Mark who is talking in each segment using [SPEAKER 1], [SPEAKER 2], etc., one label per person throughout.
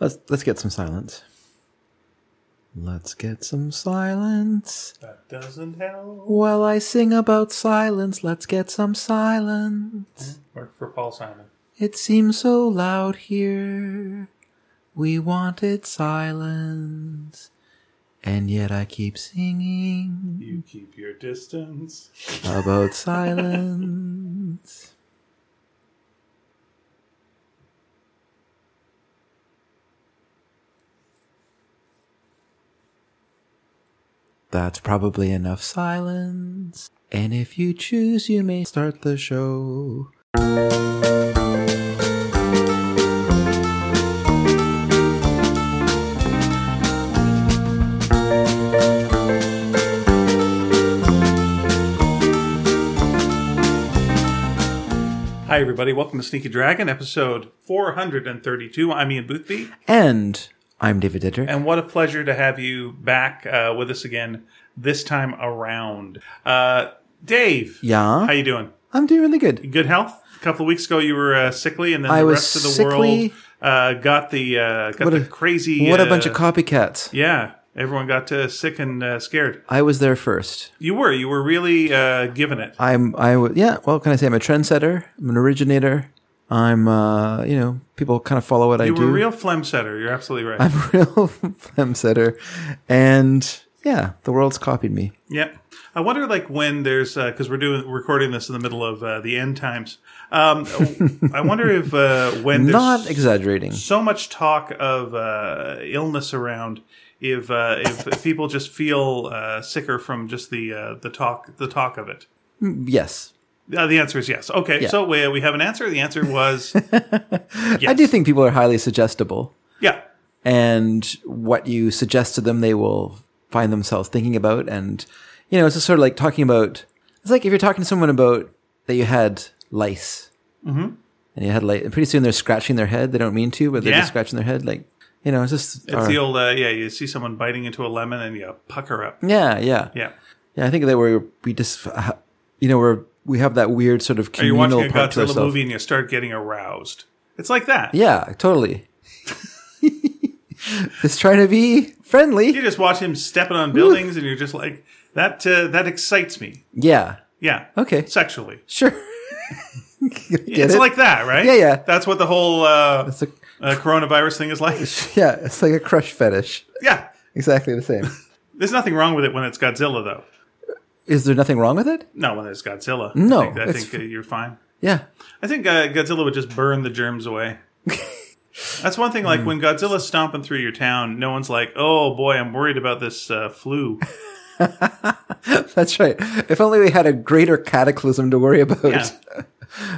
[SPEAKER 1] Let's let's get some silence. Let's get some silence.
[SPEAKER 2] That doesn't help.
[SPEAKER 1] While I sing about silence, let's get some silence.
[SPEAKER 2] Work for Paul Simon.
[SPEAKER 1] It seems so loud here. We wanted silence. And yet I keep singing
[SPEAKER 2] You keep your distance.
[SPEAKER 1] about silence. That's probably enough silence. And if you choose, you may start the show.
[SPEAKER 2] Hi, everybody. Welcome to Sneaky Dragon, episode 432. I'm Ian Boothby,
[SPEAKER 1] And I'm David Ditter.
[SPEAKER 2] and what a pleasure to have you back uh, with us again this time around. Uh, Dave,
[SPEAKER 1] yeah,
[SPEAKER 2] how you doing?
[SPEAKER 1] I'm doing really good.
[SPEAKER 2] Good health? A couple of weeks ago, you were uh, sickly, and then
[SPEAKER 1] I
[SPEAKER 2] the
[SPEAKER 1] was
[SPEAKER 2] rest of the world
[SPEAKER 1] sickly.
[SPEAKER 2] uh, got the uh, got
[SPEAKER 1] What
[SPEAKER 2] the
[SPEAKER 1] a-
[SPEAKER 2] crazy.
[SPEAKER 1] What a
[SPEAKER 2] uh,
[SPEAKER 1] bunch of copycats.
[SPEAKER 2] yeah. Everyone got uh, sick and uh, scared.
[SPEAKER 1] I was there first.
[SPEAKER 2] You were you were really uh, giving it.
[SPEAKER 1] I'm I w- yeah. Well, can I say I'm a trendsetter? I'm an originator. I'm uh, you know people kind of follow what I
[SPEAKER 2] You were
[SPEAKER 1] do.
[SPEAKER 2] a real phlegm setter. You're absolutely right.
[SPEAKER 1] I'm a real phlegm setter, and yeah, the world's copied me.
[SPEAKER 2] Yep. I wonder, like, when there's because we're doing recording this in the middle of uh, the end times. Um, I wonder if uh, when there's
[SPEAKER 1] Not exaggerating.
[SPEAKER 2] so much talk of uh, illness around, if uh, if, if people just feel uh, sicker from just the uh, the talk the talk of it.
[SPEAKER 1] Yes,
[SPEAKER 2] Uh, the answer is yes. Okay, so we we have an answer. The answer was
[SPEAKER 1] I do think people are highly suggestible,
[SPEAKER 2] yeah.
[SPEAKER 1] and what you suggest to them, they will find themselves thinking about. And you know, it's just sort of like talking about. It's like if you're talking to someone about that you had lice,
[SPEAKER 2] Mm-hmm.
[SPEAKER 1] and you had like pretty soon they're scratching their head. They don't mean to, but they're
[SPEAKER 2] Yeah.
[SPEAKER 1] just scratching their head. Like you know, it's just
[SPEAKER 2] It's the old uh, yeah. You see someone biting into a lemon and you pucker up.
[SPEAKER 1] yeah, yeah, yeah,
[SPEAKER 2] Yeah.
[SPEAKER 1] I think that we're we just uh, you know we're we have that weird sort of
[SPEAKER 2] Or you're
[SPEAKER 1] communal
[SPEAKER 2] watching a
[SPEAKER 1] part to
[SPEAKER 2] Godzilla
[SPEAKER 1] ourselves.
[SPEAKER 2] movie and you start getting aroused. It's like that.
[SPEAKER 1] Yeah, totally. just trying to be friendly.
[SPEAKER 2] you just watch him stepping on buildings and you're just like that uh, that excites me
[SPEAKER 1] Yeah.
[SPEAKER 2] yeah
[SPEAKER 1] Okay.
[SPEAKER 2] sexually
[SPEAKER 1] Sure. Get
[SPEAKER 2] it's
[SPEAKER 1] it?
[SPEAKER 2] like that right
[SPEAKER 1] Yeah, yeah.
[SPEAKER 2] that's what the whole uh,
[SPEAKER 1] it's a,
[SPEAKER 2] uh, coronavirus thing is like
[SPEAKER 1] yeah, it's like a crush fetish.
[SPEAKER 2] yeah
[SPEAKER 1] Exactly the same.
[SPEAKER 2] there's nothing wrong with it when it's godzilla though
[SPEAKER 1] Is there nothing wrong with it?
[SPEAKER 2] no when it's godzilla
[SPEAKER 1] No,
[SPEAKER 2] i think, I
[SPEAKER 1] it's-
[SPEAKER 2] think uh, you're fine
[SPEAKER 1] Yeah.
[SPEAKER 2] i think uh, godzilla would just burn the germs away that's one thing like
[SPEAKER 1] Hmm.
[SPEAKER 2] when godzilla's stomping through your town no one's like oh boy i'm worried about this uh, flu
[SPEAKER 1] That's right. If only we had a greater cataclysm to worry about.
[SPEAKER 2] Yeah.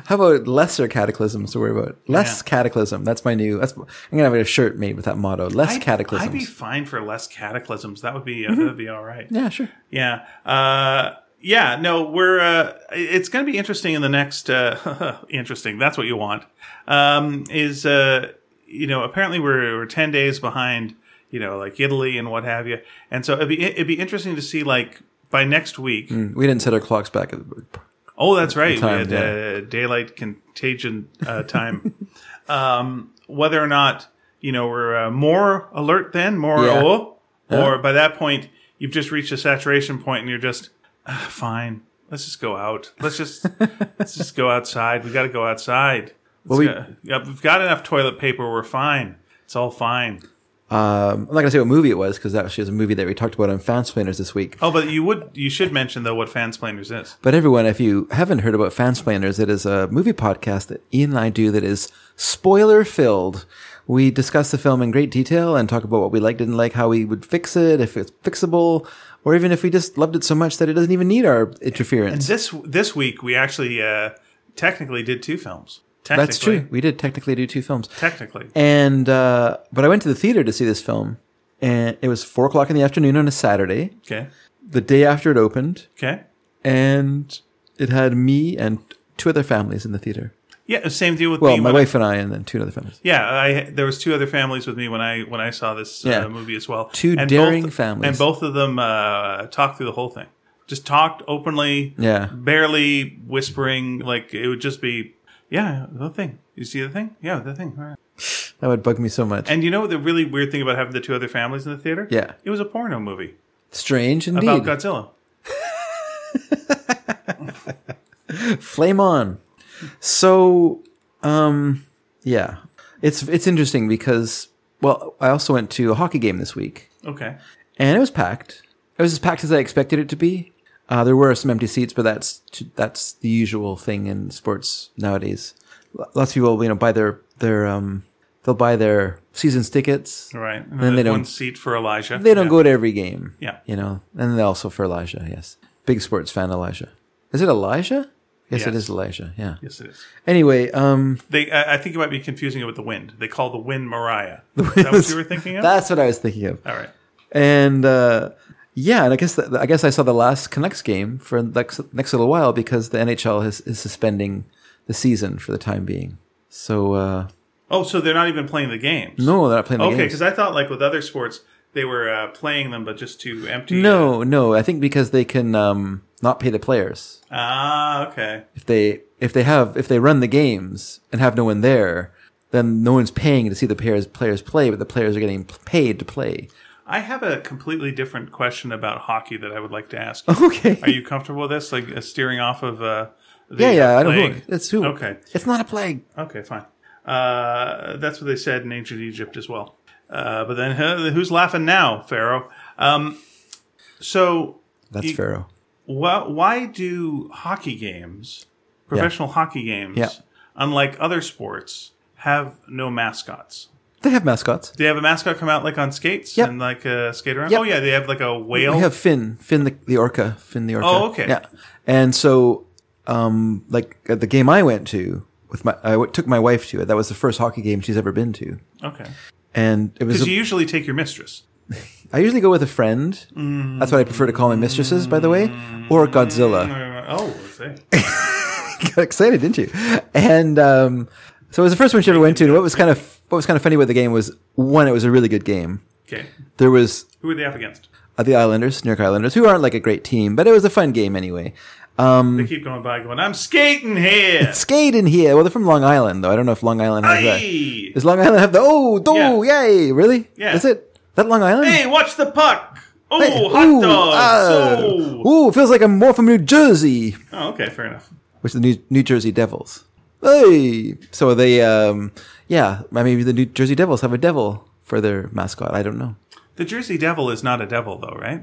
[SPEAKER 1] How about lesser cataclysms to worry about? Less
[SPEAKER 2] Yeah.
[SPEAKER 1] cataclysm. That's my new. That's I'm gonna have a shirt made with that motto. Less
[SPEAKER 2] I'd-
[SPEAKER 1] cataclysms.
[SPEAKER 2] I'd be fine for less cataclysms. That would be uh, that'd be all right.
[SPEAKER 1] yeah, sure.
[SPEAKER 2] Yeah. Uh, yeah. No, we're. Uh, it's going to be interesting in the next. Uh, interesting. That's what you want. Um, is uh, you know apparently we're we're ten days behind. You know, like Italy and what have you. And so it'd be it'd be interesting to see like by next week.
[SPEAKER 1] Mm, We didn't set our clocks back. At the,
[SPEAKER 2] Oh, that's right.
[SPEAKER 1] time,
[SPEAKER 2] we had uh, daylight contagion uh, time. um, whether or not you know we're uh, more alert then, more
[SPEAKER 1] Yeah.
[SPEAKER 2] oh, or by that point you've just reached a saturation point and you're just "Ah, fine. Let's just go out. Let's just let's just go outside. We got to go outside. Well,
[SPEAKER 1] we-
[SPEAKER 2] yeah, we've got enough toilet paper. We're fine. It's all fine.
[SPEAKER 1] um, I'm not gonna say what movie it was because that actually was a movie that we talked about on Fansplainers this week.
[SPEAKER 2] Oh, but you would you should mention though what fansplainers is.
[SPEAKER 1] But everyone, if you haven't heard about Fansplainers, it is a movie podcast that Ian and I do that is spoiler filled. We discuss the film in great detail and talk about what we liked, didn't like, how we would fix it, if it's fixable, or even if we just loved it so much that it doesn't even need our interference.
[SPEAKER 2] This this week we actually uh, technically did two films. Technically,
[SPEAKER 1] That's true. We did technically do two films.
[SPEAKER 2] Technically.
[SPEAKER 1] And, uh, but I went to the theater to see this film, and it was four o'clock in the afternoon on a Saturday,
[SPEAKER 2] Okay.
[SPEAKER 1] the day after it opened,
[SPEAKER 2] Okay.
[SPEAKER 1] and it had me and two other families in the theater.
[SPEAKER 2] Yeah. Same deal with
[SPEAKER 1] Well,
[SPEAKER 2] me.
[SPEAKER 1] my
[SPEAKER 2] when I-
[SPEAKER 1] wife and I, and then two other families.
[SPEAKER 2] yeah, I there was two other families with me when I when I saw this
[SPEAKER 1] Yeah.
[SPEAKER 2] uh, movie as well.
[SPEAKER 1] Two
[SPEAKER 2] And
[SPEAKER 1] daring
[SPEAKER 2] both-
[SPEAKER 1] families.
[SPEAKER 2] and both of them uh, talked through the whole thing. Just talked openly,
[SPEAKER 1] Yeah.
[SPEAKER 2] barely whispering. Like it would just be, yeah, the thing. You see the thing? Yeah, the thing. All right.
[SPEAKER 1] That would bug me so much.
[SPEAKER 2] And you know the really weird thing about having the two other families in the theater?
[SPEAKER 1] Yeah.
[SPEAKER 2] It was a porno movie
[SPEAKER 1] Strange indeed.
[SPEAKER 2] about Godzilla.
[SPEAKER 1] Flame on. So, um, yeah, it's it's interesting because well, I also went to a hockey game this week
[SPEAKER 2] Okay.
[SPEAKER 1] and it was packed. It was as packed as I expected it to be. Uh, there were some empty seats, but that's that's the usual thing in sports nowadays. L- Lots of people, you know, buy their their um, they'll buy their season's tickets.
[SPEAKER 2] All right. And
[SPEAKER 1] then they
[SPEAKER 2] there's one
[SPEAKER 1] don't-
[SPEAKER 2] seat for Elijah.
[SPEAKER 1] They don't
[SPEAKER 2] Yeah.
[SPEAKER 1] go to every game.
[SPEAKER 2] Yeah.
[SPEAKER 1] you know, and also for Elijah. Yes, big sports fan Elijah. Is it Elijah? Yes, it
[SPEAKER 2] Yes.
[SPEAKER 1] is Elijah. Yeah.
[SPEAKER 2] Yes, it is.
[SPEAKER 1] Anyway, um,
[SPEAKER 2] They, I, I think you might be confusing it with the wind. They call the wind Mariah. Is that what you were thinking of?
[SPEAKER 1] that's what I was thinking of.
[SPEAKER 2] All right.
[SPEAKER 1] And uh, yeah, and I guess the, I guess I saw the last Canucks game for the next, next little while because the NHL is, is suspending the season for the time being. So uh,
[SPEAKER 2] Oh, so they're not even playing the games.
[SPEAKER 1] no, they're not playing the
[SPEAKER 2] Okay,
[SPEAKER 1] games.
[SPEAKER 2] because I thought like with other sports they were uh, playing them, but just to empty.
[SPEAKER 1] No, no, I think because they can um, not pay the players
[SPEAKER 2] Ah, okay.
[SPEAKER 1] if they if they have if they run the games and have no one there. Then no one's paying to see the players players play, but the players are getting p- paid to play.
[SPEAKER 2] I have a completely different question about hockey that I would like to ask. You.
[SPEAKER 1] Okay.
[SPEAKER 2] Are you comfortable with this? Like uh, steering off of uh, the
[SPEAKER 1] yeah, yeah,
[SPEAKER 2] uh,
[SPEAKER 1] I don't know.
[SPEAKER 2] plague?
[SPEAKER 1] It's who.
[SPEAKER 2] Okay.
[SPEAKER 1] It's not a plague.
[SPEAKER 2] Okay, fine. Uh, that's what they said in ancient Egypt as well. Uh, but then huh, who's laughing now, Pharaoh? Um, so
[SPEAKER 1] That's
[SPEAKER 2] You-
[SPEAKER 1] Pharaoh.
[SPEAKER 2] wh- why do hockey games, professional hockey games,
[SPEAKER 1] Yeah.
[SPEAKER 2] unlike other sports, have no mascots?
[SPEAKER 1] They have mascots.
[SPEAKER 2] Do they have a mascot come out like on skates
[SPEAKER 1] Yep.
[SPEAKER 2] and like uh, skate around?
[SPEAKER 1] Yep.
[SPEAKER 2] Oh yeah, they have like a whale.
[SPEAKER 1] We have Finn, Finn the, the orca, Finn the orca.
[SPEAKER 2] Oh, okay.
[SPEAKER 1] Yeah, and so, um, like at the game I went to with my, I w- took my wife to it. That was the first hockey game she's ever been to,
[SPEAKER 2] okay,
[SPEAKER 1] and it was.
[SPEAKER 2] because
[SPEAKER 1] a-
[SPEAKER 2] you usually take your mistress.
[SPEAKER 1] I usually go with a friend. That's what I prefer to call my mistresses, by the way, or Godzilla.
[SPEAKER 2] Oh, I see.
[SPEAKER 1] Got excited, didn't you? And um, so it was the first one she ever went to. And what was kind of what was kind of funny about the game was one, it was a really good game.
[SPEAKER 2] okay.
[SPEAKER 1] There was
[SPEAKER 2] Who are they up against?
[SPEAKER 1] uh, the Islanders, New York Islanders, who aren't like a great team, but it was a fun game anyway. Um,
[SPEAKER 2] They keep going by, going, "I'm skating here."
[SPEAKER 1] Skate in here. Well, they're from Long Island, though. I don't know if Long Island has that.
[SPEAKER 2] Hey,
[SPEAKER 1] Does Long Island have the oh, do,
[SPEAKER 2] Yeah.
[SPEAKER 1] yay? Really?
[SPEAKER 2] Yeah.
[SPEAKER 1] Is it that Long Island?
[SPEAKER 2] hey, watch the puck! Oh,
[SPEAKER 1] Hey,
[SPEAKER 2] hot
[SPEAKER 1] ooh,
[SPEAKER 2] dogs!
[SPEAKER 1] ah,
[SPEAKER 2] oh.
[SPEAKER 1] ooh, feels like I'm more from New Jersey,
[SPEAKER 2] oh, okay, fair enough.
[SPEAKER 1] which is the New, New Jersey Devils. Hey, so they, um, yeah, maybe the New Jersey Devils have a devil for their mascot. I don't know.
[SPEAKER 2] The Jersey Devil is not a devil, though, right?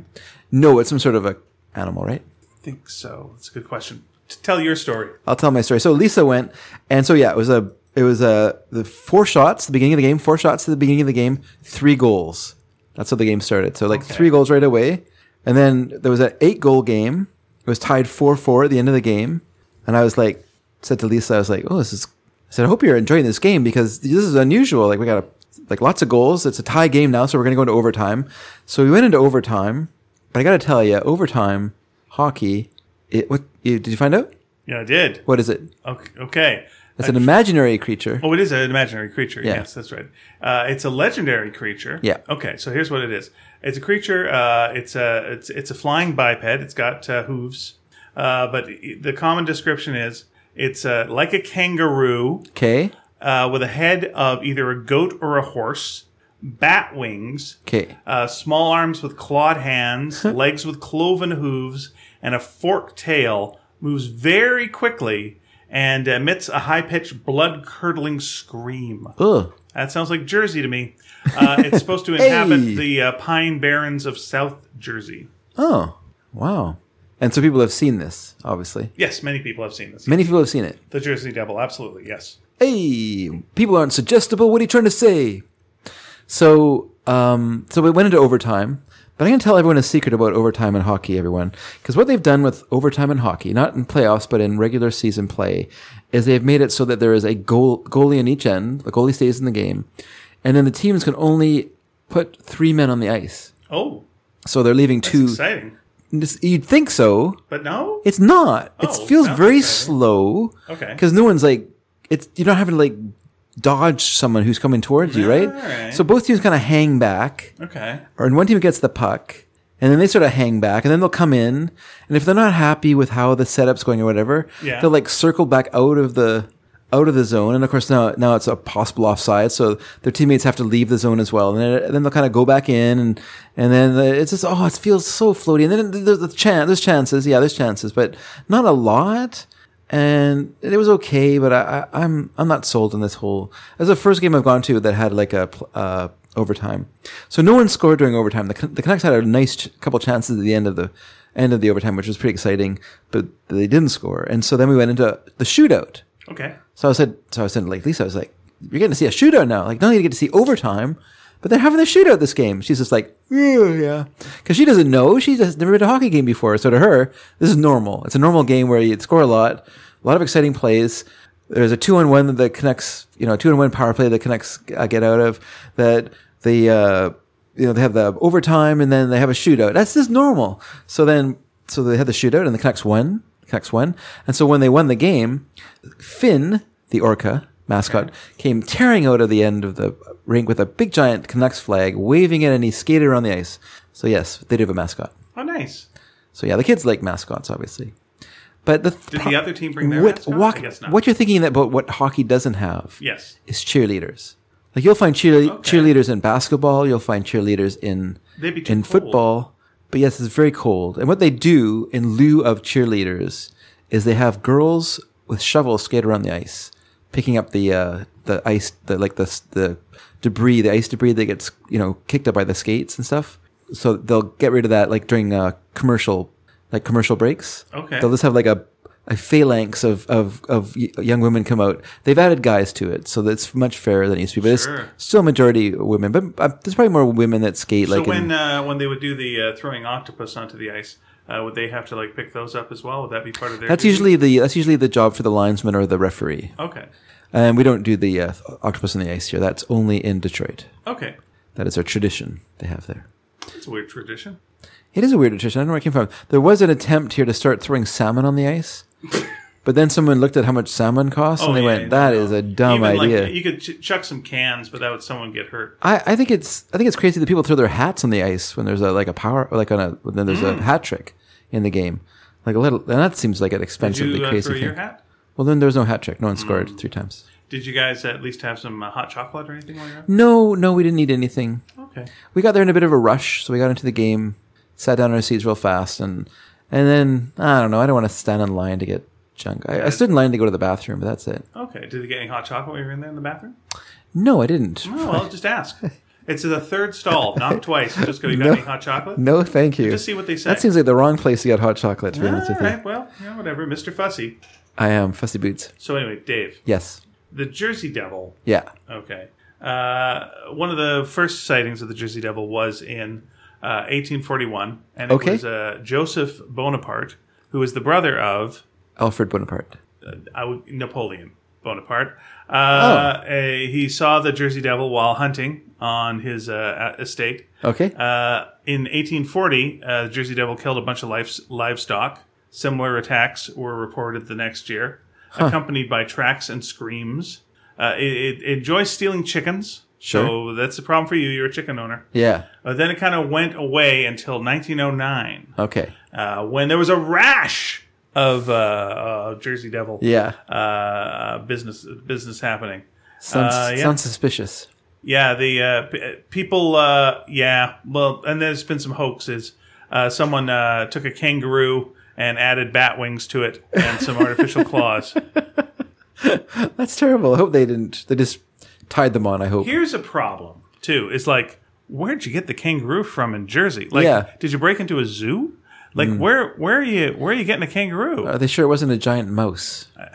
[SPEAKER 1] No, it's some sort of a animal, right?
[SPEAKER 2] I think so. That's a good question. T- Tell your story.
[SPEAKER 1] I'll tell my story. So Lisa went, and so yeah, it was a it was a the four shots at the beginning of the game, four shots at the beginning of the game, three goals. That's how the game started. So like three goals right away, and then there was an eight goal game. It was tied four four at the end of the game, and I was like, said to Lisa, I was like, oh, this is. I said, I hope you're enjoying this game because this is unusual. Like we got a, like lots of goals. It's a tie game now, so we're gonna go into overtime. So we went into overtime, but I gotta tell you, overtime hockey. It what you, did you find out?
[SPEAKER 2] Yeah, I did.
[SPEAKER 1] What is it?
[SPEAKER 2] Okay. okay.
[SPEAKER 1] It's an imaginary creature.
[SPEAKER 2] Oh, it is an imaginary creature. Yes, that's right. Uh, it's a legendary creature.
[SPEAKER 1] Yeah.
[SPEAKER 2] Okay, so here's what it is. It's a creature. Uh, it's a it's it's a flying biped. It's got uh, hooves. Uh, but i- the common description is it's uh, like a kangaroo
[SPEAKER 1] Okay.
[SPEAKER 2] uh, with a head of either a goat or a horse, bat wings,
[SPEAKER 1] Okay.
[SPEAKER 2] uh, small arms with clawed hands, legs with cloven hooves, and a forked tail, moves very quickly and emits a high pitched, blood curdling scream.
[SPEAKER 1] Ugh.
[SPEAKER 2] That sounds like Jersey to me. Uh, it's supposed to inhabit
[SPEAKER 1] Hey.
[SPEAKER 2] the uh, pine barrens of South Jersey.
[SPEAKER 1] Oh. Wow. And so people have seen this, obviously.
[SPEAKER 2] Yes, many people have seen this.
[SPEAKER 1] Many people have seen it.
[SPEAKER 2] The Jersey Devil, absolutely, yes.
[SPEAKER 1] Hey, people aren't suggestible. What are you trying to say? So, um, so we went into overtime. But I'm going to tell everyone a secret about overtime in hockey, everyone. Because what they've done with overtime in hockey, not in playoffs, but in regular season play, is they've made it so that there is a goal, goalie in each end. The goalie stays in the game. And then the teams can only put three men on the ice.
[SPEAKER 2] Oh,
[SPEAKER 1] So they're leaving two.
[SPEAKER 2] exciting.
[SPEAKER 1] This- You'd think so.
[SPEAKER 2] But no?
[SPEAKER 1] It's not.
[SPEAKER 2] Oh,
[SPEAKER 1] it feels
[SPEAKER 2] sounds
[SPEAKER 1] very
[SPEAKER 2] exciting.
[SPEAKER 1] slow.
[SPEAKER 2] Okay.
[SPEAKER 1] Because no one's like, it's you're not having to like dodge someone who's coming towards you, right?
[SPEAKER 2] Alright.
[SPEAKER 1] So both teams kind of hang back,
[SPEAKER 2] Okay.
[SPEAKER 1] or and one team gets the puck, and then they sort of hang back, and then they'll come in, and if they're not happy with how the setup's going or whatever,
[SPEAKER 2] Yeah.
[SPEAKER 1] they'll like circle back out of the out of the zone, and of course now now it's a possible offside, so their teammates have to leave the zone as well, and then, and then they'll kind of go back in, and and then the- it's just oh, it feels so floaty, and then there's the chance, there's chances, yeah, there's chances, but not a lot, and it was okay, but I, I I'm I'm not sold on this whole. As the first game I've gone to that had like a pl- uh, overtime, so no one scored during overtime. The Con- the Canucks had a nice ch- couple chances at the end of the end of the overtime, which was pretty exciting, but they didn't score, and so then we went into the shootout.
[SPEAKER 2] Okay.
[SPEAKER 1] So I said, so I said, like Lisa, I was like, you're getting to see a shootout now. Like, not you get to see overtime, but they're having a shootout this game. She's just like, yeah, yeah, because she doesn't know. She's just never been to a hockey game before. So to her, this is normal. It's a normal game where you score a lot, a lot of exciting plays. There's a two on one that connects, you know, a two on one power play that connects. Uh, get out of that. The uh, you know they have the overtime and then they have a shootout. That's just normal. So then, so they had the shootout and the Canucks won. Canucks won. And so when they won the game, Finn, the orca mascot, came tearing out of the end of the rink with a big giant Canucks flag, waving it, and he skated around the ice. So yes, they do have a mascot.
[SPEAKER 2] Oh, nice.
[SPEAKER 1] So yeah, the kids like mascots, obviously. But the
[SPEAKER 2] Did the other team bring their
[SPEAKER 1] what
[SPEAKER 2] mascot?
[SPEAKER 1] walk-
[SPEAKER 2] I guess not.
[SPEAKER 1] what you're thinking about what hockey doesn't have
[SPEAKER 2] Yes.
[SPEAKER 1] is cheerleaders. Like you'll find cheerle-
[SPEAKER 2] Okay.
[SPEAKER 1] cheerleaders in basketball, you'll find cheerleaders in
[SPEAKER 2] They'd be too
[SPEAKER 1] in
[SPEAKER 2] cold.
[SPEAKER 1] football. But yes, it's very cold. And what they do in lieu of cheerleaders is they have girls with shovels skate around the ice, picking up the uh, the ice, the like the s- the debris, the ice debris that gets you know kicked up by the skates and stuff. So they'll get rid of that like during uh, commercial like commercial breaks.
[SPEAKER 2] Okay.
[SPEAKER 1] They'll just have like a a phalanx of of of y- young women come out. They've added guys to it, so that's much fairer than it used to be. But
[SPEAKER 2] Sure.
[SPEAKER 1] it's still majority women, but uh, there's probably more women that skate.
[SPEAKER 2] So
[SPEAKER 1] like in-
[SPEAKER 2] when uh, when they would do the uh, throwing octopus onto the ice, uh, would they have to like pick those up as well? Would that be part of their?
[SPEAKER 1] That's
[SPEAKER 2] duty?
[SPEAKER 1] usually the that's usually the job for the linesman or the referee.
[SPEAKER 2] okay.
[SPEAKER 1] And we don't do the uh, octopus on the ice here. That's only in Detroit.
[SPEAKER 2] Okay,
[SPEAKER 1] That is our tradition they have there.
[SPEAKER 2] it's a weird tradition.
[SPEAKER 1] It is a weird tradition. I don't know where it came from. There was an attempt here to start throwing salmon on the ice, but then someone looked at how much salmon costs and they
[SPEAKER 2] Oh, yeah,
[SPEAKER 1] went,
[SPEAKER 2] yeah,
[SPEAKER 1] "That
[SPEAKER 2] no.
[SPEAKER 1] is a dumb
[SPEAKER 2] Even,
[SPEAKER 1] idea."
[SPEAKER 2] Like, you could ch- chuck some cans, but that would someone get hurt.
[SPEAKER 1] I, I think it's I think it's crazy that people throw their hats on the ice when there's a like a power or like on a when there's a hat trick in the game. Like a little, and that seems like an
[SPEAKER 2] Did
[SPEAKER 1] expensively
[SPEAKER 2] you uh,
[SPEAKER 1] crazy
[SPEAKER 2] throw
[SPEAKER 1] thing.
[SPEAKER 2] your hat? Mm.
[SPEAKER 1] Well, then there was no hat trick. No one scored three times.
[SPEAKER 2] Did you guys at least have some uh, hot chocolate or anything while you're out?
[SPEAKER 1] No, no, we didn't need anything.
[SPEAKER 2] Okay.
[SPEAKER 1] We got there in a bit of a rush, so we got into the game, sat down in our seats real fast, and and then I don't know. I don't want to stand in line to get junk. I, I stood in line to go to the bathroom, but that's it.
[SPEAKER 2] Okay. Did you get any hot chocolate while you were in there in the bathroom?
[SPEAKER 1] No, I didn't.
[SPEAKER 2] Oh, well, just ask. It's the third stall, not twice. Just go, you got
[SPEAKER 1] No.
[SPEAKER 2] any hot chocolate?
[SPEAKER 1] No, thank you.
[SPEAKER 2] Just see what they say.
[SPEAKER 1] that seems like the wrong place to get hot chocolate. To be honest
[SPEAKER 2] All
[SPEAKER 1] with you,
[SPEAKER 2] right, well, yeah, whatever. Mr. Fussy.
[SPEAKER 1] I am fussy boots.
[SPEAKER 2] So, anyway, Dave,
[SPEAKER 1] Yes,
[SPEAKER 2] the Jersey Devil.
[SPEAKER 1] yeah.
[SPEAKER 2] Okay. Uh, one of the first sightings of the Jersey Devil was in uh, 1841, and it
[SPEAKER 1] Okay.
[SPEAKER 2] was uh, Joseph Bonaparte, who was the brother of
[SPEAKER 1] Alfred Bonaparte.
[SPEAKER 2] uh, I would, Napoleon Bonaparte. Uh, eh, he saw the Jersey Devil while hunting on his uh, estate.
[SPEAKER 1] Okay.
[SPEAKER 2] Uh, in 1840, uh, the Jersey Devil killed a bunch of lives- livestock. Similar attacks were reported the next year, accompanied by tracks and screams. Uh, it, it enjoys stealing chickens, so
[SPEAKER 1] Sure.
[SPEAKER 2] that's the problem for you. You're a chicken owner.
[SPEAKER 1] yeah.
[SPEAKER 2] Uh, then it kind of went away until 1909,
[SPEAKER 1] Okay.
[SPEAKER 2] uh, when there was a rash of uh, uh, Jersey Devil
[SPEAKER 1] Yeah.
[SPEAKER 2] uh, business business happening.
[SPEAKER 1] Sounds
[SPEAKER 2] Uh, yeah.
[SPEAKER 1] sounds suspicious.
[SPEAKER 2] Yeah, the uh, p- uh, people. Uh, yeah, well, and there's been some hoaxes. Uh, someone uh, took a kangaroo and added bat wings to it and some artificial claws.
[SPEAKER 1] That's terrible. I hope they didn't. They just tied them on. I hope.
[SPEAKER 2] Here's a problem too. Is like, where'd you get the kangaroo from in Jersey? Like,
[SPEAKER 1] Yeah. Mm.
[SPEAKER 2] did you break into a zoo? Like, where where are you where are you getting a kangaroo?
[SPEAKER 1] Are they sure it wasn't a giant mouse?
[SPEAKER 2] Uh,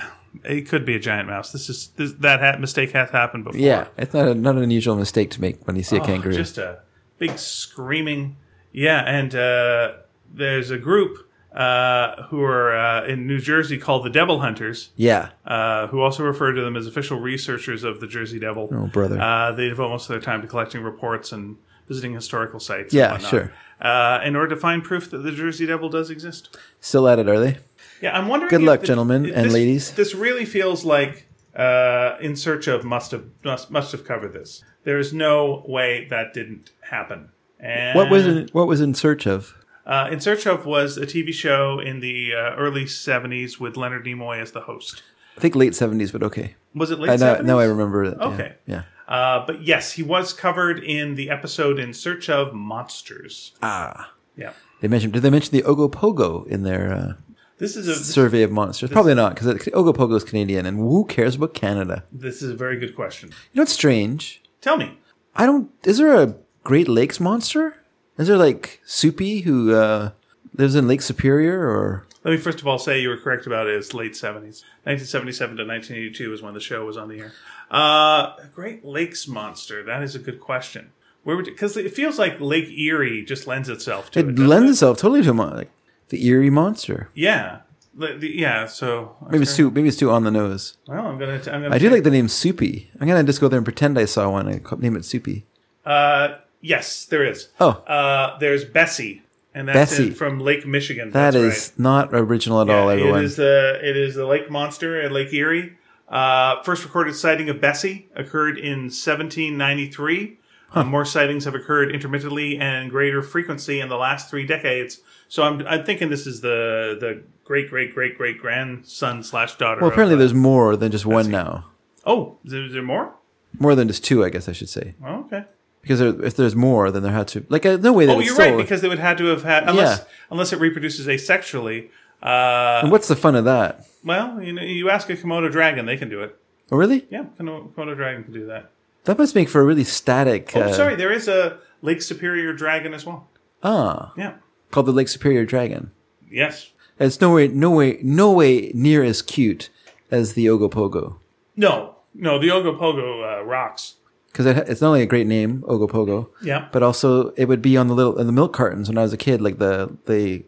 [SPEAKER 2] it could be a giant mouse. This is this, that ha- mistake has happened before.
[SPEAKER 1] Yeah, it's not a, not an unusual mistake to make when you see a
[SPEAKER 2] Oh,
[SPEAKER 1] kangaroo.
[SPEAKER 2] Just a big screaming. Yeah, and uh, there's a group uh, who are uh, in New Jersey called the Devil Hunters,
[SPEAKER 1] yeah.
[SPEAKER 2] uh, who also refer to them as official researchers of the Jersey Devil.
[SPEAKER 1] Oh, brother.
[SPEAKER 2] Uh, they devote most of their time to collecting reports and visiting historical sites. and
[SPEAKER 1] Yeah,
[SPEAKER 2] whatnot,
[SPEAKER 1] sure.
[SPEAKER 2] Uh, in order to find proof that the Jersey Devil does exist.
[SPEAKER 1] Still at it, are they?
[SPEAKER 2] Yeah, I'm wondering.
[SPEAKER 1] Good
[SPEAKER 2] if
[SPEAKER 1] luck,
[SPEAKER 2] this-
[SPEAKER 1] gentlemen
[SPEAKER 2] if
[SPEAKER 1] and
[SPEAKER 2] this-
[SPEAKER 1] ladies.
[SPEAKER 2] This really feels like uh, "In Search of" must have must, must have covered this. There is no way that didn't happen. And,
[SPEAKER 1] What was in, what was in search of?
[SPEAKER 2] Uh, "In Search of" was a TV show in the uh, early '70s with Leonard Nimoy as the host.
[SPEAKER 1] I think late seventies, but okay.
[SPEAKER 2] Was it late?
[SPEAKER 1] I know,
[SPEAKER 2] 70s?
[SPEAKER 1] now I remember it. Yeah,
[SPEAKER 2] Okay.
[SPEAKER 1] Yeah.
[SPEAKER 2] Uh, but yes, he was covered in the episode "In Search of Monsters."
[SPEAKER 1] Ah,
[SPEAKER 2] Yeah,
[SPEAKER 1] they mentioned. Did they mention the Ogopogo in their uh,
[SPEAKER 2] this is a
[SPEAKER 1] survey of monsters? Probably not, because Ogopogo is Canadian, and who cares about Canada?
[SPEAKER 2] this is a very good question.
[SPEAKER 1] You know what's strange?
[SPEAKER 2] Tell me,
[SPEAKER 1] I don't. Is there a Great Lakes monster? Is there like Soupy who uh, lives in Lake Superior, or
[SPEAKER 2] let me first of all say you were correct about it. It's late seventies, nineteen seventy-seven to nineteen eighty-two is when the show was on the air. Uh, Great Lakes monster. That is a good question. Where would because it feels like Lake Erie just lends itself to it.
[SPEAKER 1] it
[SPEAKER 2] doesn't
[SPEAKER 1] lends
[SPEAKER 2] it?
[SPEAKER 1] itself totally to a mon- like the eerie monster?
[SPEAKER 2] Yeah, The- the- yeah. So
[SPEAKER 1] Maybe it's too. Maybe it's too on the nose.
[SPEAKER 2] Well, I'm gonna. I'm gonna
[SPEAKER 1] I do like the name Soupy. I'm gonna just go there and pretend I saw one. and ca- name it Soupy.
[SPEAKER 2] Uh, yes, there is.
[SPEAKER 1] Oh.
[SPEAKER 2] uh, there's Bessie, and that's
[SPEAKER 1] Bessie.
[SPEAKER 2] it from Lake Michigan.
[SPEAKER 1] That
[SPEAKER 2] that's
[SPEAKER 1] is
[SPEAKER 2] right.
[SPEAKER 1] not original at all, everyone.
[SPEAKER 2] It is the it is the lake monster at Lake Erie. Uh, first recorded sighting of Bessie occurred in 1793. Uh, more sightings have occurred intermittently and greater frequency in the last three decades. So I'm I'm thinking this is the the great great great great grandson slash daughter.
[SPEAKER 1] well,
[SPEAKER 2] of- uh,
[SPEAKER 1] apparently there's more than just one now.
[SPEAKER 2] oh, is there, is there more?
[SPEAKER 1] More than just two, I guess I should say.
[SPEAKER 2] Oh, okay.
[SPEAKER 1] Because there, if there's more, then there had to like uh, no way that
[SPEAKER 2] Oh,
[SPEAKER 1] it's
[SPEAKER 2] you're
[SPEAKER 1] still.
[SPEAKER 2] right because they would have to have had unless
[SPEAKER 1] Yeah.
[SPEAKER 2] unless it reproduces asexually. Uh,
[SPEAKER 1] and what's the fun of that?
[SPEAKER 2] well, you know, you ask a Komodo dragon, they can do it.
[SPEAKER 1] Oh, really?
[SPEAKER 2] Yeah, Komodo Komodo dragon can do that.
[SPEAKER 1] That must make for a really static.
[SPEAKER 2] Oh,
[SPEAKER 1] uh,
[SPEAKER 2] sorry, there is a Lake Superior dragon as well.
[SPEAKER 1] Ah,
[SPEAKER 2] Yeah.
[SPEAKER 1] called the Lake Superior Dragon.
[SPEAKER 2] Yes.
[SPEAKER 1] It's no way, no way, no way near as cute as the Ogopogo.
[SPEAKER 2] No. No, the Ogopogo uh, rocks.
[SPEAKER 1] Because it, ha- it's not only a great name, Ogopogo,
[SPEAKER 2] Yeah.
[SPEAKER 1] but also it would be on the little in the milk cartons when I was a kid. Like the the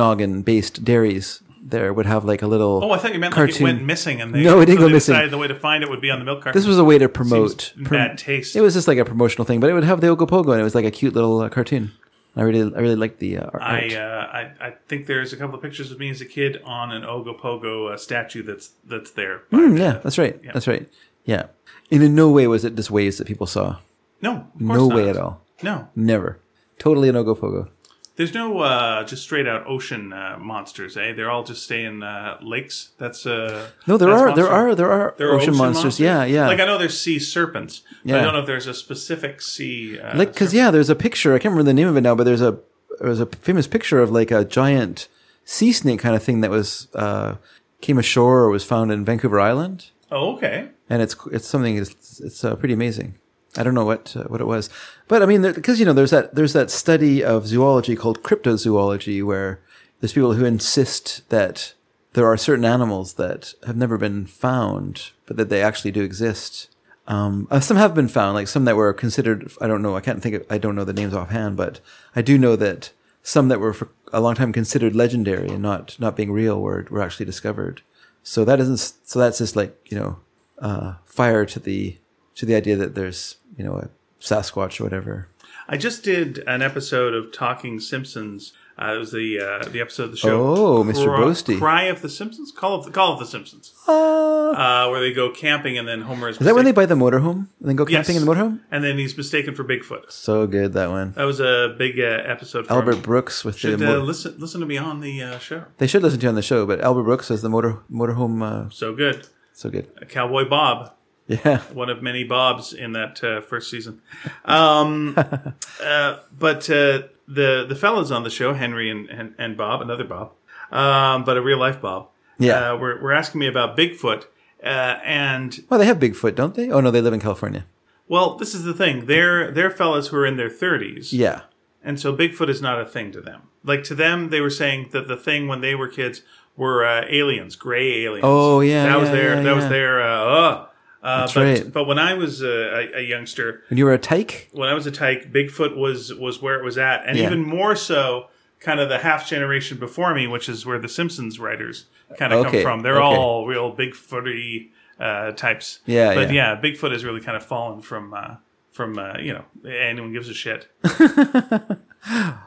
[SPEAKER 1] Okanagan-based dairies there would have like a little.
[SPEAKER 2] Oh, I thought you meant like it
[SPEAKER 1] Cartoon.
[SPEAKER 2] went missing, and they
[SPEAKER 1] No, it didn't
[SPEAKER 2] so
[SPEAKER 1] go
[SPEAKER 2] they
[SPEAKER 1] missing.
[SPEAKER 2] Decided the way to find it would be on the milk carton.
[SPEAKER 1] This was a way to promote.
[SPEAKER 2] Seems
[SPEAKER 1] prom-
[SPEAKER 2] bad taste.
[SPEAKER 1] It was just like a promotional thing, but it would have the Ogopogo, and it was like a cute little uh, cartoon. I really, I really liked the uh, ar- art.
[SPEAKER 2] I, uh, I I think there's a couple of pictures of me as a kid on an Ogopogo uh, statue that's that's there. But,
[SPEAKER 1] Hmm, yeah, that's right. That's right. Yeah, and in no way was it just waves that people saw.
[SPEAKER 2] No, of course
[SPEAKER 1] No
[SPEAKER 2] not.
[SPEAKER 1] way at all.
[SPEAKER 2] No,
[SPEAKER 1] Never. Totally an Ogopogo.
[SPEAKER 2] There's no uh, just straight out ocean uh, monsters, eh? They're all just stay in uh, lakes. That's uh,
[SPEAKER 1] No, there
[SPEAKER 2] that's
[SPEAKER 1] are,
[SPEAKER 2] monster-
[SPEAKER 1] there are there are
[SPEAKER 2] there are
[SPEAKER 1] ocean, monsters. Yeah, yeah.
[SPEAKER 2] Like I know there's sea serpents. But I
[SPEAKER 1] Yeah.
[SPEAKER 2] don't know if there's a specific sea. Uh,
[SPEAKER 1] like because yeah, there's a picture. I can't remember the name of it now, but there's a there's a famous picture of like a giant sea snake kind of thing that was uh, came ashore or was found in Vancouver Island.
[SPEAKER 2] oh, okay.
[SPEAKER 1] and it's it's something it's, it's uh, pretty amazing. I don't know what uh, what it was, but I mean because you know there's that there's that study of zoology called cryptozoology where there's people who insist that there are certain animals that have never been found, but that they actually do exist. Um, uh, some have been found, like some that were considered. I don't know. I can't think. Of, I don't know the names offhand, but I do know that some that were for a long time considered legendary and not not being real were were actually discovered. So that isn't. So that's just like you know, uh, fire to the to the idea that there's you know a Sasquatch or whatever.
[SPEAKER 2] I just did an episode of Talking Simpsons. Uh, it was the uh, the episode of the show.
[SPEAKER 1] Oh, Mr.
[SPEAKER 2] Cry-
[SPEAKER 1] Boasty.
[SPEAKER 2] Cry of the Simpsons. Call of the Call of the Simpsons.
[SPEAKER 1] Uh,
[SPEAKER 2] Uh, where they go camping and then Homer is.
[SPEAKER 1] is that when they buy the motorhome and then go camping in the motorhome?
[SPEAKER 2] And then he's mistaken for Bigfoot.
[SPEAKER 1] So good that one.
[SPEAKER 2] That was a big uh, episode. For
[SPEAKER 1] Albert
[SPEAKER 2] him.
[SPEAKER 1] Brooks with
[SPEAKER 2] Should,
[SPEAKER 1] the.
[SPEAKER 2] uh,
[SPEAKER 1] Mo-
[SPEAKER 2] listen listen to me on the uh, show.
[SPEAKER 1] they should listen to you on the show, but Albert Brooks has the motor motorhome. Uh,
[SPEAKER 2] So good.
[SPEAKER 1] so good.
[SPEAKER 2] Cowboy Bob,
[SPEAKER 1] Yeah.
[SPEAKER 2] one of many Bobs in that uh, first season. Um, uh, but uh, the the fellas on the show, Henry and, and, and Bob, another Bob, um, but a real life Bob,
[SPEAKER 1] Yeah.
[SPEAKER 2] uh, were, were asking me about Bigfoot. Uh, and
[SPEAKER 1] Well, they have Bigfoot, don't they? Oh no, they live in California.
[SPEAKER 2] well, this is the thing. They're they're fellas who are in their thirties,
[SPEAKER 1] Yeah.
[SPEAKER 2] and so Bigfoot is not a thing to them. Like to them, they were saying that the thing when they were kids were uh, aliens, gray aliens.
[SPEAKER 1] Oh, yeah,
[SPEAKER 2] that was
[SPEAKER 1] yeah,
[SPEAKER 2] their
[SPEAKER 1] yeah,
[SPEAKER 2] that was
[SPEAKER 1] yeah.
[SPEAKER 2] their. Uh, uh, uh,
[SPEAKER 1] That's
[SPEAKER 2] but,
[SPEAKER 1] right.
[SPEAKER 2] but when I was uh, a, a youngster,
[SPEAKER 1] When you were a tyke?
[SPEAKER 2] when I was a tyke, Bigfoot was was where it was at, and
[SPEAKER 1] Yeah.
[SPEAKER 2] even more so, kind of the half generation before me, which is where the Simpsons writers kind of come
[SPEAKER 1] Okay,
[SPEAKER 2] from. They're
[SPEAKER 1] okay.
[SPEAKER 2] all real Bigfooty uh, types.
[SPEAKER 1] Yeah,
[SPEAKER 2] but
[SPEAKER 1] yeah.
[SPEAKER 2] yeah. Bigfoot has really kind of fallen from uh, from uh, you know anyone gives a shit.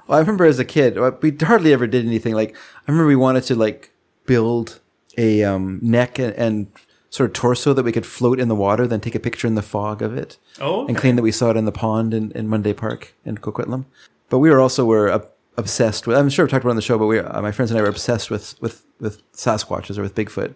[SPEAKER 1] Well, I remember as a kid, uh, we hardly ever did anything. Like, I remember we wanted to, like, build a um, neck and, and sort of torso that we could float in the water, then take a picture in the fog of it
[SPEAKER 2] Oh,
[SPEAKER 1] and claim that we saw it in the pond in, in Monday Park in Coquitlam. But we were also were ob- obsessed with, I'm sure I've talked about it on the show, but we, uh, my friends and I were obsessed with, with, with Sasquatches or with Bigfoot.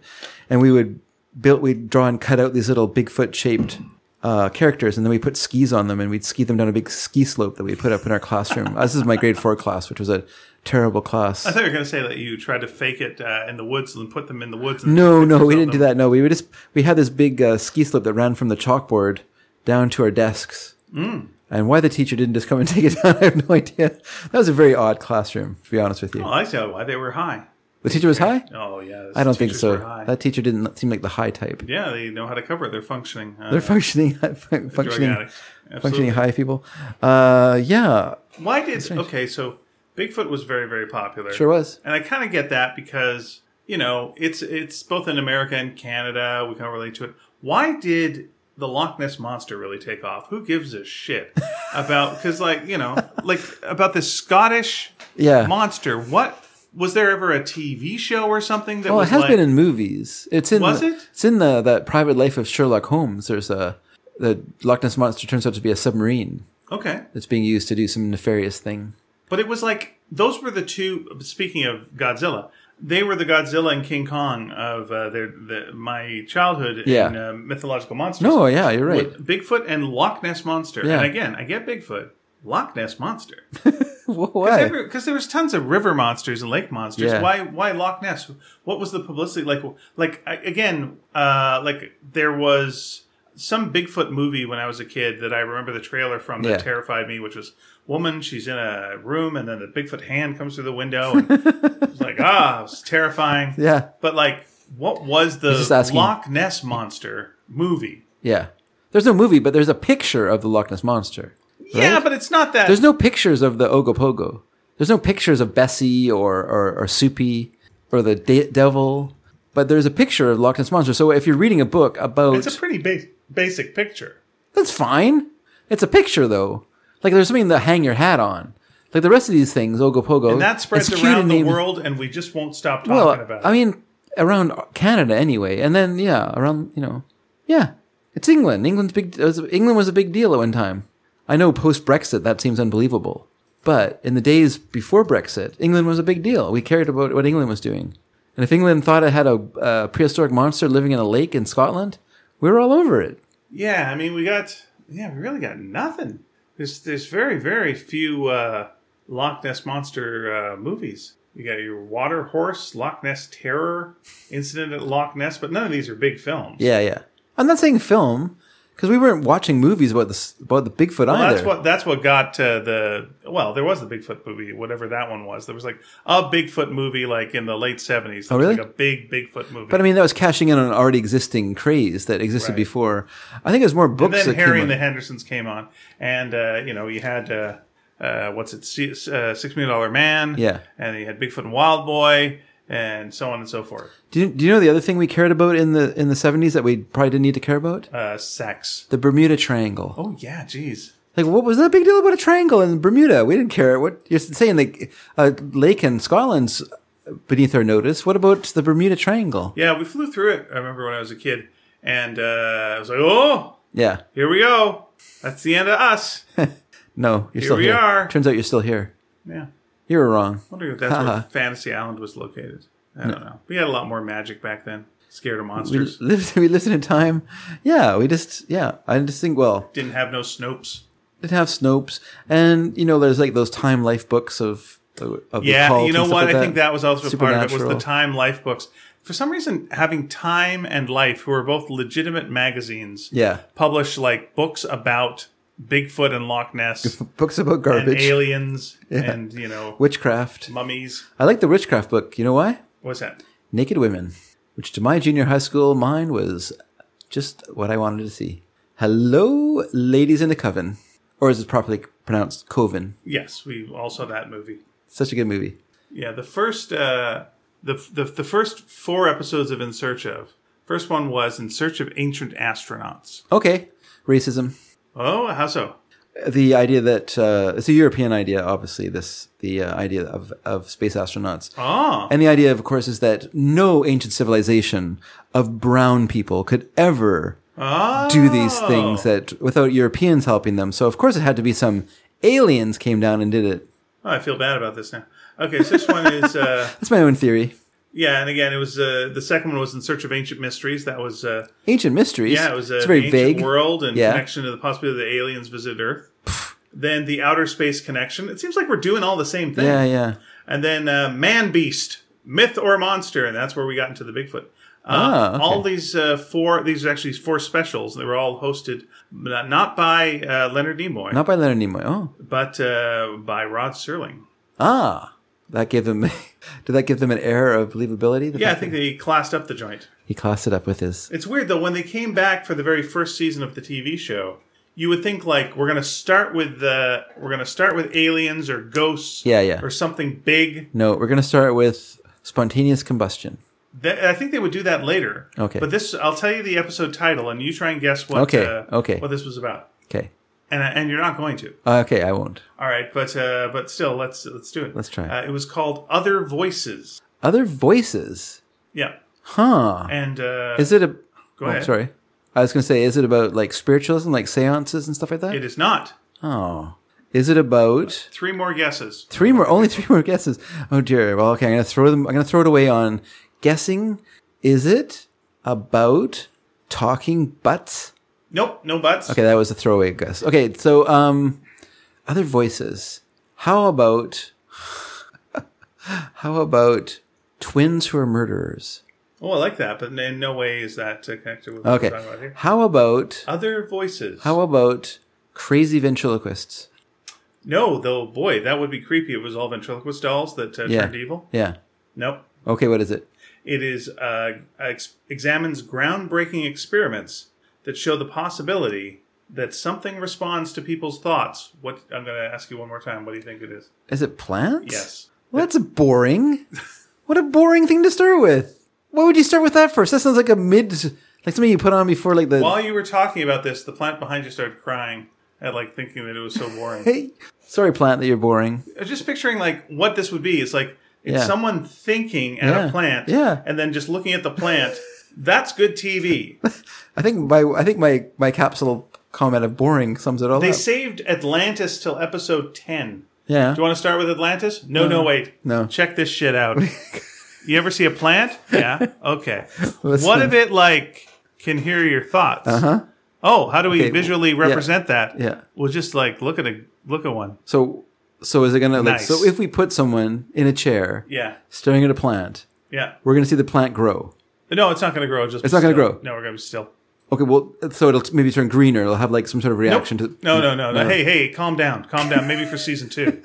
[SPEAKER 1] And we would built, we'd draw and cut out these little Bigfoot shaped uh, characters, and then we put skis on them, and we'd ski them down a big ski slope that we put up in our classroom. Uh, this is my grade four class, which was a terrible class.
[SPEAKER 2] I thought you were going to say that you tried to fake it uh, in the woods and put them in the woods. And
[SPEAKER 1] No, no, we didn't do that. No, we would just we had this big uh, ski slope that ran from the chalkboard down to our desks. Mm. And why the teacher didn't just come and take it down, I have no idea. That was a very odd classroom, to be honest with you.
[SPEAKER 2] Well, I saw why they were high.
[SPEAKER 1] The teacher was high.
[SPEAKER 2] Oh yeah,
[SPEAKER 1] I don't think
[SPEAKER 2] teachers
[SPEAKER 1] so.
[SPEAKER 2] were high.
[SPEAKER 1] That teacher didn't seem like the high type.
[SPEAKER 2] yeah, they know how to cover. it. They're functioning. Uh,
[SPEAKER 1] They're functioning,
[SPEAKER 2] drug
[SPEAKER 1] functioning,
[SPEAKER 2] addicts.
[SPEAKER 1] functioning
[SPEAKER 2] Absolutely.
[SPEAKER 1] high people. Uh, yeah,
[SPEAKER 2] Why did okay? So Bigfoot was very very popular.
[SPEAKER 1] sure was.
[SPEAKER 2] And I kind of get that because you know it's it's both in America and Canada. We can't relate to it. Why did the Loch Ness monster really take off? Who gives a shit about because like you know like about this Scottish
[SPEAKER 1] Yeah.
[SPEAKER 2] monster? What was there ever a TV show or something that
[SPEAKER 1] Well, Oh, it
[SPEAKER 2] was
[SPEAKER 1] has
[SPEAKER 2] like,
[SPEAKER 1] been in movies. It's in
[SPEAKER 2] Was
[SPEAKER 1] the-
[SPEAKER 2] it?
[SPEAKER 1] It's in the that private life of Sherlock Holmes. There's a the Loch Ness monster turns out to be a submarine
[SPEAKER 2] okay?
[SPEAKER 1] that's being used to do some nefarious thing.
[SPEAKER 2] But it was like those were the two. Speaking of Godzilla, they were the Godzilla and King Kong of uh, their the, my childhood
[SPEAKER 1] Yeah.
[SPEAKER 2] in uh, mythological monsters.
[SPEAKER 1] No, yeah, you're right.
[SPEAKER 2] With Bigfoot and Loch Ness monster.
[SPEAKER 1] Yeah.
[SPEAKER 2] And again, I get Bigfoot, Loch Ness monster,
[SPEAKER 1] Why?
[SPEAKER 2] because there was tons of river monsters and lake monsters.
[SPEAKER 1] Yeah.
[SPEAKER 2] Why? Why Loch Ness? What was the publicity like? Like I- again, uh, like there was some Bigfoot movie when I was a kid that I remember the trailer from that
[SPEAKER 1] Yeah.
[SPEAKER 2] terrified me, which was woman. She's in a room, and then the Bigfoot hand comes through the window, and it's like ah, it was terrifying.
[SPEAKER 1] Yeah,
[SPEAKER 2] But like, what was
[SPEAKER 1] just
[SPEAKER 2] the
[SPEAKER 1] asking-
[SPEAKER 2] Loch Ness monster movie?
[SPEAKER 1] yeah. There's no movie, but there's a picture of the Loch Ness monster.
[SPEAKER 2] Yeah, but it's not that.
[SPEAKER 1] There's no pictures of the Ogopogo. There's no pictures of Bessie or or, or Soupy or the de- devil. But there's a picture of Loch Ness monster. So if you're reading a book about
[SPEAKER 2] it's a pretty bas- basic picture.
[SPEAKER 1] That's fine. It's a picture though. Like there's something to hang your hat on. Like the rest of these things, Ogopogo.
[SPEAKER 2] And that spreads
[SPEAKER 1] it's cute
[SPEAKER 2] around
[SPEAKER 1] and
[SPEAKER 2] the
[SPEAKER 1] named-
[SPEAKER 2] world, and we just won't stop talking
[SPEAKER 1] Well,
[SPEAKER 2] about it.
[SPEAKER 1] I mean, around Canada anyway, and then yeah, around you know, yeah, it's England. England's big. it was- England was a big deal at one time. I know post Brexit that seems unbelievable, but in the days before Brexit, England was a big deal. We cared about what England was doing, and if England thought it had a, a prehistoric monster living in a lake in Scotland, we were all over it.
[SPEAKER 2] yeah, I mean, we got yeah, we really got nothing. There's there's very very few uh, Loch Ness monster uh, movies. You got your Water Horse, Loch Ness Terror, Incident at Loch Ness, but none of these are big films.
[SPEAKER 1] Yeah, yeah. I'm not saying film because we weren't watching movies about the about the Bigfoot
[SPEAKER 2] Well,
[SPEAKER 1] either.
[SPEAKER 2] that's what that's what got uh, the well. There was the Bigfoot movie, whatever that one was. There was like a Bigfoot movie, like in the late seventies. Oh,
[SPEAKER 1] really?
[SPEAKER 2] Like a big Bigfoot movie.
[SPEAKER 1] but I mean, that was cashing in on an already existing craze that existed
[SPEAKER 2] Right.
[SPEAKER 1] before. I think it was more books.
[SPEAKER 2] then
[SPEAKER 1] that came
[SPEAKER 2] Harry
[SPEAKER 1] out.
[SPEAKER 2] and the Hendersons came on, and uh, you know you had uh, uh, what's it, Si- uh, Six Million Dollar Man,
[SPEAKER 1] Yeah.
[SPEAKER 2] and you had Bigfoot and Wild Boy, and so on and so forth.
[SPEAKER 1] do, you, do you know the other thing we cared about in the in the 70s that we probably didn't need to care about?
[SPEAKER 2] Uh, sex.
[SPEAKER 1] The Bermuda Triangle.
[SPEAKER 2] Oh yeah, geez.
[SPEAKER 1] Like, what was that big deal about a triangle in Bermuda? We didn't care. What you're saying, like a lake in Scotland's beneath our notice. What about the Bermuda Triangle?
[SPEAKER 2] Yeah, we flew through it. I remember when I was a kid, and uh, I was like, oh,
[SPEAKER 1] Yeah.
[SPEAKER 2] here we go. That's the end of us.
[SPEAKER 1] No, you're still
[SPEAKER 2] we
[SPEAKER 1] here.
[SPEAKER 2] are.
[SPEAKER 1] Turns out you're still here.
[SPEAKER 2] Yeah.
[SPEAKER 1] You were wrong.
[SPEAKER 2] Wondering if that's
[SPEAKER 1] Haha.
[SPEAKER 2] where Fantasy Island was located. I don't know. We had a lot more magic back then. Scared of
[SPEAKER 1] we
[SPEAKER 2] monsters.
[SPEAKER 1] lived we lived in a time yeah we just yeah i just think well
[SPEAKER 2] Didn't have no Snopes.
[SPEAKER 1] did have snopes and you know there's like those time life books of, of the
[SPEAKER 2] Yeah,
[SPEAKER 1] cult
[SPEAKER 2] you
[SPEAKER 1] and
[SPEAKER 2] know
[SPEAKER 1] stuff
[SPEAKER 2] what?
[SPEAKER 1] like
[SPEAKER 2] I think that was also a part of it was the
[SPEAKER 1] Supernatural.
[SPEAKER 2] Time Life books. For some reason, having Time and Life, who are both legitimate magazines,
[SPEAKER 1] yeah
[SPEAKER 2] publish like books about Bigfoot and Loch Ness
[SPEAKER 1] books about
[SPEAKER 2] and
[SPEAKER 1] garbage
[SPEAKER 2] aliens and you know
[SPEAKER 1] witchcraft
[SPEAKER 2] mummies.
[SPEAKER 1] i like the witchcraft book you know why
[SPEAKER 2] What's that?
[SPEAKER 1] naked women which to my junior high school mine was just what i wanted to see hello ladies in a coven or is it properly pronounced coven
[SPEAKER 2] Yes, we all saw that movie.
[SPEAKER 1] such a good movie
[SPEAKER 2] Yeah, the first uh, the, the the first four episodes of In Search of. First one was In Search of Ancient Astronauts.
[SPEAKER 1] okay racism
[SPEAKER 2] Oh, how so?
[SPEAKER 1] the idea that uh, it's a European idea, obviously. This the uh, idea of of space astronauts,
[SPEAKER 2] Oh,
[SPEAKER 1] and the idea, of course, is that no ancient civilization of brown people could ever
[SPEAKER 2] oh.
[SPEAKER 1] do these things that without Europeans helping them. So, of course, it had to be some aliens came down and did it.
[SPEAKER 2] Oh, I feel bad about this now. Okay, so this one is uh,
[SPEAKER 1] That's my own theory.
[SPEAKER 2] Yeah, and again, it was uh, the second one was in search of ancient mysteries. That was uh,
[SPEAKER 1] Ancient Mysteries.
[SPEAKER 2] yeah, it was a
[SPEAKER 1] it's very
[SPEAKER 2] ancient
[SPEAKER 1] vague.
[SPEAKER 2] world and
[SPEAKER 1] Yeah.
[SPEAKER 2] connection to the possibility that aliens visited Earth. then the outer space connection. It seems like we're doing all the same thing.
[SPEAKER 1] Yeah, yeah.
[SPEAKER 2] And then uh, man beast, myth or monster, and that's where we got into the Bigfoot. Uh,
[SPEAKER 1] Ah, okay.
[SPEAKER 2] All these uh, four, these are actually four specials. They were all hosted not not by uh, Leonard Nimoy,
[SPEAKER 1] Not by Leonard Nimoy. Oh,
[SPEAKER 2] but uh, by Rod Serling.
[SPEAKER 1] ah, that gave them. did that give them an air of believability? The
[SPEAKER 2] Yeah, I
[SPEAKER 1] fact
[SPEAKER 2] think
[SPEAKER 1] that
[SPEAKER 2] they classed up the joint.
[SPEAKER 1] he classed it up with his.
[SPEAKER 2] It's weird though when they came back for the very first season of the TV show. You would think like we're gonna start with the we're gonna start with aliens or ghosts,
[SPEAKER 1] Yeah, yeah.
[SPEAKER 2] or something big.
[SPEAKER 1] No, we're gonna start with spontaneous combustion.
[SPEAKER 2] Th- I think they would do that later.
[SPEAKER 1] Okay.
[SPEAKER 2] but this I'll tell you the episode title, and you try and guess what
[SPEAKER 1] Okay,
[SPEAKER 2] uh,
[SPEAKER 1] okay.
[SPEAKER 2] what this was about,
[SPEAKER 1] Okay.
[SPEAKER 2] and uh, and you're not going to.
[SPEAKER 1] Uh, okay, I won't.
[SPEAKER 2] All right, but uh, but still, let's let's do it.
[SPEAKER 1] Let's try it.
[SPEAKER 2] Uh, it was called Other Voices.
[SPEAKER 1] Other voices,
[SPEAKER 2] Yeah,
[SPEAKER 1] huh?
[SPEAKER 2] and uh,
[SPEAKER 1] Is it a?
[SPEAKER 2] go
[SPEAKER 1] oh,
[SPEAKER 2] ahead.
[SPEAKER 1] Sorry, I was gonna say, is it about like spiritualism, like seances and stuff like that?
[SPEAKER 2] It is not.
[SPEAKER 1] oh, is it about?
[SPEAKER 2] Three more guesses.
[SPEAKER 1] Three more, only three more guesses. Oh dear. Well, okay. I'm gonna throw them. I'm gonna throw it away on guessing. Is it about talking butts?
[SPEAKER 2] Nope, no buts.
[SPEAKER 1] Okay, that was a throwaway guess. Okay, so um, other voices. How about? How about twins who are murderers?
[SPEAKER 2] Oh, I like that, but in no way is that uh, connected with what
[SPEAKER 1] Okay.
[SPEAKER 2] we're talking about here.
[SPEAKER 1] How about?
[SPEAKER 2] Other voices.
[SPEAKER 1] How about crazy ventriloquists?
[SPEAKER 2] No, though, boy, that would be creepy. It was all ventriloquist dolls that uh,
[SPEAKER 1] Yeah.
[SPEAKER 2] turned evil.
[SPEAKER 1] Yeah.
[SPEAKER 2] Nope.
[SPEAKER 1] Okay, what is it?
[SPEAKER 2] It is uh, ex- examines groundbreaking experiments that show the possibility that something responds to people's thoughts. What I'm going to ask you one more time. What do you think it is?
[SPEAKER 1] Is it plants?
[SPEAKER 2] Yes.
[SPEAKER 1] Well, that's boring. What a boring thing to start with. Why would you start with that first? That sounds like a mid, like something you put on before, like the.
[SPEAKER 2] While you were talking about this, the plant behind you started crying at like thinking that it was so boring.
[SPEAKER 1] hey, sorry, plant, that you're boring.
[SPEAKER 2] I was just picturing like what this would be. It's like it's
[SPEAKER 1] Yeah.
[SPEAKER 2] someone thinking at
[SPEAKER 1] Yeah.
[SPEAKER 2] a plant,
[SPEAKER 1] Yeah.
[SPEAKER 2] and then just looking at the plant. That's good TV.
[SPEAKER 1] I think my I think my my capsule comment of boring sums it all
[SPEAKER 2] They
[SPEAKER 1] up.
[SPEAKER 2] saved Atlantis till episode ten.
[SPEAKER 1] yeah.
[SPEAKER 2] Do you want to start with Atlantis? No, no, wait.
[SPEAKER 1] No.
[SPEAKER 2] Check this shit out. you ever see a plant? Yeah. Okay.
[SPEAKER 1] Listen. Uh-huh.
[SPEAKER 2] What if it like can hear your thoughts? Uh huh. Oh, how do we
[SPEAKER 1] Okay,
[SPEAKER 2] visually represent that?
[SPEAKER 1] yeah.
[SPEAKER 2] We'll just like look at a look at one.
[SPEAKER 1] so so is it gonna like
[SPEAKER 2] Nice.
[SPEAKER 1] so if we put someone in a chair
[SPEAKER 2] Yeah.
[SPEAKER 1] staring at a plant,
[SPEAKER 2] Yeah.
[SPEAKER 1] we're gonna see the plant grow.
[SPEAKER 2] No, it's not going to grow. Just
[SPEAKER 1] It's not gonna
[SPEAKER 2] still.
[SPEAKER 1] grow.
[SPEAKER 2] No, we're going to be still.
[SPEAKER 1] Okay, well, so it'll maybe turn greener. It'll have like some sort of reaction to.
[SPEAKER 2] No, no, no, no. Hey, hey, calm down, calm down. Maybe for season two.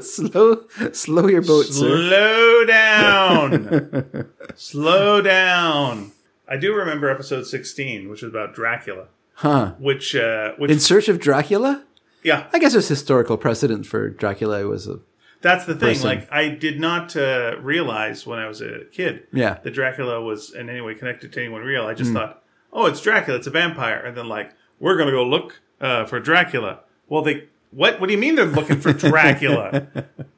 [SPEAKER 1] slow, slow your boat, sir.
[SPEAKER 2] Slow down. Slow down. I do remember episode sixteen, which was about Dracula.
[SPEAKER 1] Huh?
[SPEAKER 2] Which, uh, which,
[SPEAKER 1] In search of Dracula.
[SPEAKER 2] yeah,
[SPEAKER 1] I guess there's historical precedent for Dracula was a
[SPEAKER 2] that's the thing.
[SPEAKER 1] person.
[SPEAKER 2] Like, I did not uh, realize when I was a kid
[SPEAKER 1] yeah. Hmm.
[SPEAKER 2] that Dracula was in any way connected to anyone real. I just thought, oh, it's Dracula, it's a vampire, and then like we're gonna go look uh, for Dracula. Well, they what? What do you mean they're looking for Dracula?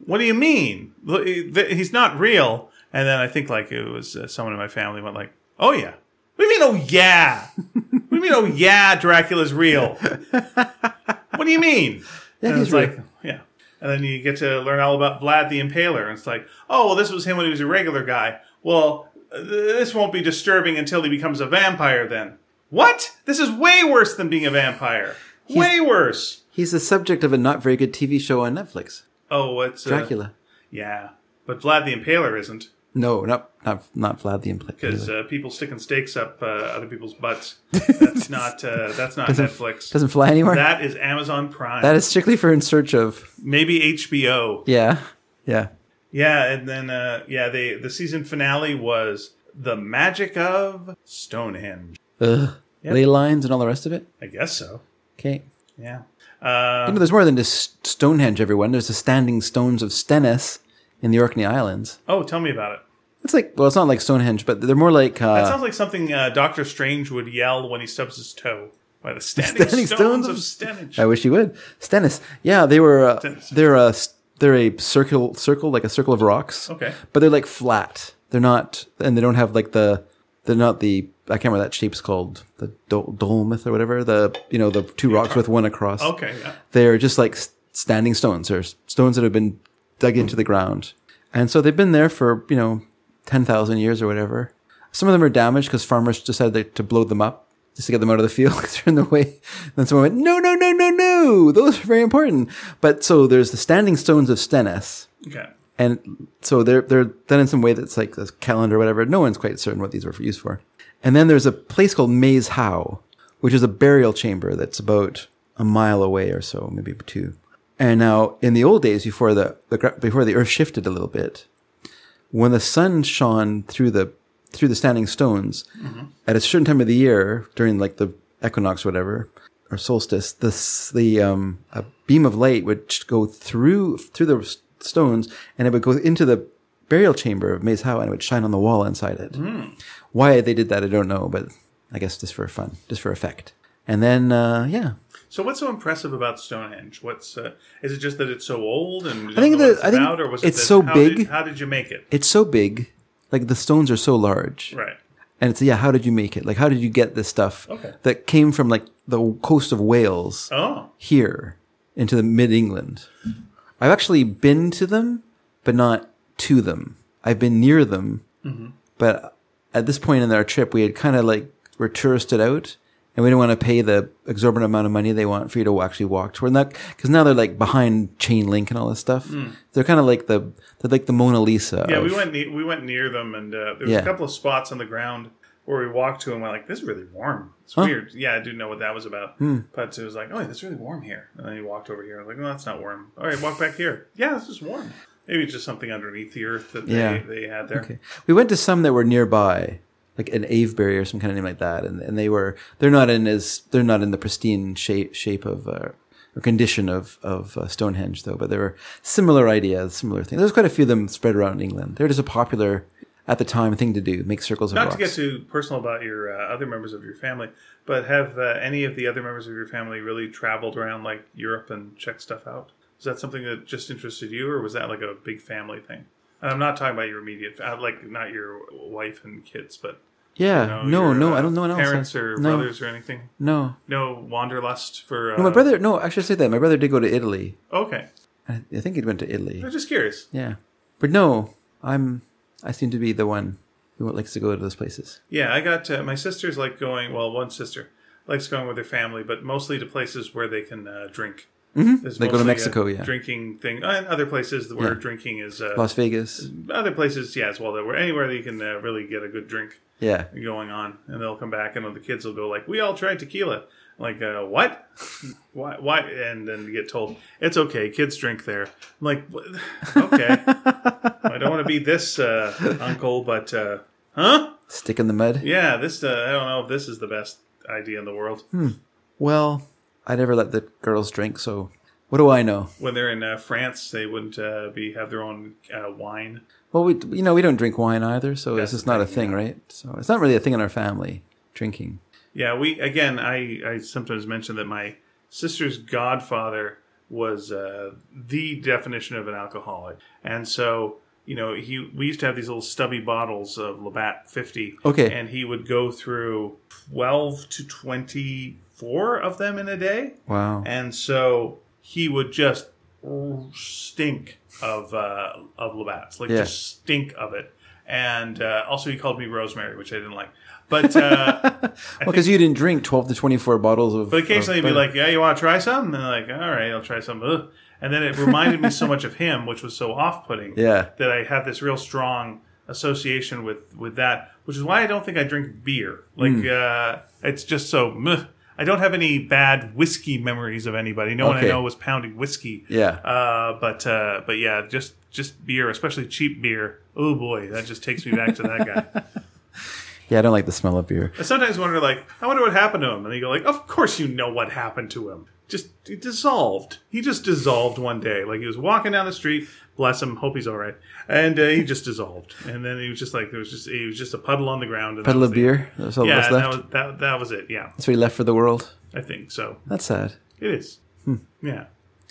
[SPEAKER 2] what do you mean? Look, he- th- He's not real. And then I think like it was uh, someone in my family went like, oh yeah. What do you mean? Oh yeah. what do you mean? Oh yeah, Dracula's real. what do you mean?
[SPEAKER 1] Yeah,
[SPEAKER 2] and
[SPEAKER 1] he's
[SPEAKER 2] it's like,
[SPEAKER 1] real.
[SPEAKER 2] yeah. And then you get to learn all about Vlad the Impaler. And it's like, oh, well, this was him when he was a regular guy. Well, th- this won't be disturbing until he becomes a vampire then. What? This is way worse than being a vampire. way worse.
[SPEAKER 1] He's the subject of a not very good TV show on Netflix,
[SPEAKER 2] Oh, it's uh,
[SPEAKER 1] Dracula.
[SPEAKER 2] Yeah. But Vlad the Impaler isn't
[SPEAKER 1] No, not not not Vlad the Impaler.
[SPEAKER 2] because uh, people sticking stakes up uh, other people's butts. That's not uh, that's not Netflix.
[SPEAKER 1] Doesn't fly anywhere.
[SPEAKER 2] That is Amazon Prime.
[SPEAKER 1] that is strictly for in search of.
[SPEAKER 2] Maybe HBO.
[SPEAKER 1] Yeah, yeah.
[SPEAKER 2] Yeah, and then uh yeah, they the season finale was The Magic of Stonehenge.
[SPEAKER 1] Ugh. Ley lines and all the rest of it.
[SPEAKER 2] I guess so.
[SPEAKER 1] Okay.
[SPEAKER 2] Yeah.
[SPEAKER 1] You
[SPEAKER 2] Uh,
[SPEAKER 1] know, there's more than just Stonehenge. Everyone, there's the standing stones of Stennis in the Orkney Islands.
[SPEAKER 2] oh, tell me about it.
[SPEAKER 1] It's like well, it's not like Stonehenge, but they're more like uh,
[SPEAKER 2] That sounds like something uh, Doctor Strange would yell when he stubs his toe by the standing,
[SPEAKER 1] Standing
[SPEAKER 2] stones,
[SPEAKER 1] stones
[SPEAKER 2] of
[SPEAKER 1] of-
[SPEAKER 2] Stonehenge.
[SPEAKER 1] I wish you would. Stennis. Yeah, they were. Uh,
[SPEAKER 2] Stennis.
[SPEAKER 1] they're a s- they're a circle circle like a circle of rocks.
[SPEAKER 2] Okay.
[SPEAKER 1] But they're like flat. They're not, and they don't have like the. They're not the. I can't remember that shape's called the dol- dolmith or whatever. The you know the two rocks with one across.
[SPEAKER 2] Okay, yeah.
[SPEAKER 1] They're just like s- standing stones or s- stones that have been dug into the ground. And so they've been there for, you know, 10,000 years or whatever. Some of them are damaged because farmers decided to blow them up just to get them out of the field because they're in the way. then someone went, no, no, no, no, no. Those are very important. But so there's the standing stones of Stennis.
[SPEAKER 2] Okay.
[SPEAKER 1] And so they're, they're done in some way that's like a calendar or whatever. No one's quite certain what these were for- used for. And then there's a place called Maze Howe, which is a burial chamber that's about a mile away or so, maybe two. And now in the old days, before the, the gra- before the earth shifted a little bit, when the sun shone through the through the standing stones at a certain time of the year during like the equinox or whatever or solstice this the um a beam of light would sh- go through through the s- stones and it would go into the burial chamber of Maze Howe and it would shine on the wall inside it why they did that I don't know but I guess just for fun just for effect and then uh yeah
[SPEAKER 2] So what's so impressive about Stonehenge? What's uh, is it just that it's so old and
[SPEAKER 1] I think
[SPEAKER 2] that
[SPEAKER 1] that- I think
[SPEAKER 2] about, or was it
[SPEAKER 1] it's
[SPEAKER 2] that-
[SPEAKER 1] so
[SPEAKER 2] how
[SPEAKER 1] big.
[SPEAKER 2] Did, how did you make it?
[SPEAKER 1] it's so big like the stones are so large
[SPEAKER 2] Right.
[SPEAKER 1] And it's yeah, how did you make it? Like how did you get this stuff
[SPEAKER 2] Okay.
[SPEAKER 1] that came from like the coast of Wales
[SPEAKER 2] Oh,
[SPEAKER 1] here into the mid England? I've actually been to them, but not to them. I've been near them,
[SPEAKER 2] Mm-hmm.
[SPEAKER 1] but at this point in our trip, we had kind of like were touristed out, and we didn't want to pay the exorbitant amount of money they want for you to actually walk toward. That because now they're like behind chain link and all this stuff. They're kind of like the they're like the Mona Lisa.
[SPEAKER 2] Mm. yeah.
[SPEAKER 1] of-
[SPEAKER 2] We went ne- we went near them, and uh, there was
[SPEAKER 1] Yeah.
[SPEAKER 2] a couple of spots on the ground where we walked to, and we're like, "This is really warm. It's weird." Yeah, I didn't know what that was about,
[SPEAKER 1] Hmm.
[SPEAKER 2] but it was like, "Oh, yeah, it's really warm here." And then you walked over here, and I was like, "No, that's not warm." All right, walk back here. Yeah, this is warm. Maybe it's just something underneath the earth that they,
[SPEAKER 1] Yeah.
[SPEAKER 2] they had there.
[SPEAKER 1] Okay. We went to some that were nearby, like an Avebury or some kind of name like that, and, and they were they're not in as they're not in the pristine shape shape of uh, or condition of of uh, Stonehenge though, but they were similar ideas, similar things. There's quite a few of them spread around England. They're just a popular at the time thing to do, make circles of
[SPEAKER 2] Not
[SPEAKER 1] rocks.
[SPEAKER 2] to get too personal about your uh, other members of your family, but have uh, any of the other members of your family really traveled around like Europe and checked stuff out? Is that something that just interested you, or was that like a big family thing? And I'm not talking about your immediate, fa- uh, like not your wife and kids, but you
[SPEAKER 1] yeah,
[SPEAKER 2] know,
[SPEAKER 1] no,
[SPEAKER 2] your,
[SPEAKER 1] no,
[SPEAKER 2] uh,
[SPEAKER 1] I don't know. No,
[SPEAKER 2] Parents or
[SPEAKER 1] no,
[SPEAKER 2] brothers or anything.
[SPEAKER 1] No,
[SPEAKER 2] No wanderlust for. Uh,
[SPEAKER 1] no, my brother. No, I should say that my brother did go to Italy.
[SPEAKER 2] Okay,
[SPEAKER 1] I I think he went to Italy.
[SPEAKER 2] I'm just curious.
[SPEAKER 1] Yeah, but no, I'm. I seem to be the one who likes to go to those places.
[SPEAKER 2] Yeah, I got uh, my sister's like going. Well, one sister likes going with her family, but mostly to places where they can uh, drink. Mm-hmm.
[SPEAKER 1] They go to Mexico, yeah.
[SPEAKER 2] drinking thing, and other places where drinking is. Uh,
[SPEAKER 1] Las Vegas.
[SPEAKER 2] other places, yeah, as well. That where anywhere that you can uh, really get a good drink
[SPEAKER 1] Yeah.
[SPEAKER 2] going on, and they'll come back, and then the kids will go like, "We all tried tequila." Like uh, what? why? Why? And then you get told it's okay. Kids drink there. I'm like, "What? okay. I don't want to be this uh, uncle, but uh, huh?
[SPEAKER 1] Stick in the mud.
[SPEAKER 2] Yeah, this uh, I don't know if this is the best idea in the world.
[SPEAKER 1] Well, I never let the girls drink, so what do I know?
[SPEAKER 2] When they're in uh, France, they wouldn't uh, be have their own uh, wine.
[SPEAKER 1] Well, we you know we don't drink wine either, so
[SPEAKER 2] That's
[SPEAKER 1] it's just
[SPEAKER 2] the
[SPEAKER 1] not a
[SPEAKER 2] thing,
[SPEAKER 1] thing, right? So it's not really a thing in our family drinking.
[SPEAKER 2] Yeah, we again. I I sometimes mention that my sister's godfather was uh, the definition of an alcoholic, and so you know he we used to have these little stubby bottles of Labatt fifty.
[SPEAKER 1] Okay.
[SPEAKER 2] and he would go through twelve to twenty four of them in a day.
[SPEAKER 1] Wow.
[SPEAKER 2] and so he would just stink of uh, of Labatt's, like
[SPEAKER 1] Yeah.
[SPEAKER 2] just stink of it. And uh, also, he called me Rosemary, which I didn't like. But uh,
[SPEAKER 1] Well, because you didn't drink twelve to twenty-four bottles of.
[SPEAKER 2] but occasionally,
[SPEAKER 1] of
[SPEAKER 2] he'd be
[SPEAKER 1] beer.
[SPEAKER 2] like, "Yeah, you want to try some?" And I'm like, "All right, I'll try some." Ugh. And then it reminded me so much of him, which was so off putting
[SPEAKER 1] "Yeah,
[SPEAKER 2] that I have this real strong association with with that, which is why I don't think I drink beer. Like
[SPEAKER 1] Hmm.
[SPEAKER 2] uh, it's just so. Meh. I don't have any bad whiskey memories of anybody. No one I
[SPEAKER 1] Okay.
[SPEAKER 2] know was pounding whiskey.
[SPEAKER 1] yeah."
[SPEAKER 2] Uh, but uh, but yeah, just just beer, especially cheap beer. Oh boy, that just takes me back to that guy.
[SPEAKER 1] yeah, I don't like the smell of beer.
[SPEAKER 2] I sometimes wonder, like, I wonder what happened to him. And you go, like, of course you know what happened to him. Just he dissolved. He just dissolved one day. Like he was walking down the street. Bless him. Hope he's all right. And uh, he just dissolved. And then he was just like there was just he was just a puddle on the ground. And that
[SPEAKER 1] Puddle
[SPEAKER 2] was
[SPEAKER 1] of
[SPEAKER 2] the-
[SPEAKER 1] beer. That's all
[SPEAKER 2] Yeah,
[SPEAKER 1] that's
[SPEAKER 2] and that
[SPEAKER 1] left.
[SPEAKER 2] was that, that was it. Yeah,
[SPEAKER 1] That's what he left for the world.
[SPEAKER 2] I think so.
[SPEAKER 1] That's sad.
[SPEAKER 2] It is.
[SPEAKER 1] Hmm.
[SPEAKER 2] Yeah,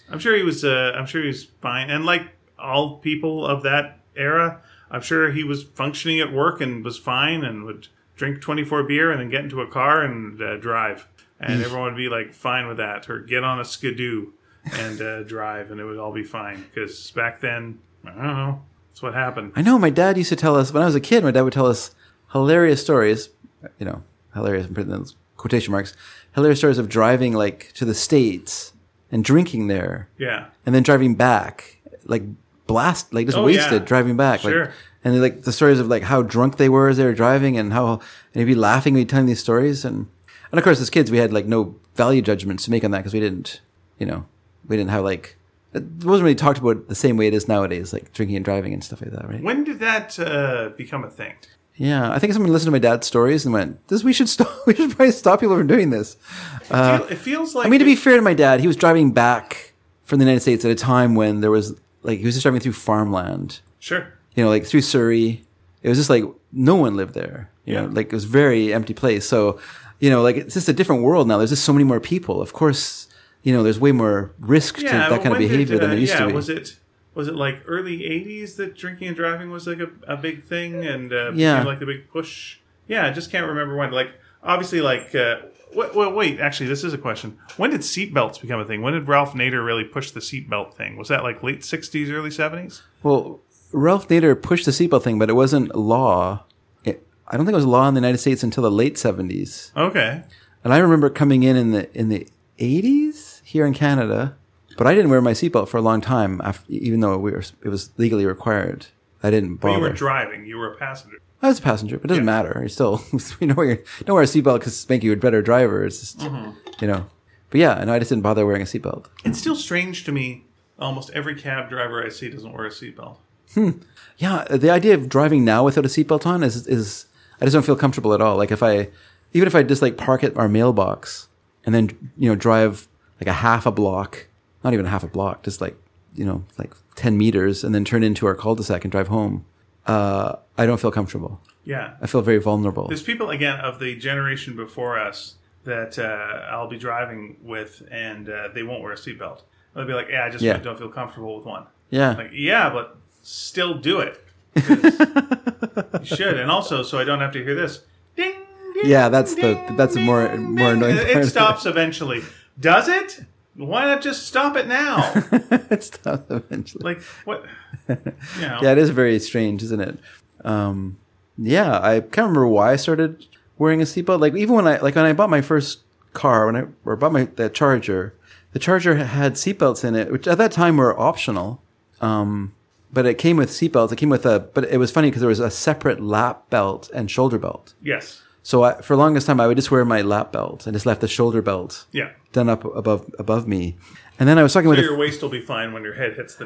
[SPEAKER 2] I'm sure he was. Uh, I'm sure he was fine. And like all people of that era, I'm sure he was functioning at work and was fine and would drink 24 beer and then get into a car and uh, drive. And everyone would be like fine with that, or get on a skidoo and uh, drive, and it would all be fine. Because back then, I don't know, That's what happened.
[SPEAKER 1] I know my dad used to tell us when I was a kid. My dad would tell us hilarious stories, you know, hilarious in those quotation marks, hilarious stories of driving like to the states and drinking there,
[SPEAKER 2] Yeah.
[SPEAKER 1] and then driving back, like blast, like just
[SPEAKER 2] Oh,
[SPEAKER 1] wasted
[SPEAKER 2] yeah.
[SPEAKER 1] driving back.
[SPEAKER 2] Sure.
[SPEAKER 1] Like, and like the stories of like how drunk they were as they were driving, and how and he'd be laughing, we'd telling these stories, and and of course as kids we had like no value judgments to make on that because we didn't, you know, we didn't have like it wasn't really talked about the same way it is nowadays, like drinking and driving and stuff like that, right?
[SPEAKER 2] When did that uh, become a thing?
[SPEAKER 1] Yeah, I think someone listened to my dad's stories and went, "This we should stop. We should probably stop people from doing this."
[SPEAKER 2] it, feel, it feels like
[SPEAKER 1] Uh, I mean, to
[SPEAKER 2] it-
[SPEAKER 1] be fair to my dad, he was driving back from the United States at a time when there was like he was just driving through farmland,
[SPEAKER 2] sure.
[SPEAKER 1] you know, like through Surrey. It was just like no one lived there, you know,
[SPEAKER 2] Yeah.
[SPEAKER 1] like it was a very empty place. So, you know, like it's just a different world now. There's just so many more people. Of course, you know, there's way more risk to that
[SPEAKER 2] Yeah,
[SPEAKER 1] kind of
[SPEAKER 2] when did,
[SPEAKER 1] behavior than
[SPEAKER 2] uh,
[SPEAKER 1] there used
[SPEAKER 2] yeah,
[SPEAKER 1] to be.
[SPEAKER 2] Was it was it like early '80s that drinking and driving was like a, a big thing and uh,
[SPEAKER 1] Yeah.
[SPEAKER 2] became like the big push? Yeah, I just can't remember when. Like obviously, like uh, wait, wait, wait, actually, this is a question. When did seatbelts become a thing? When did Ralph Nader really push the seatbelt thing? Was that like late '60s, early '70s?
[SPEAKER 1] Well, Ralph Nader pushed the seatbelt thing, but it wasn't law. It, I don't think it was law in the United States until the late seventies.
[SPEAKER 2] Okay,
[SPEAKER 1] And I remember coming in in the in the eighties here in Canada, but I didn't wear my seatbelt for a long time. After, even though we were, it was legally required. I didn't
[SPEAKER 2] but you
[SPEAKER 1] bother.
[SPEAKER 2] were driving. You were a passenger.
[SPEAKER 1] I was a passenger, but it doesn't matter. You're still, you know, you don't wear a seatbelt because it's making you a better driver. It's just,
[SPEAKER 2] Mm-hmm.
[SPEAKER 1] you know. But yeah, and I just didn't bother wearing a seatbelt.
[SPEAKER 2] It's still strange to me. Almost every cab driver I see doesn't wear a seatbelt.
[SPEAKER 1] Yeah, the idea of driving now without a seatbelt on is is I just don't feel comfortable at all. Like if I even if I just like park at our mailbox and then you know drive like a half a block, not even a half a block, just like you know like ten meters, and then turn into our cul-de-sac and drive home. Uh, I don't feel comfortable.
[SPEAKER 2] Yeah,
[SPEAKER 1] I feel very vulnerable.
[SPEAKER 2] There's people again of the generation before us that uh, I'll be driving with, and uh, they won't wear a seatbelt. They'll be like, "Yeah, I just
[SPEAKER 1] Yeah.
[SPEAKER 2] don't feel comfortable with one."
[SPEAKER 1] yeah,
[SPEAKER 2] Like, yeah, but still do it. 'Cause you should, and also so I don't have to hear this. Ding. ding
[SPEAKER 1] Yeah, that's the- that's the more- more annoying
[SPEAKER 2] It,
[SPEAKER 1] part.
[SPEAKER 2] it stops eventually. Does it? Why not just stop it now?
[SPEAKER 1] it's tough eventually.
[SPEAKER 2] like what? You know.
[SPEAKER 1] Yeah, it is very strange, isn't it? Um, yeah, I can't remember why I started wearing a seatbelt. Like even when I like when I bought my first car, when I or bought my that Charger, the Charger had seatbelts in it, which at that time were optional. Um, but it came with seatbelts. It came with a, but it was funny because there was a separate lap belt and shoulder belt.
[SPEAKER 2] Yes.
[SPEAKER 1] So I, for the longest time, I would just wear my lap belt and just left the shoulder belt
[SPEAKER 2] Yeah.
[SPEAKER 1] done up above above me. And then I was talking with a
[SPEAKER 2] Your waist will be fine when your head hits the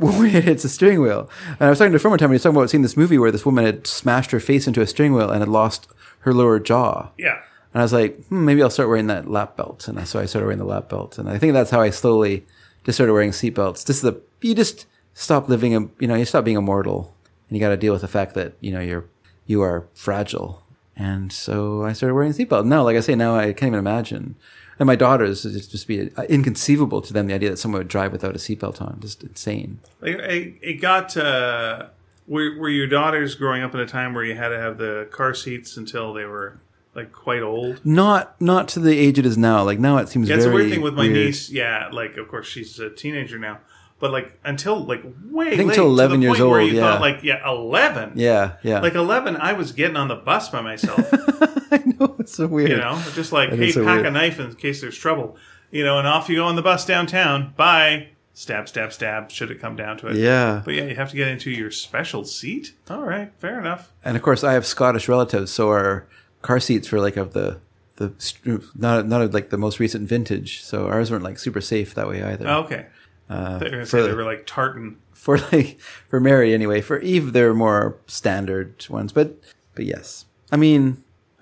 [SPEAKER 1] when it hits a steering wheel. And I was talking to a friend one time, and he was talking about seeing this movie where this woman had smashed her face into a steering wheel and had lost her lower jaw.
[SPEAKER 2] Yeah.
[SPEAKER 1] And I was like, hmm, maybe I'll start wearing that lap belt. And I- so I started wearing the lap belt. And I think that's how I slowly just started wearing seatbelts. This is the, you just stop living, a, you know, you stop being immortal and you got to deal with the fact that, you know, you're, you are fragile. And so I started wearing a seatbelt. Now, like I say, now I can't even imagine. And my daughters, it's just be inconceivable to them the idea that someone would drive without a seatbelt on. Just insane.
[SPEAKER 2] Like, It, it got. Uh, were, were your daughters growing up in a time where you had to have the car seats until they were like quite old?
[SPEAKER 1] not not to the age it is now. Like now it seems
[SPEAKER 2] Yeah, it's
[SPEAKER 1] very
[SPEAKER 2] a weird thing with my
[SPEAKER 1] weird.
[SPEAKER 2] niece. Yeah, like of course she's a teenager now, but like until like way
[SPEAKER 1] think
[SPEAKER 2] late,
[SPEAKER 1] till
[SPEAKER 2] to the
[SPEAKER 1] 11 years
[SPEAKER 2] point where
[SPEAKER 1] old,
[SPEAKER 2] you
[SPEAKER 1] yeah.
[SPEAKER 2] thought like yeah, eleven.
[SPEAKER 1] Yeah, yeah.
[SPEAKER 2] Like eleven, I was getting on the bus by myself.
[SPEAKER 1] I know it's so weird.
[SPEAKER 2] You know, just like hey,
[SPEAKER 1] is so
[SPEAKER 2] pack
[SPEAKER 1] weird.
[SPEAKER 2] a knife in case there's trouble. You know, and off you go on the bus downtown. Bye. Stab, stab, stab. Should it come down to it?
[SPEAKER 1] Yeah,
[SPEAKER 2] But yeah, you have to get into your special seat. All right, fair enough.
[SPEAKER 1] and of course I have Scottish relatives, so our car seats were like of the the str- not not of like the most recent vintage. So ours weren't like super safe that way either.
[SPEAKER 2] Okay. Uh, they, were
[SPEAKER 1] for-
[SPEAKER 2] they were like tartan.
[SPEAKER 1] For like for Mary anyway. For Eve, they're more standard ones. But but yes, I mean.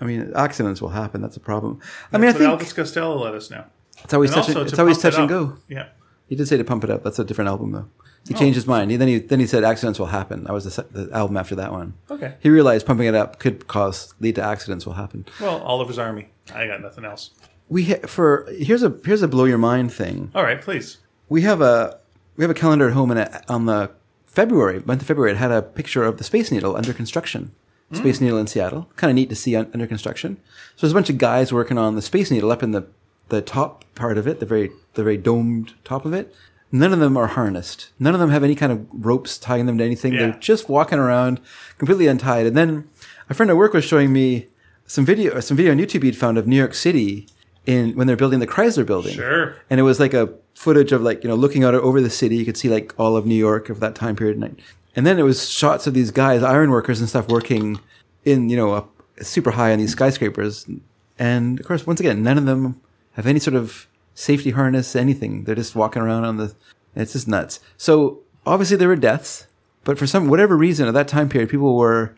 [SPEAKER 1] I mean, accidents will happen. That's a problem. I mean, I
[SPEAKER 2] That's what
[SPEAKER 1] think
[SPEAKER 2] Elvis Costello let us know.
[SPEAKER 1] it's always
[SPEAKER 2] And
[SPEAKER 1] touch and,
[SPEAKER 2] also to
[SPEAKER 1] it's always
[SPEAKER 2] pump it
[SPEAKER 1] touch and
[SPEAKER 2] up.
[SPEAKER 1] go.
[SPEAKER 2] Yeah.
[SPEAKER 1] He did say to pump it up. That's a different album, though. He changed his mind. He, then he then he said accidents will happen. That was the, se- the album after that one.
[SPEAKER 2] Okay.
[SPEAKER 1] He realized pumping it up could cause lead to accidents will happen.
[SPEAKER 2] Well, Oliver's Army. I got nothing else.
[SPEAKER 1] We ha- for here's a here's a blow your mind thing.
[SPEAKER 2] All right, please.
[SPEAKER 1] We have a we have a calendar at home, and it, on the February month of February, it had a picture of the Space Needle under construction.
[SPEAKER 2] Hmm.
[SPEAKER 1] Space Needle in Seattle, kind of neat to see un- under construction. So there's a bunch of guys working on the Space Needle up in the the top part of it, the very the very domed top of it. None of them are harnessed. None of them have any kind of ropes tying them to anything.
[SPEAKER 2] Yeah.
[SPEAKER 1] They're just walking around completely untied. And then a friend at work was showing me some video, some video on YouTube he'd found of New York City in when they're building the Chrysler Building.
[SPEAKER 2] Sure.
[SPEAKER 1] And it was like a footage of like you know looking out over the city. You could see like all of New York of that time period. And, and then it was shots of these guys, iron workers and stuff, working in you know up super high on these skyscrapers. And of course, once again, none of them have any sort of safety harness, anything. They're just walking around on the. It's just nuts. So obviously there were deaths, but for some whatever reason at that time period, people were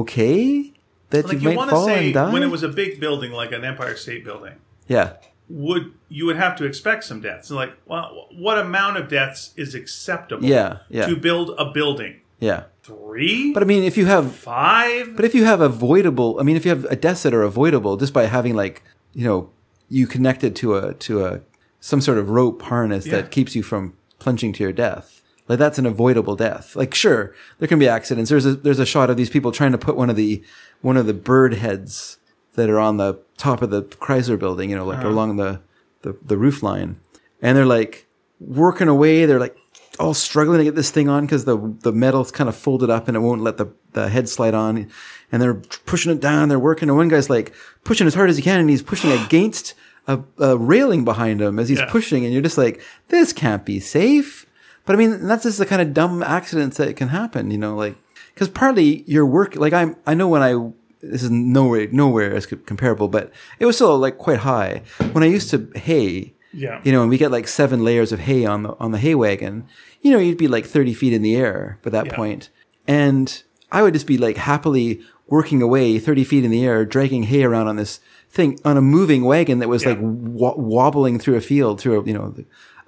[SPEAKER 1] okay that
[SPEAKER 2] Like
[SPEAKER 1] you might
[SPEAKER 2] you want to
[SPEAKER 1] fall
[SPEAKER 2] say
[SPEAKER 1] and die.
[SPEAKER 2] when it was a big building like an Empire State Building,
[SPEAKER 1] yeah,
[SPEAKER 2] would you would have to expect some deaths? And like, well, what amount of deaths is acceptable?
[SPEAKER 1] Yeah, yeah.
[SPEAKER 2] To build a building,
[SPEAKER 1] yeah.
[SPEAKER 2] three,
[SPEAKER 1] But I mean, if you have
[SPEAKER 2] five.
[SPEAKER 1] But if you have avoidable, I mean, if you have a deaths that are avoidable just by having like you know you connected to a to a some sort of rope harness
[SPEAKER 2] Yeah.
[SPEAKER 1] that keeps you from plunging to your death, like that's an avoidable death. Like sure, there can be accidents. There's a there's a shot of these people trying to put one of the one of the bird heads that are on the top of the Chrysler building, you know, like along the, the the roof line, and they're like working away. They're like all struggling to get this thing on because the the metal's kind of folded up and it won't let the the head slide on. And they're pushing it down. They're working, and one guy's like pushing as hard as he can, and he's pushing against a, a railing behind him as he's
[SPEAKER 2] Yeah.
[SPEAKER 1] pushing. And you're just like, this can't be safe. But I mean, that's just the kind of dumb accidents that can happen, you know, like because partly your work, like I'm, I know when I this is nowhere nowhere as co- comparable, but it was still like quite high when I used to hay.
[SPEAKER 2] Yeah.
[SPEAKER 1] You know, and we get like seven layers of hay on the on the hay wagon. You know, you'd be like thirty feet in the air by that point, and I would just be like happily working away thirty feet in the air, dragging hay around on this thing on a moving wagon that was like wa- wobbling through a field, through a you know,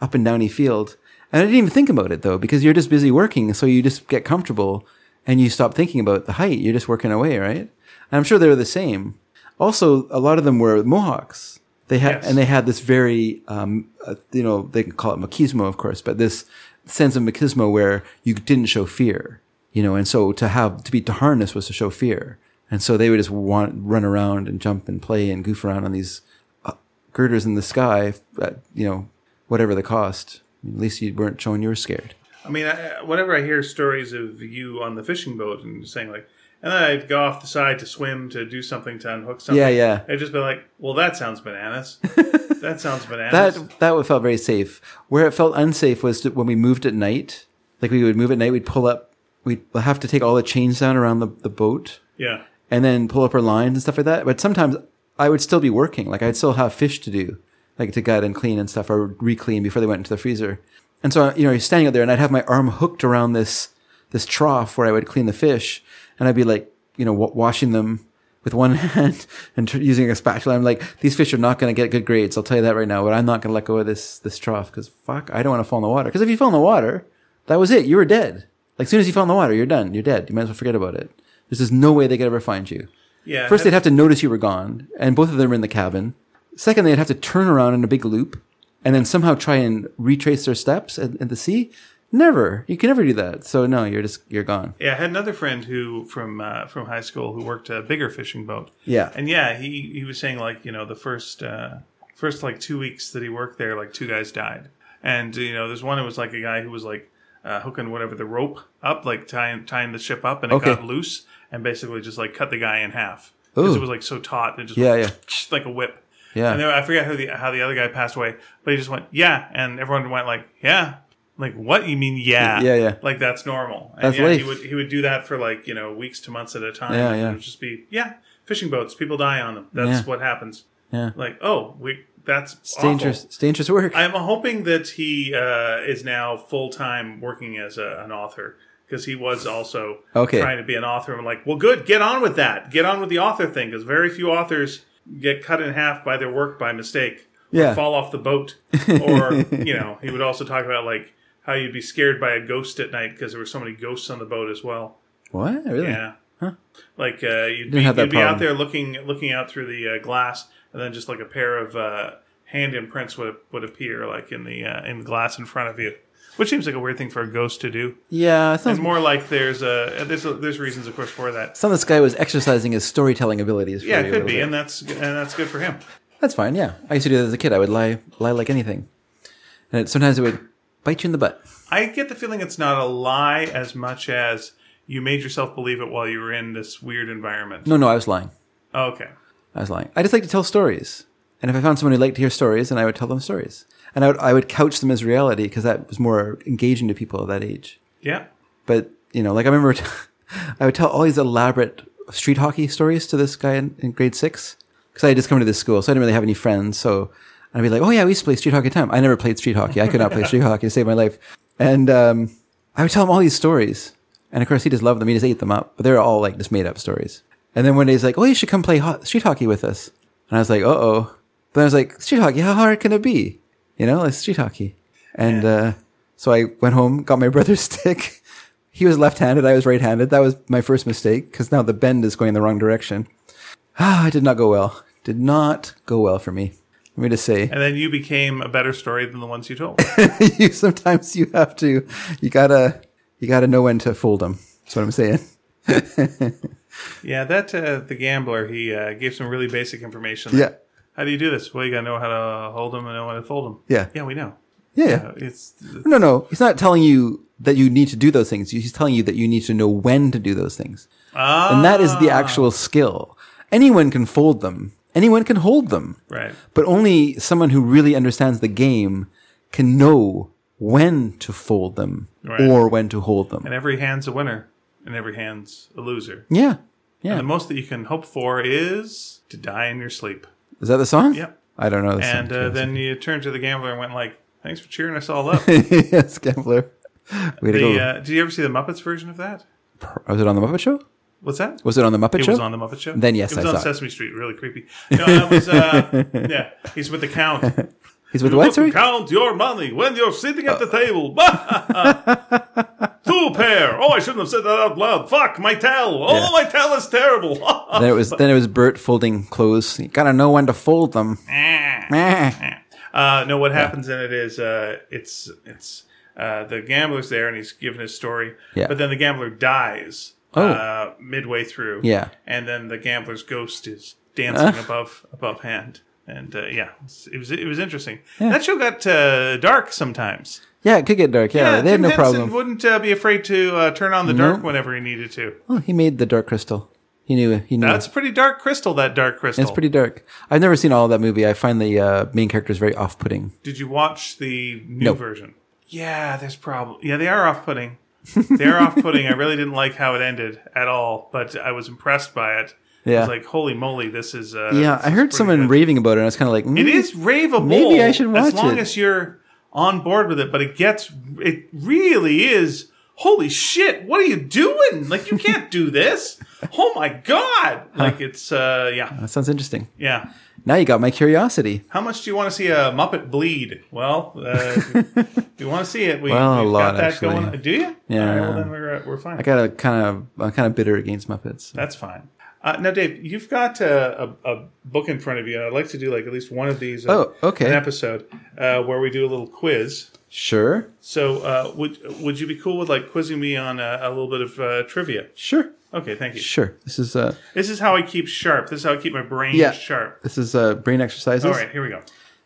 [SPEAKER 1] up and downy field. And I didn't even think about it though, because you're just busy working, so you just get comfortable and you stop thinking about the height. You're just working away, right? And I'm sure they were the same. Also, a lot of them were Mohawks. They had
[SPEAKER 2] Yes.
[SPEAKER 1] and they had this very, um, uh, you know, they can call it machismo, of course, but this sense of machismo where you didn't show fear, you know, and so to have to be to harness was to show fear, and so they would just want run around and jump and play and goof around on these uh, girders in the sky, at, you know, whatever the cost. At least you weren't showing you were scared.
[SPEAKER 2] I mean, I, whenever I hear stories of you on the fishing boat and saying like, and then I'd go off the side to swim to do something to unhook something.
[SPEAKER 1] Yeah, yeah.
[SPEAKER 2] I'd just be like, well, that sounds bananas. that sounds bananas.
[SPEAKER 1] That that one felt very safe. Where it felt unsafe was that when we moved at night. Like we would move at night, we'd pull up, we'd have to take all the chains down around the, the boat
[SPEAKER 2] yeah.
[SPEAKER 1] and then pull up our lines and stuff like that. But sometimes I would still be working. Like I'd still have fish to do, like to gut and clean and stuff or re-clean before they went into the freezer. And so, you know, you're standing out there and I'd have my arm hooked around this, this trough where I would clean the fish and I'd be like, you know, wa washing them with one hand and tr- using a spatula. I'm like, these fish are not going to get good grades. I'll tell you that right now, but I'm not going to let go of this, this trough because fuck, I don't want to fall in the water. Cause if you fall in the water, that was it. You were dead. Like, as soon as you fell in the water, you're done. You're dead. You might as well forget about it. There's just no way they could ever find you.
[SPEAKER 2] Yeah.
[SPEAKER 1] First, they'd have to notice you were gone, and both of them were in the cabin. Second, they'd have to turn around in a big loop and then somehow try and retrace their steps at, at the sea. Never. You can never do that. So, no, you're just, you're gone.
[SPEAKER 2] Yeah, I had another friend who from uh, from high school who worked a bigger fishing boat.
[SPEAKER 1] Yeah.
[SPEAKER 2] and yeah, he he was saying like you know the first uh, first like two weeks that he worked there, like two guys died, and you know there's one that was like a guy who was like uh, hooking whatever the rope up, like tying tying the ship up, and it
[SPEAKER 1] Okay.
[SPEAKER 2] got loose and basically just like cut the guy in half because
[SPEAKER 1] Ooh.
[SPEAKER 2] it was like so taut and it just
[SPEAKER 1] Yeah,
[SPEAKER 2] went
[SPEAKER 1] yeah.
[SPEAKER 2] like a whip.
[SPEAKER 1] Yeah.
[SPEAKER 2] And then I forget who the how the other guy passed away, but he just went yeah, and everyone went like yeah. Like what you mean? Yeah,
[SPEAKER 1] Yeah, yeah.
[SPEAKER 2] Like that's normal. And
[SPEAKER 1] That's
[SPEAKER 2] yeah, he
[SPEAKER 1] life.
[SPEAKER 2] would he would do that for like you know weeks to months at a time.
[SPEAKER 1] Yeah,
[SPEAKER 2] And
[SPEAKER 1] yeah.
[SPEAKER 2] It would just be yeah, fishing boats. People die on them. That's
[SPEAKER 1] Yeah.
[SPEAKER 2] what happens.
[SPEAKER 1] Yeah.
[SPEAKER 2] Like oh, we that's
[SPEAKER 1] It's dangerous. It's dangerous work.
[SPEAKER 2] I'm hoping that he uh, is now full time working as a, an author because he was also
[SPEAKER 1] Okay.
[SPEAKER 2] trying to be an author. I'm like, well, good. Get on with that. Get on with the author thing because very few authors get cut in half by their work by mistake. or
[SPEAKER 1] Yeah.
[SPEAKER 2] fall off the boat, or you know, he would also talk about like how you'd be scared by a ghost at night because there were so many ghosts on the boat as well.
[SPEAKER 1] what? Really?
[SPEAKER 2] Yeah. Like uh, you'd,
[SPEAKER 1] Didn't
[SPEAKER 2] be,
[SPEAKER 1] have that
[SPEAKER 2] you'd be out
[SPEAKER 1] problem.
[SPEAKER 2] there looking looking out through the uh, glass, and then just like a pair of uh, hand imprints would would appear like in the uh, in the glass in front of you, which seems like a weird thing for a ghost to do.
[SPEAKER 1] Yeah. It sounds,
[SPEAKER 2] It's more like there's a there's a, there's reasons, of course, for that.
[SPEAKER 1] sounds this guy was exercising his storytelling abilities. For
[SPEAKER 2] Yeah,
[SPEAKER 1] you
[SPEAKER 2] it
[SPEAKER 1] a
[SPEAKER 2] could
[SPEAKER 1] little
[SPEAKER 2] be,
[SPEAKER 1] bit.
[SPEAKER 2] and that's and that's good for him.
[SPEAKER 1] That's fine. Yeah, I used to do that as a kid. I would lie, lie like anything, and it, sometimes it would bite you in the butt.
[SPEAKER 2] I get the feeling it's not a lie as much as you made yourself believe it while you were in this weird environment.
[SPEAKER 1] No, no, I was lying.
[SPEAKER 2] Okay.
[SPEAKER 1] I was lying. I just like to tell stories. And if I found someone who liked to hear stories, then I would tell them stories. And I would, I would couch them as reality because that was more engaging to people of that age.
[SPEAKER 2] Yeah.
[SPEAKER 1] But, you know, like I remember I would tell all these elaborate street hockey stories to this guy in, in grade six because I had just come to this school. So I didn't really have any friends. So I'd be like, oh, yeah, we used to play street hockey all the time. I never played street hockey. I could not play street hockey to save my life. And um, I would tell him all these stories. And of course, he just loved them. He just ate them up. But they're all like just made up stories. And then one day he's like, oh, you should come play ho- street hockey with us. And I was like, uh oh. But I was like, street hockey, how hard can it be? You know, it's street hockey. And uh, so I went home, got my brother's stick. he was left handed, I was right handed. That was my first mistake because now the bend is going the wrong direction. Ah, it did not go well. Did not go well for me. Let me just say,
[SPEAKER 2] And then you became a better story than the ones you told.
[SPEAKER 1] you sometimes you have to, you gotta, you gotta know when to fold them. That's what I'm saying.
[SPEAKER 2] yeah, that uh, the gambler he uh, gave some really basic information.
[SPEAKER 1] Yeah.
[SPEAKER 2] How do you do this? Well, you gotta know how to hold them and know how to fold them.
[SPEAKER 1] Yeah.
[SPEAKER 2] Yeah, we know.
[SPEAKER 1] Yeah. yeah.
[SPEAKER 2] Uh, it's
[SPEAKER 1] No, no, he's not telling you that you need to do those things. He's telling you that you need to know when to do those things.
[SPEAKER 2] ah,
[SPEAKER 1] And that is the actual skill. Anyone can fold them. Anyone can hold them.
[SPEAKER 2] right.
[SPEAKER 1] But only someone who really understands the game can know when to fold them
[SPEAKER 2] Right.
[SPEAKER 1] or when to hold them.
[SPEAKER 2] And every hand's a winner, and every hand's a loser.
[SPEAKER 1] Yeah.
[SPEAKER 2] And
[SPEAKER 1] Yeah.
[SPEAKER 2] the most that you can hope for is to die in your sleep.
[SPEAKER 1] Is that the song?
[SPEAKER 2] Yep.
[SPEAKER 1] I don't know the song.
[SPEAKER 2] And uh, then you turned to the gambler and went like, "Thanks for cheering us all up."
[SPEAKER 1] yes, Gambler. Way to go.
[SPEAKER 2] the, uh, did you ever see the Muppets version of that?
[SPEAKER 1] was it on the Muppet Show?
[SPEAKER 2] What's that?
[SPEAKER 1] Was it on the Muppet
[SPEAKER 2] It
[SPEAKER 1] Show?
[SPEAKER 2] was on the Muppet Show.
[SPEAKER 1] Then yes,
[SPEAKER 2] it was
[SPEAKER 1] I
[SPEAKER 2] on
[SPEAKER 1] saw it.
[SPEAKER 2] Sesame Street. Really creepy. No, that was uh, yeah. He's with the count.
[SPEAKER 1] He's with
[SPEAKER 2] You
[SPEAKER 1] what?
[SPEAKER 2] must
[SPEAKER 1] Sorry. Uh.
[SPEAKER 2] Count your money when you're sitting at the table. Two pair. Oh, I shouldn't have said that out loud. Fuck my towel. Oh,
[SPEAKER 1] Yeah.
[SPEAKER 2] my towel is terrible. Ah.
[SPEAKER 1] Then it was then it was Bert folding clothes. You gotta know when to fold them. Eh.
[SPEAKER 2] Uh, no, what happens in it is uh, it's it's uh, the gambler's there and he's giving his story,
[SPEAKER 1] Yeah.
[SPEAKER 2] but then the gambler dies
[SPEAKER 1] Oh.
[SPEAKER 2] uh, midway through,
[SPEAKER 1] Yeah. Uh.
[SPEAKER 2] and then the gambler's ghost is dancing above above hand, and uh, yeah, it's- it was it was interesting. That show got uh, dark sometimes. Uh,
[SPEAKER 1] Yeah, it could get dark. Yeah, Oh, they had
[SPEAKER 2] Jim
[SPEAKER 1] no
[SPEAKER 2] Henson
[SPEAKER 1] problem.
[SPEAKER 2] Wouldn't uh, be afraid to uh, turn on the dark whenever he needed to.
[SPEAKER 1] Well, Oh, he made the Dark Crystal. He knew. He knew.
[SPEAKER 2] That's pretty dark crystal. That dark crystal.
[SPEAKER 1] it's pretty dark. I've never seen all of that movie. I find the uh, main characters very off-putting.
[SPEAKER 2] Did you watch the new
[SPEAKER 1] No.
[SPEAKER 2] version? Yeah, there's problem. Yeah, they are off-putting. They're off-putting. I really didn't like how it ended at all, but I was impressed by it. I
[SPEAKER 1] Yeah.
[SPEAKER 2] was like, holy moly, this is. Uh,
[SPEAKER 1] Yeah,
[SPEAKER 2] this
[SPEAKER 1] I heard
[SPEAKER 2] is pretty
[SPEAKER 1] someone
[SPEAKER 2] good.
[SPEAKER 1] raving about it. and I was kind of like, mm,
[SPEAKER 2] It is raveable.
[SPEAKER 1] Maybe I should watch
[SPEAKER 2] as long
[SPEAKER 1] it.
[SPEAKER 2] as you're on board with it. But it gets. It really is. Holy shit! What are you doing? Like you can't do this. Oh my god! Like it's. uh Yeah,
[SPEAKER 1] That sounds interesting.
[SPEAKER 2] yeah.
[SPEAKER 1] Now you got my curiosity.
[SPEAKER 2] How much do you want to see a Muppet bleed? Well, uh, if you want to see it. We,
[SPEAKER 1] Well, a
[SPEAKER 2] we've
[SPEAKER 1] lot,
[SPEAKER 2] got that
[SPEAKER 1] actually.
[SPEAKER 2] going. Do you?
[SPEAKER 1] Yeah.
[SPEAKER 2] All right, well, then we're, uh, we're fine.
[SPEAKER 1] I got a kind of I'm kind of bitter against Muppets.
[SPEAKER 2] That's fine. Uh, now, Dave, you've got uh, a, a book in front of you. I'd like to do like at least one of these. Uh,
[SPEAKER 1] Oh, okay.
[SPEAKER 2] An episode uh, where we do a little quiz.
[SPEAKER 1] Sure,
[SPEAKER 2] So, uh, would would you be cool with like quizzing me on a, a little bit of uh, trivia?
[SPEAKER 1] sure,
[SPEAKER 2] Okay, thank you.
[SPEAKER 1] sure. This is uh,
[SPEAKER 2] This is how I keep sharp. This is how I keep my brain
[SPEAKER 1] Yeah.
[SPEAKER 2] sharp.
[SPEAKER 1] this is uh, brain exercises.
[SPEAKER 2] All right, here we go.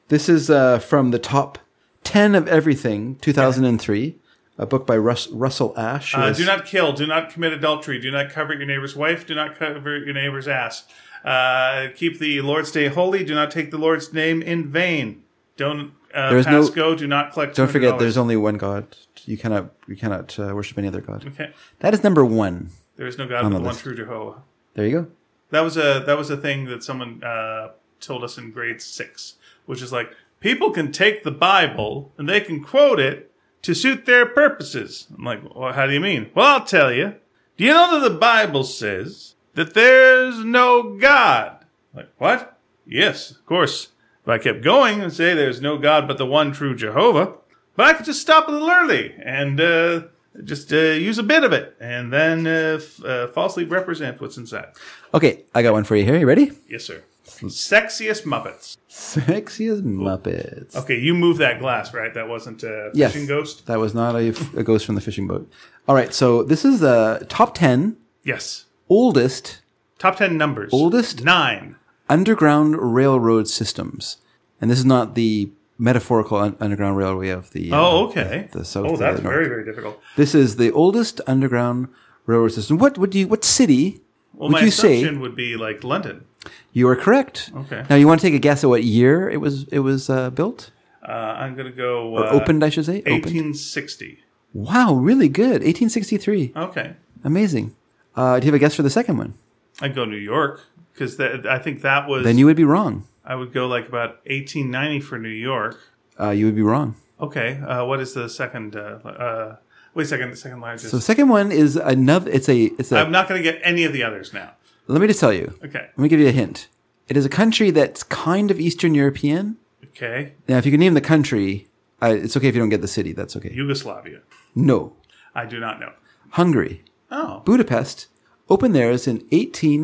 [SPEAKER 1] This is uh, from the top ten of everything, 2003, a book by Rus- Russell Ash. who
[SPEAKER 2] Uh,
[SPEAKER 1] is-
[SPEAKER 2] do not kill. Do not commit adultery. Do not covet your neighbor's wife. Do not cover your neighbor's ass. Uh, keep the Lord's day holy. Do not take the Lord's name in vain. Don't uh,
[SPEAKER 1] There's
[SPEAKER 2] pass
[SPEAKER 1] no-
[SPEAKER 2] go. Do not collect.
[SPEAKER 1] Don't forget, there's
[SPEAKER 2] only
[SPEAKER 1] only one God. You cannot you cannot uh, worship any other God.
[SPEAKER 2] okay.
[SPEAKER 1] That is number one.
[SPEAKER 2] there is no God but
[SPEAKER 1] the
[SPEAKER 2] the one
[SPEAKER 1] list.
[SPEAKER 2] true Jehovah.
[SPEAKER 1] There you go.
[SPEAKER 2] That was a that was a thing that someone uh, told us in grade six, which is like people can take the Bible and they can quote it to suit their purposes. I'm like, well, how do you mean? Well, I'll tell you. Do you know that the Bible says that there's no God? Like what? Yes, of course. If I kept going and say there's no God but the one true Jehovah, but I could just stop a little early and uh, just uh, use a bit of it, and then uh, f- uh, falsely represent what's inside.
[SPEAKER 1] Okay, I got one for you here. You ready?
[SPEAKER 2] Yes, sir.
[SPEAKER 1] Hmm.
[SPEAKER 2] Sexiest Muppets.
[SPEAKER 1] Sexiest Muppets.
[SPEAKER 2] Okay, you moved that glass, right? That wasn't a
[SPEAKER 1] Yes.
[SPEAKER 2] fishing ghost.
[SPEAKER 1] That was not a, a ghost from the fishing boat. All right, so this is the top 10
[SPEAKER 2] Yes.
[SPEAKER 1] oldest
[SPEAKER 2] Top ten numbers.
[SPEAKER 1] Oldest?
[SPEAKER 2] nine.
[SPEAKER 1] underground railroad systems. And this is not the metaphorical un- underground railway of the uh,
[SPEAKER 2] Oh, okay.
[SPEAKER 1] the south
[SPEAKER 2] oh,
[SPEAKER 1] of
[SPEAKER 2] that's
[SPEAKER 1] the north.
[SPEAKER 2] very, very difficult.
[SPEAKER 1] This is the oldest underground railroad system. What would you? What city
[SPEAKER 2] Well,
[SPEAKER 1] would
[SPEAKER 2] my
[SPEAKER 1] you
[SPEAKER 2] assumption
[SPEAKER 1] say
[SPEAKER 2] would be like London.
[SPEAKER 1] you are correct?
[SPEAKER 2] Okay.
[SPEAKER 1] Now you want to take a guess at what year it was it was uh, built
[SPEAKER 2] Uh, I'm going to go
[SPEAKER 1] or
[SPEAKER 2] uh,
[SPEAKER 1] opened? I should say opened.
[SPEAKER 2] 1860.
[SPEAKER 1] Wow, really good. 1863,
[SPEAKER 2] Okay.
[SPEAKER 1] amazing. Uh, do you have a guess for the second one?
[SPEAKER 2] I'd go New York because I think that was.
[SPEAKER 1] Then you would be wrong.
[SPEAKER 2] I would go like about 1890 for New York.
[SPEAKER 1] Uh, you would be wrong.
[SPEAKER 2] Okay. Uh, what is the second? Uh, uh, wait a second. The second largest.
[SPEAKER 1] So the second one is another. It's a. It's a.
[SPEAKER 2] I'm not going to get any of the others now.
[SPEAKER 1] let me just tell you.
[SPEAKER 2] Okay.
[SPEAKER 1] Let me give you a hint. It is a country that's kind of Eastern European.
[SPEAKER 2] Okay.
[SPEAKER 1] Now, if you can name the country, uh, it's okay if you don't get the city. That's okay.
[SPEAKER 2] Yugoslavia.
[SPEAKER 1] No,
[SPEAKER 2] I do not know.
[SPEAKER 1] Hungary,
[SPEAKER 2] Oh.
[SPEAKER 1] Budapest, opened theirs in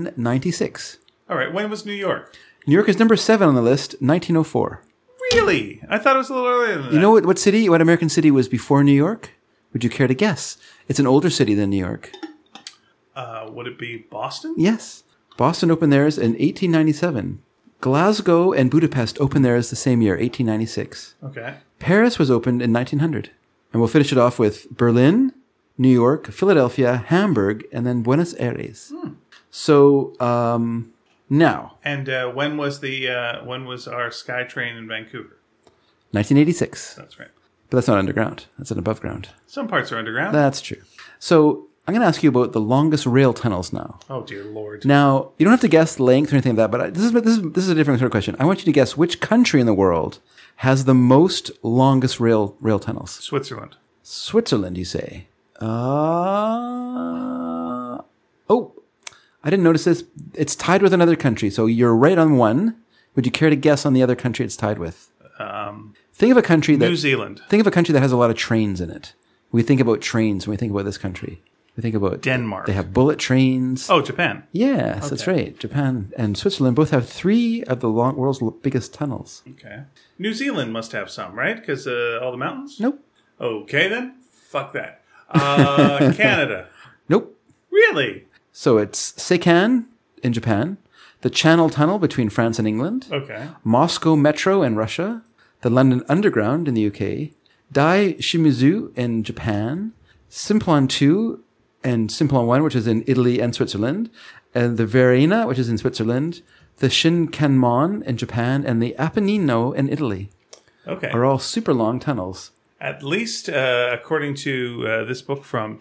[SPEAKER 1] 1896.
[SPEAKER 2] All right. When was New York?
[SPEAKER 1] New York is number seven on the list, 1904.
[SPEAKER 2] Really? I thought it was a little earlier than that.
[SPEAKER 1] You know what, what city, what American city was before New York? Would you care to guess? It's an older city than New York.
[SPEAKER 2] uh, would it be Boston?
[SPEAKER 1] Yes. Boston opened theirs in 1897. Glasgow and Budapest opened theirs the same year, 1896.
[SPEAKER 2] Okay.
[SPEAKER 1] Paris was opened in 1900. And we'll finish it off with Berlin, New York, Philadelphia, Hamburg, and then Buenos Aires. So um, now,
[SPEAKER 2] And uh, when was the uh, when was our Sky Train in Vancouver?
[SPEAKER 1] 1986.
[SPEAKER 2] That's right.
[SPEAKER 1] But that's not underground, that's an above ground.
[SPEAKER 2] Some parts are underground.
[SPEAKER 1] That's true. So I'm going to ask you about the longest rail tunnels now.
[SPEAKER 2] oh dear lord.
[SPEAKER 1] Now, you don't have to guess length or anything like that, but I, this, is, this, is, this is a different sort of question. I want you to guess which country in the world has the most longest rail, rail tunnels.
[SPEAKER 2] Switzerland.
[SPEAKER 1] Switzerland, you say? Uh, oh, I didn't notice this. It's tied with another country, so you're right on one. Would you care to guess on the other country it's tied with?
[SPEAKER 2] Um,
[SPEAKER 1] Think of a country that
[SPEAKER 2] New Zealand.
[SPEAKER 1] think of a country that has a lot of trains in it. We think about trains when we think about this country. We think about
[SPEAKER 2] Denmark.
[SPEAKER 1] They have bullet trains.
[SPEAKER 2] Oh, Japan.
[SPEAKER 1] Yes, that's right. Japan and Switzerland both have three of the long, world's l- biggest tunnels.
[SPEAKER 2] Okay. New Zealand must have some, right? Because uh, all the mountains.
[SPEAKER 1] Nope.
[SPEAKER 2] Okay then. Fuck that. Uh, Canada.
[SPEAKER 1] Nope.
[SPEAKER 2] Really?
[SPEAKER 1] So it's Seikan in Japan, the Channel Tunnel between France and England,
[SPEAKER 2] Okay.
[SPEAKER 1] Moscow Metro in Russia, the London Underground in the UK, Dai Shimizu in Japan, Simplon 2 and Simplon 1, which is in Italy and Switzerland, and the Verena, which is in Switzerland, the Shinkanmon in Japan, and the Apennino in Italy
[SPEAKER 2] Okay.
[SPEAKER 1] are all super long tunnels.
[SPEAKER 2] At least uh, according to uh, this book from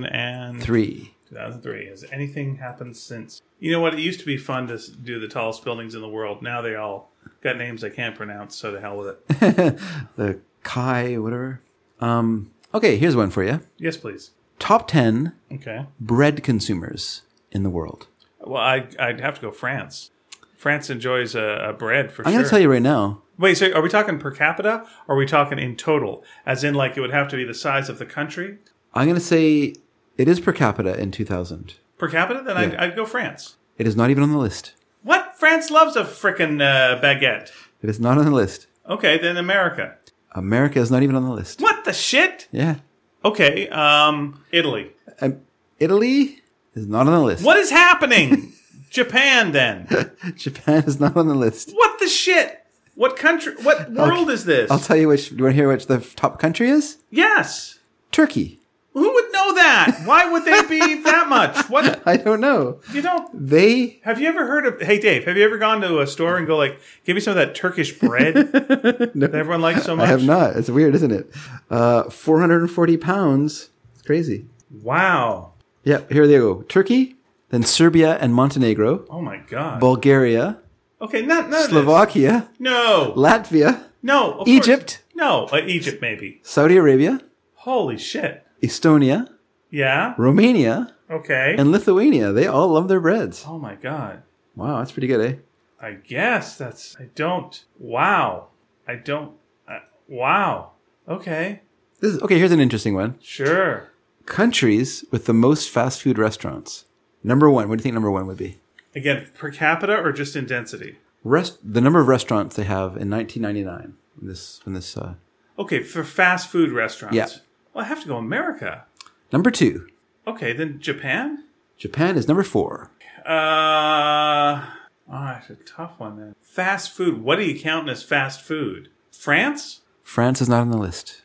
[SPEAKER 2] 2003.
[SPEAKER 1] Three.
[SPEAKER 2] 2003. Has anything happened since? You know what? It used to be fun to s- do the tallest buildings in the world. Now they all got names I can't pronounce, so to hell with it.
[SPEAKER 1] the Kai, whatever. Um, okay, here's one for you.
[SPEAKER 2] yes, please.
[SPEAKER 1] Top 10
[SPEAKER 2] Okay.
[SPEAKER 1] bread consumers in the world.
[SPEAKER 2] Well, I, I'd have to go France. France enjoys a, a bread for
[SPEAKER 1] I'm
[SPEAKER 2] sure.
[SPEAKER 1] going to tell you right now.
[SPEAKER 2] Wait, so are we talking per capita? Or are we talking in total? As in, like, it would have to be the size of the country?
[SPEAKER 1] I'm going to say it is per capita in 2000.
[SPEAKER 2] Per capita? Then I'd, I'd go France.
[SPEAKER 1] It is not even on the list.
[SPEAKER 2] What? France loves a frickin' uh, baguette.
[SPEAKER 1] It is not on the list.
[SPEAKER 2] Okay, then America.
[SPEAKER 1] America is not even on the list.
[SPEAKER 2] What the shit?
[SPEAKER 1] Yeah.
[SPEAKER 2] Okay, um, Italy.
[SPEAKER 1] Um, Italy is not on the list.
[SPEAKER 2] What is happening? Japan, then.
[SPEAKER 1] Japan is not on the list.
[SPEAKER 2] What the shit? What country? What world is this?
[SPEAKER 1] I'll tell you which. Do you want to hear which the top country is?
[SPEAKER 2] yes.
[SPEAKER 1] Turkey.
[SPEAKER 2] Who would know that? Why would they be that much? What?
[SPEAKER 1] I don't know.
[SPEAKER 2] You don't
[SPEAKER 1] They
[SPEAKER 2] Have you ever heard of? Hey, Dave, have you ever gone to a store and go like, "Give me some of that Turkish bread that everyone likes so much"?
[SPEAKER 1] I have not. It's weird, isn't it? Uh, 440 pounds. It's crazy.
[SPEAKER 2] Wow!
[SPEAKER 1] Yep, here they go. Turkey, then Serbia and Montenegro,
[SPEAKER 2] Oh my god!
[SPEAKER 1] Bulgaria,
[SPEAKER 2] okay, not none of this.
[SPEAKER 1] Slovakia,
[SPEAKER 2] No,
[SPEAKER 1] Latvia,
[SPEAKER 2] no. of
[SPEAKER 1] Egypt,
[SPEAKER 2] course. No, uh, Egypt maybe.
[SPEAKER 1] Saudi Arabia,
[SPEAKER 2] Holy shit!
[SPEAKER 1] Estonia,
[SPEAKER 2] Yeah.
[SPEAKER 1] Romania,
[SPEAKER 2] Okay.
[SPEAKER 1] and Lithuania. They all love their breads.
[SPEAKER 2] oh my god!
[SPEAKER 1] Wow, that's pretty good, eh?
[SPEAKER 2] I guess that's. I don't. Wow. I don't. Uh, wow. Okay.
[SPEAKER 1] This is, okay, here's an interesting one.
[SPEAKER 2] Sure.
[SPEAKER 1] Countries with the most fast food restaurants. Number one, what do you think number one would be?
[SPEAKER 2] Again, per capita or just in density?
[SPEAKER 1] Rest, the number of restaurants they have in 1999. When this, when this, uh,
[SPEAKER 2] Okay, for fast food restaurants.
[SPEAKER 1] Yeah.
[SPEAKER 2] Well, I have to go America.
[SPEAKER 1] number two,
[SPEAKER 2] Okay, then Japan?
[SPEAKER 1] Japan is number four.
[SPEAKER 2] Uh, oh, it's a tough one then. Fast food. What are you counting as fast food? France?
[SPEAKER 1] France is not on the list.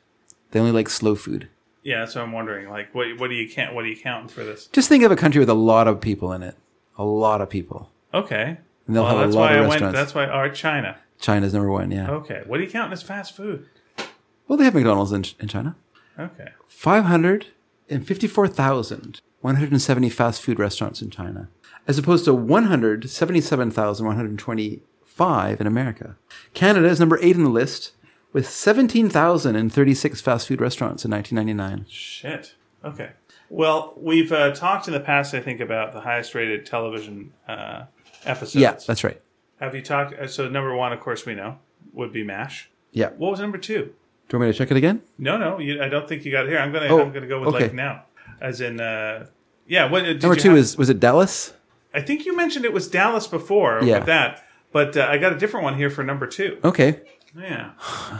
[SPEAKER 1] They only like slow food.
[SPEAKER 2] Yeah, that's what I'm wondering. Like, what what do you count? What do you count for this?
[SPEAKER 1] Just think of a country with a lot of people in it. A lot of people.
[SPEAKER 2] Okay.
[SPEAKER 1] And they'll have a
[SPEAKER 2] that's
[SPEAKER 1] lot
[SPEAKER 2] why
[SPEAKER 1] of
[SPEAKER 2] I went.
[SPEAKER 1] restaurants.
[SPEAKER 2] That's Oh. why. All right, China.
[SPEAKER 1] China's number one, yeah.
[SPEAKER 2] Okay. What do you count as fast food?
[SPEAKER 1] Well, they have McDonald's in, in China.
[SPEAKER 2] Okay.
[SPEAKER 1] 554,170 fast food restaurants in China, as opposed to 177,125 in America. Canada is number eight in the list, with 17,036 fast food restaurants in 1999.
[SPEAKER 2] Shit. Okay. Well, we've uh, talked in the past, I think, about the highest rated television uh, episodes.
[SPEAKER 1] Yeah, that's right.
[SPEAKER 2] Have you talked? uh, So number one, of course, we know would be Mash.
[SPEAKER 1] Yeah.
[SPEAKER 2] What was number two?
[SPEAKER 1] Do you want me to check it again?
[SPEAKER 2] No, no, you, I don't think you got it here. I'm gonna,
[SPEAKER 1] Oh,
[SPEAKER 2] I'm gonna go with
[SPEAKER 1] okay.
[SPEAKER 2] like now, as in, uh, yeah. What, did
[SPEAKER 1] Number
[SPEAKER 2] you
[SPEAKER 1] two
[SPEAKER 2] have-
[SPEAKER 1] is, was it Dallas?
[SPEAKER 2] I think you mentioned it was Dallas before
[SPEAKER 1] Yeah. Uh,
[SPEAKER 2] with that, but uh, I got a different one here for number two.
[SPEAKER 1] Okay.
[SPEAKER 2] Yeah,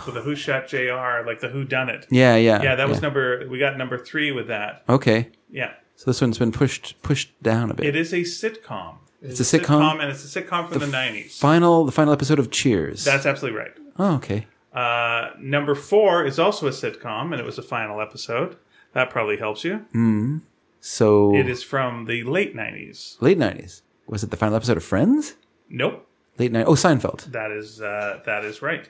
[SPEAKER 2] with the Who Shot Jr. Like the Who Done It.
[SPEAKER 1] Yeah, yeah.
[SPEAKER 2] Yeah, that was number. We got number three with that.
[SPEAKER 1] Okay.
[SPEAKER 2] Yeah,
[SPEAKER 1] So this one's been pushed pushed down a bit.
[SPEAKER 2] it is a sitcom.
[SPEAKER 1] It's a sitcom.
[SPEAKER 2] and it's a sitcom from the nineties.
[SPEAKER 1] Final the final episode of Cheers.
[SPEAKER 2] That's absolutely right.
[SPEAKER 1] oh, okay.
[SPEAKER 2] Uh, number four is also a sitcom, and it was the final episode. That probably helps you.
[SPEAKER 1] Hmm. So
[SPEAKER 2] It is from the late nineties.
[SPEAKER 1] late nineties. Was it the final episode of Friends?
[SPEAKER 2] Nope,
[SPEAKER 1] Late night. Oh, Seinfeld.
[SPEAKER 2] that is uh, that is right.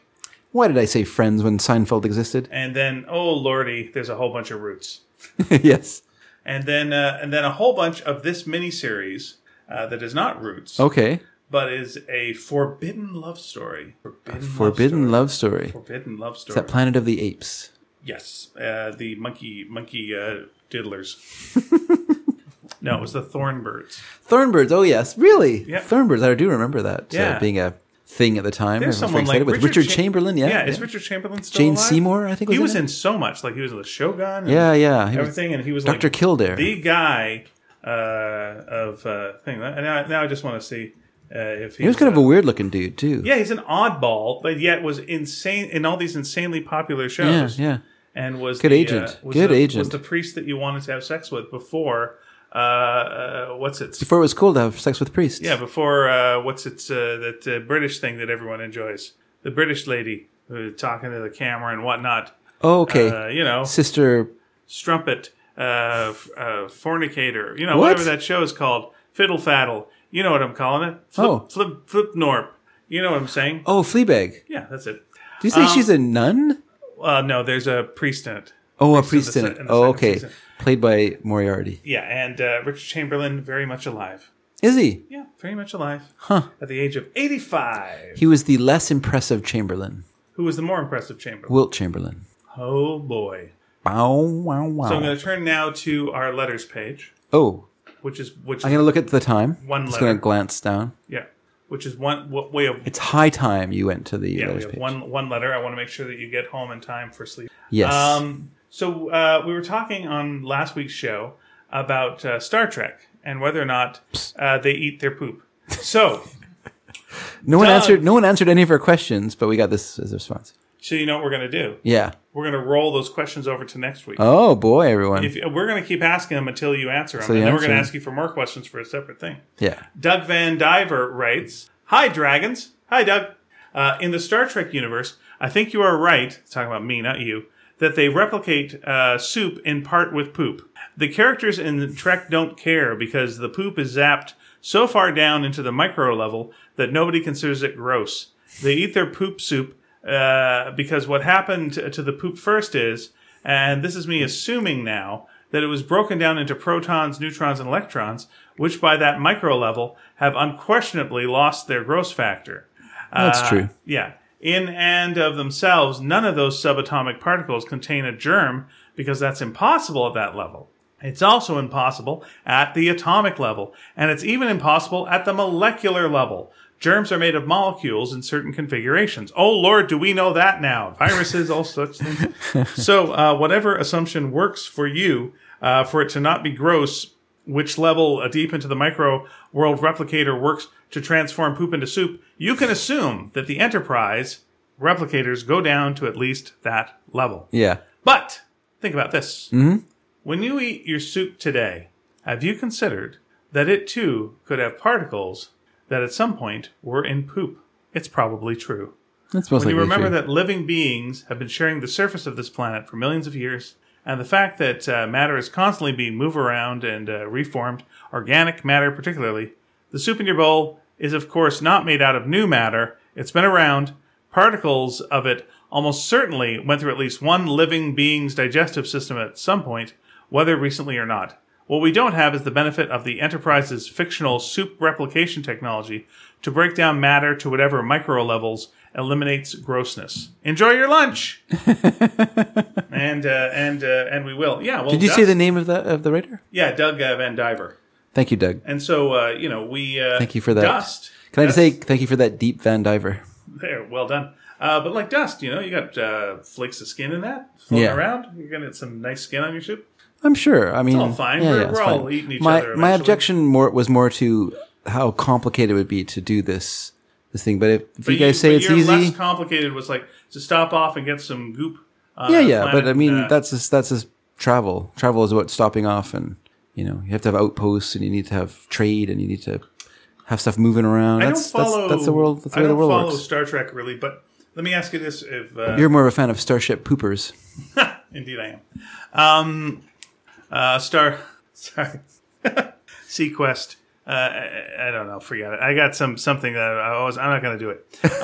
[SPEAKER 1] Why did I say Friends when Seinfeld existed?
[SPEAKER 2] And then, oh lordy, there's a whole bunch of roots.
[SPEAKER 1] yes.
[SPEAKER 2] and then uh, and then a whole bunch of this miniseries uh, that is not Roots,
[SPEAKER 1] Okay.
[SPEAKER 2] but is a forbidden love story. Forbidden,
[SPEAKER 1] Forbidden
[SPEAKER 2] love
[SPEAKER 1] love story.
[SPEAKER 2] story. Forbidden love story.
[SPEAKER 1] Is that Planet of the Apes?
[SPEAKER 2] yes, uh, the monkey monkey uh, diddlers. no, it was the Thornbirds.
[SPEAKER 1] Thornbirds. Oh yes, really.
[SPEAKER 2] Yep.
[SPEAKER 1] Thornbirds. I do remember that uh,
[SPEAKER 2] Yeah.
[SPEAKER 1] being a thing at the time.
[SPEAKER 2] There's
[SPEAKER 1] Everyone was very
[SPEAKER 2] someone like
[SPEAKER 1] excited with Richard,
[SPEAKER 2] Cha-
[SPEAKER 1] Chamberlain. Yeah.
[SPEAKER 2] yeah. Is Richard Chamberlain still
[SPEAKER 1] Jane
[SPEAKER 2] alive?
[SPEAKER 1] Seymour? I think was
[SPEAKER 2] he
[SPEAKER 1] in
[SPEAKER 2] was
[SPEAKER 1] it?
[SPEAKER 2] in so much. Like he was in the Shogun. And
[SPEAKER 1] Yeah, yeah. He was
[SPEAKER 2] Everything, and he was
[SPEAKER 1] Dr.
[SPEAKER 2] like
[SPEAKER 1] Kildare.
[SPEAKER 2] the guy uh, of uh, thing. And now, now I just want to see uh, if
[SPEAKER 1] He was kind of a weird looking dude too.
[SPEAKER 2] Yeah, he's an oddball, but yet was insane in all these insanely popular
[SPEAKER 1] Yeah,
[SPEAKER 2] shows.
[SPEAKER 1] yeah.
[SPEAKER 2] And was
[SPEAKER 1] Good
[SPEAKER 2] the,
[SPEAKER 1] agent.
[SPEAKER 2] uh, was
[SPEAKER 1] Good
[SPEAKER 2] the-
[SPEAKER 1] agent.
[SPEAKER 2] Was the priest that you wanted to have sex with before? Uh, uh, what's it?
[SPEAKER 1] Before it was cool to have sex with priests.
[SPEAKER 2] Yeah, before uh, what's it? Uh, that uh, British thing that everyone enjoys. The British lady who talking to the camera and whatnot.
[SPEAKER 1] Oh, okay.
[SPEAKER 2] Uh, you know,
[SPEAKER 1] Sister.
[SPEAKER 2] strumpet, uh, f- uh, fornicator. You know,
[SPEAKER 1] What?
[SPEAKER 2] whatever that show is called. Fiddle faddle. You know what I'm calling it? Flip,
[SPEAKER 1] Oh.
[SPEAKER 2] flip, flip norp. You know what I'm saying?
[SPEAKER 1] Oh, Fleabag.
[SPEAKER 2] Yeah, that's it.
[SPEAKER 1] Do you say
[SPEAKER 2] Um,
[SPEAKER 1] she's a nun?
[SPEAKER 2] Uh, no, there's a priest in it.
[SPEAKER 1] Oh, a
[SPEAKER 2] priest
[SPEAKER 1] priest in
[SPEAKER 2] in the
[SPEAKER 1] it.
[SPEAKER 2] se- in the
[SPEAKER 1] Oh,
[SPEAKER 2] second
[SPEAKER 1] okay.
[SPEAKER 2] season.
[SPEAKER 1] Played by Moriarty.
[SPEAKER 2] Yeah, and uh, Richard Chamberlain very much alive.
[SPEAKER 1] Is he?
[SPEAKER 2] Yeah, very much alive. Huh. At the age of 85.
[SPEAKER 1] He was the less impressive Chamberlain,
[SPEAKER 2] Who was the more impressive Chamberlain?
[SPEAKER 1] Wilt Chamberlain.
[SPEAKER 2] Oh boy.
[SPEAKER 1] Bow, wow, wow.
[SPEAKER 2] So I'm going to turn now to our letters page,
[SPEAKER 1] oh,
[SPEAKER 2] which is which
[SPEAKER 1] I'm going
[SPEAKER 2] is,
[SPEAKER 1] to look at the time.
[SPEAKER 2] One
[SPEAKER 1] Just
[SPEAKER 2] letter.
[SPEAKER 1] going to glance down.
[SPEAKER 2] yeah, which is one what way of
[SPEAKER 1] It's high time you went to the
[SPEAKER 2] yeah, we
[SPEAKER 1] letters
[SPEAKER 2] have
[SPEAKER 1] page.
[SPEAKER 2] one one letter. I want to make sure that you get home in time for sleep.
[SPEAKER 1] Yes.
[SPEAKER 2] Um, so uh, we were talking on last week's show about uh, Star Trek and whether or not uh, they eat their poop. So,
[SPEAKER 1] no one
[SPEAKER 2] Doug.
[SPEAKER 1] answered. No one answered any of our questions, but we got this as a response.
[SPEAKER 2] so you know what we're going to do.
[SPEAKER 1] Yeah.
[SPEAKER 2] We're going to roll those questions over to next week.
[SPEAKER 1] Oh boy, everyone.
[SPEAKER 2] If, uh, we're going to keep asking them until you answer them,
[SPEAKER 1] So
[SPEAKER 2] and
[SPEAKER 1] you
[SPEAKER 2] then we're going to
[SPEAKER 1] answer.
[SPEAKER 2] ask you for more questions for a separate thing.
[SPEAKER 1] yeah.
[SPEAKER 2] Doug Van Diver writes, "Hi dragons, hi Doug. Uh, in the Star Trek universe, I think you are right. Talking about me, not you. That they replicate uh, soup in part with poop. The characters in Trek don't care because the poop is zapped so far down into the micro level that nobody considers it gross. They eat their poop soup uh, because what happened to the poop first is, and this is me assuming now, that it was broken down into protons, neutrons, and electrons, which by that micro level have unquestionably lost their gross factor.
[SPEAKER 1] That's
[SPEAKER 2] Uh,
[SPEAKER 1] true.
[SPEAKER 2] Yeah. In and of themselves, none of those subatomic particles contain a germ because that's impossible at that level. It's also impossible at the atomic level, and it's even impossible at the molecular level. Germs are made of molecules in certain configurations. Oh Lord, do we know that now? Viruses, all such things. so, uh, whatever assumption works for you, uh, for it to not be gross, which level uh, deep into the micro world replicator works to transform poop into soup, you can assume that the enterprise replicators go down to at least that level.
[SPEAKER 1] Yeah.
[SPEAKER 2] But think about this. When you eat your soup today, have you considered that it too could have particles that at some point were in poop? It's probably true.
[SPEAKER 1] That's most
[SPEAKER 2] when you
[SPEAKER 1] likely
[SPEAKER 2] remember
[SPEAKER 1] true.
[SPEAKER 2] that living beings have been sharing the surface of this planet for millions of years, and the fact that uh, matter is constantly being moved around and uh, reformed, organic matter particularly, the soup in your bowl is, of course, not made out of new matter. It's been around. Particles of it almost certainly went through at least one living being's digestive system at some point, whether recently or not. What we don't have is the benefit of the Enterprise's fictional soup replication technology to break down matter to whatever micro levels eliminates grossness. Enjoy your lunch, and uh, and uh, and we will. Yeah. Well,
[SPEAKER 1] Did you
[SPEAKER 2] Doug,
[SPEAKER 1] say the name of the of the writer?
[SPEAKER 2] Yeah, Doug uh, Van Diver.
[SPEAKER 1] Thank you, Doug.
[SPEAKER 2] And so uh, you know we. Uh,
[SPEAKER 1] Thank you for that.
[SPEAKER 2] Dust.
[SPEAKER 1] Can I just say
[SPEAKER 2] Dust-
[SPEAKER 1] thank you for that deep Van Diver?
[SPEAKER 2] there? Well done. Uh, but like dust, you know, you got uh, flakes of skin in that floating
[SPEAKER 1] Yeah.
[SPEAKER 2] around. You're gonna get some nice skin on your soup.
[SPEAKER 1] I'm sure. I mean,
[SPEAKER 2] all fine. We're-
[SPEAKER 1] it's
[SPEAKER 2] we're all eating each
[SPEAKER 1] my,
[SPEAKER 2] other
[SPEAKER 1] My
[SPEAKER 2] eventually.
[SPEAKER 1] objection more was more to how complicated it would be to do this this thing. But if, if you guys say
[SPEAKER 2] but
[SPEAKER 1] it's
[SPEAKER 2] your
[SPEAKER 1] easy,
[SPEAKER 2] Less complicated was like to stop off and get some goop. Uh,
[SPEAKER 1] yeah, yeah. But
[SPEAKER 2] planet,
[SPEAKER 1] I mean,
[SPEAKER 2] uh,
[SPEAKER 1] that's just, that's just travel. Travel is about stopping off, and you know, you have to have outposts, and you need to have trade, and you need to have stuff moving around.
[SPEAKER 2] I don't
[SPEAKER 1] that's,
[SPEAKER 2] follow.
[SPEAKER 1] that's that's the world. That's the way
[SPEAKER 2] I don't
[SPEAKER 1] the world
[SPEAKER 2] follow
[SPEAKER 1] works.
[SPEAKER 2] Star Trek really, but let me ask you this: If uh,
[SPEAKER 1] You're more of a fan of Starship Poopers.
[SPEAKER 2] Indeed, I am. Um, uh, Star, sorry, Sequest. Uh, I, I don't know. Forget it. I got some something that I always. I'm not going to do it.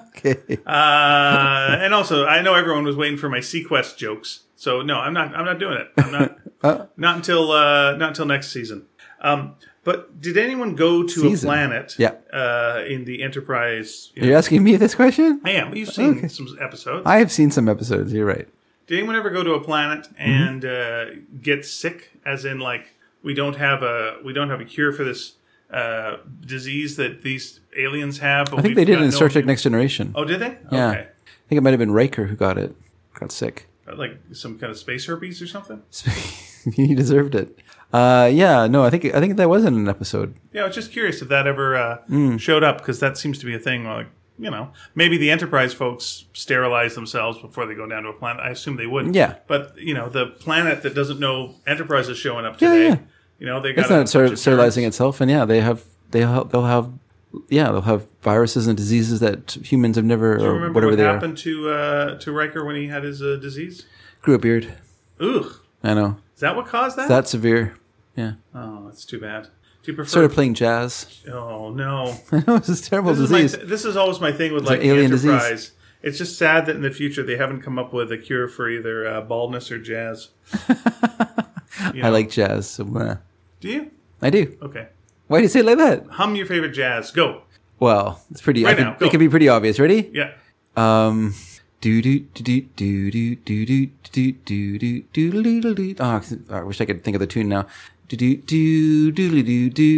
[SPEAKER 1] Okay.
[SPEAKER 2] Uh, and also, I know everyone was waiting for my Sequest jokes, so no, I'm not. I'm not doing it. I'm not. not until uh, not until next season. Um, but did anyone go to
[SPEAKER 1] Season.
[SPEAKER 2] a planet?
[SPEAKER 1] Yeah.
[SPEAKER 2] Uh, in the Enterprise. You know,
[SPEAKER 1] You're asking me this question?
[SPEAKER 2] I am. You've seen some episodes.
[SPEAKER 1] I have seen some episodes. You're right.
[SPEAKER 2] Did anyone ever go to a planet
[SPEAKER 1] Mm-hmm.
[SPEAKER 2] and uh, get sick? As in, like we don't have a we don't have a cure for this uh, disease that these aliens have. But
[SPEAKER 1] I think they did it in Star Trek Next Generation.
[SPEAKER 2] Oh, did they?
[SPEAKER 1] Yeah.
[SPEAKER 2] Okay. Uh,
[SPEAKER 1] I think it might have been Riker who got it. Got sick.
[SPEAKER 2] Like some kind of space herpes or something.
[SPEAKER 1] he deserved it. Uh, yeah, no, I think I think that was in an episode.
[SPEAKER 2] Yeah, I was just curious if that ever uh,
[SPEAKER 1] Mm.
[SPEAKER 2] showed up because that seems to be a thing. Like you know, maybe the Enterprise folks sterilize themselves before they go down to a planet. I assume they would.
[SPEAKER 1] Yeah.
[SPEAKER 2] But you know, the planet that doesn't know Enterprise is showing up today.
[SPEAKER 1] yeah.
[SPEAKER 2] You know, they got
[SPEAKER 1] It's not ster- sterilizing itself, and yeah, they have they have, they'll have yeah they'll have viruses and diseases that humans have never
[SPEAKER 2] Do you
[SPEAKER 1] or
[SPEAKER 2] remember
[SPEAKER 1] Oh, whatever
[SPEAKER 2] what
[SPEAKER 1] they
[SPEAKER 2] happened to uh, to Riker when he had his uh, disease?
[SPEAKER 1] are. Grew a beard.
[SPEAKER 2] Ugh,
[SPEAKER 1] I know
[SPEAKER 2] is that what caused that?
[SPEAKER 1] that severe. Yeah,
[SPEAKER 2] oh, that's too bad. Do you prefer?
[SPEAKER 1] started playing jazz.
[SPEAKER 2] oh no,
[SPEAKER 1] I know it's a terrible
[SPEAKER 2] this is, my
[SPEAKER 1] disease.
[SPEAKER 2] th- this is always my thing with like
[SPEAKER 1] an alien
[SPEAKER 2] the
[SPEAKER 1] disease.
[SPEAKER 2] Enterprise. It's just sad that in the future they haven't come up with a cure for either uh, baldness or jazz.
[SPEAKER 1] I like jazz. So, uh,
[SPEAKER 2] Do you?
[SPEAKER 1] I do.
[SPEAKER 2] Okay,
[SPEAKER 1] Why do you say it like that?
[SPEAKER 2] hum your favorite jazz. Go.
[SPEAKER 1] Well, it's pretty. I
[SPEAKER 2] Right
[SPEAKER 1] can,
[SPEAKER 2] now, go.
[SPEAKER 1] it can be pretty obvious. Ready?
[SPEAKER 2] Yeah.
[SPEAKER 1] Um, do do do do do do do do do do do do do. Oh, I wish I could think of the tune now. Do do do do do do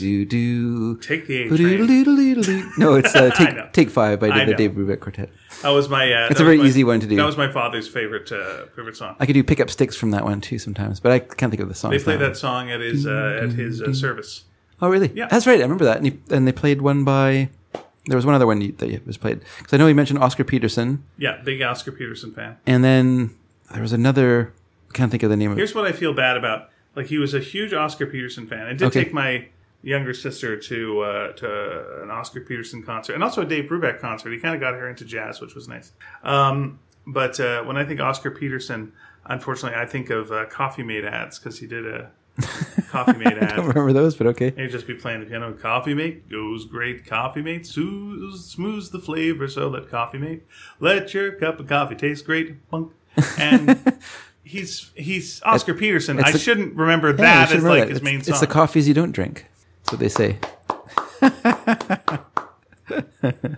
[SPEAKER 1] do do do.
[SPEAKER 2] Take the A train.
[SPEAKER 1] Ba-do-do-do-do-do. No, it's uh,
[SPEAKER 2] know.
[SPEAKER 1] take take five by
[SPEAKER 2] I
[SPEAKER 1] the
[SPEAKER 2] know.
[SPEAKER 1] Dave Brubeck Quartet.
[SPEAKER 2] That was my. Uh,
[SPEAKER 1] It's a very easy one to do.
[SPEAKER 2] That was my father's favorite uh, favorite song.
[SPEAKER 1] I could do pick up sticks from that one too sometimes, but I can't think of the song.
[SPEAKER 2] They played that song at his uh, at his uh, service.
[SPEAKER 1] Oh, really?
[SPEAKER 2] Yeah.
[SPEAKER 1] that's right. I remember that. And, he, and they played one by. There was one other one that was played because I know you mentioned Oscar Peterson,
[SPEAKER 2] Yeah, big Oscar Peterson fan.
[SPEAKER 1] and then there was another. I can't think of the name of it.
[SPEAKER 2] Here's what I feel bad about. Like he was a huge Oscar Peterson fan. It did
[SPEAKER 1] Okay.
[SPEAKER 2] take my younger sister to uh, to an Oscar Peterson concert and also a Dave Brubeck concert. He kind of got her into jazz, which was nice. Um, but uh, when I think Oscar Peterson, unfortunately, I think of uh, Coffee Mate ads because he did a Coffee Mate
[SPEAKER 1] I don't
[SPEAKER 2] ad.
[SPEAKER 1] remember those, but okay.
[SPEAKER 2] And he'd just be playing the piano. Coffee mate goes great. Coffee mate soothes, smooths the flavor. So let coffee mate let your cup of coffee taste great. Bunk. And he's he's Oscar Peterson. I
[SPEAKER 1] the-
[SPEAKER 2] shouldn't remember
[SPEAKER 1] Yeah, you
[SPEAKER 2] that
[SPEAKER 1] should
[SPEAKER 2] as
[SPEAKER 1] remember
[SPEAKER 2] like
[SPEAKER 1] that.
[SPEAKER 2] his
[SPEAKER 1] it's,
[SPEAKER 2] main
[SPEAKER 1] it's
[SPEAKER 2] song.
[SPEAKER 1] the coffees you don't drink. That's what they say.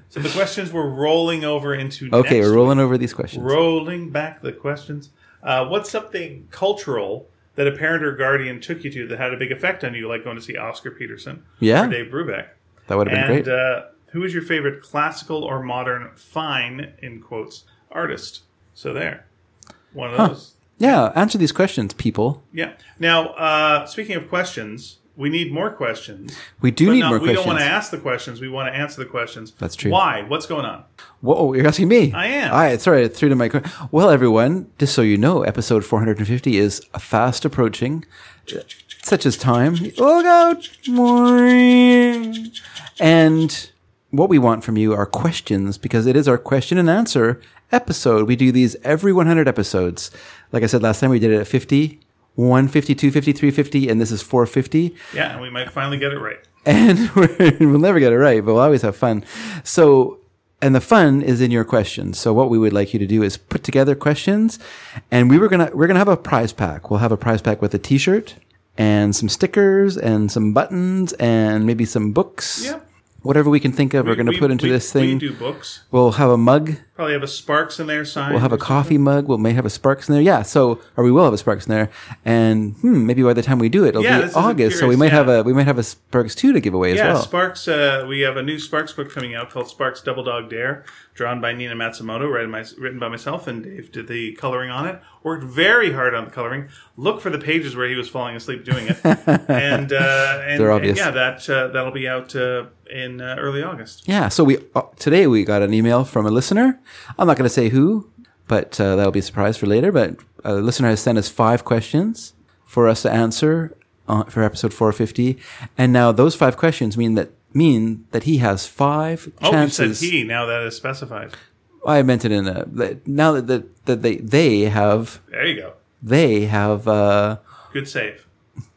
[SPEAKER 2] so the questions were rolling over into
[SPEAKER 1] Okay,
[SPEAKER 2] next.
[SPEAKER 1] we're rolling over these questions.
[SPEAKER 2] rolling back the questions. Uh, what's something cultural that a parent or guardian took you to that had a big effect on you, like going to see Oscar Peterson
[SPEAKER 1] Yeah.
[SPEAKER 2] or Dave Brubeck?
[SPEAKER 1] that would have been
[SPEAKER 2] And
[SPEAKER 1] great.
[SPEAKER 2] uh, who is your favorite classical or modern fine in quotes artist? So there, one of those.
[SPEAKER 1] yeah, answer these questions, people.
[SPEAKER 2] Yeah. Now, uh, speaking of questions, we need more questions.
[SPEAKER 1] We do need
[SPEAKER 2] no,
[SPEAKER 1] more
[SPEAKER 2] we
[SPEAKER 1] questions.
[SPEAKER 2] don't want to ask the questions. We want to answer the questions.
[SPEAKER 1] That's true.
[SPEAKER 2] Why? What's going on?
[SPEAKER 1] Whoa, you're asking me.
[SPEAKER 2] I am.
[SPEAKER 1] All right, sorry, I threw to my. que- Well, everyone, just so you know, episode 450 is fast approaching, such as time. Look out! And what we want from you are questions because it is our question and answer episode. We do these every 100 episodes. Like I said last time, we did it at 50, 150, 250, 350, and this is 450.
[SPEAKER 2] Yeah, we might finally get it right.
[SPEAKER 1] And we're, we'll never get it right, but we'll always have fun. So, and the fun is in your questions. So what we would like you to do is put together questions and we were going to, we're going to have a prize pack. We'll have a prize pack with a t-shirt and some stickers and some buttons and maybe some books.
[SPEAKER 2] Yeah.
[SPEAKER 1] Whatever we can think of, we, are going to
[SPEAKER 2] We-
[SPEAKER 1] put into
[SPEAKER 2] we-
[SPEAKER 1] this thing.
[SPEAKER 2] We do books.
[SPEAKER 1] We'll have a mug.
[SPEAKER 2] Probably have a Sparks in there sign.
[SPEAKER 1] We'll have a coffee mug. We'll may have a Sparks in there. Yeah. So, or we will have a Sparks in there. And hmm, maybe by the time we do it, it'll
[SPEAKER 2] Yeah,
[SPEAKER 1] be
[SPEAKER 2] this is
[SPEAKER 1] August. So we
[SPEAKER 2] curious,
[SPEAKER 1] might
[SPEAKER 2] yeah.
[SPEAKER 1] have a we might have a Sparks two to give away as
[SPEAKER 2] Yeah,
[SPEAKER 1] well.
[SPEAKER 2] Sparks. Uh, we have a new Sparks book coming out called Sparks Double Dog Dare, drawn by Nina Matsumoto, written, my, written by myself, and Dave did the coloring on it. Worked very hard on the coloring. Look for the pages where he was falling asleep doing it, and, uh, and
[SPEAKER 1] They're
[SPEAKER 2] and
[SPEAKER 1] obvious.
[SPEAKER 2] yeah, that uh, that'll be out uh, in uh, early August.
[SPEAKER 1] yeah. So we uh, today we got an email from a listener. I'm not going to say who, but uh, that'll be a surprise for later. But a listener has sent us five questions for us to answer uh, for episode 450. And now those five questions mean that mean that he has five
[SPEAKER 2] Oh, you
[SPEAKER 1] chances.
[SPEAKER 2] said he. Now that is specified.
[SPEAKER 1] I meant it in a that- now that that, that they they have
[SPEAKER 2] There you go.
[SPEAKER 1] they have uh
[SPEAKER 2] Good save.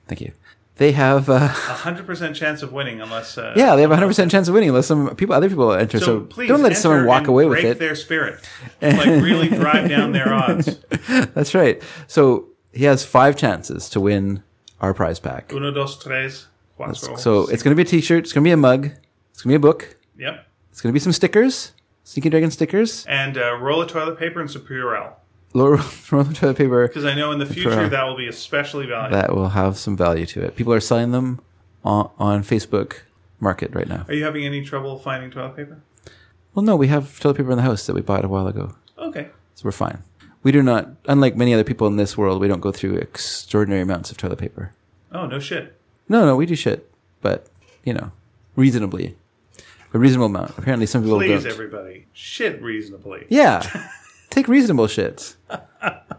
[SPEAKER 1] thank you they have uh
[SPEAKER 2] A hundred percent chance of winning, unless uh,
[SPEAKER 1] yeah they have a 100% chance of winning unless some people other people enter so,
[SPEAKER 2] So, please
[SPEAKER 1] don't let
[SPEAKER 2] enter
[SPEAKER 1] someone walk
[SPEAKER 2] and
[SPEAKER 1] away
[SPEAKER 2] break
[SPEAKER 1] with it
[SPEAKER 2] Their spirit, like really drive down their odds.
[SPEAKER 1] that's right so he has five chances to win our prize pack
[SPEAKER 2] Uno, dos, tres, cuatro.
[SPEAKER 1] so it's going to be a t-shirt it's going to be a mug it's going to be a book
[SPEAKER 2] yep.
[SPEAKER 1] it's going to be some stickers sneaky dragon stickers
[SPEAKER 2] And uh, roll of toilet paper and some Purell,
[SPEAKER 1] lower roll of toilet paper
[SPEAKER 2] because I know in the future
[SPEAKER 1] Purell.
[SPEAKER 2] that will be especially valuable.
[SPEAKER 1] that will have some value to it people are selling them on, on facebook market right now
[SPEAKER 2] Are you having any trouble finding toilet paper?
[SPEAKER 1] well no we have toilet paper in the house that we bought a while ago
[SPEAKER 2] Okay.
[SPEAKER 1] So we're fine. We do not, unlike many other people in this world, we don't go through extraordinary amounts of toilet paper.
[SPEAKER 2] Oh no shit.
[SPEAKER 1] No, no, we do shit, but you know, reasonably, a reasonable amount. Apparently, some people
[SPEAKER 2] Please,
[SPEAKER 1] don't.
[SPEAKER 2] everybody, shit reasonably.
[SPEAKER 1] Yeah, take reasonable shits.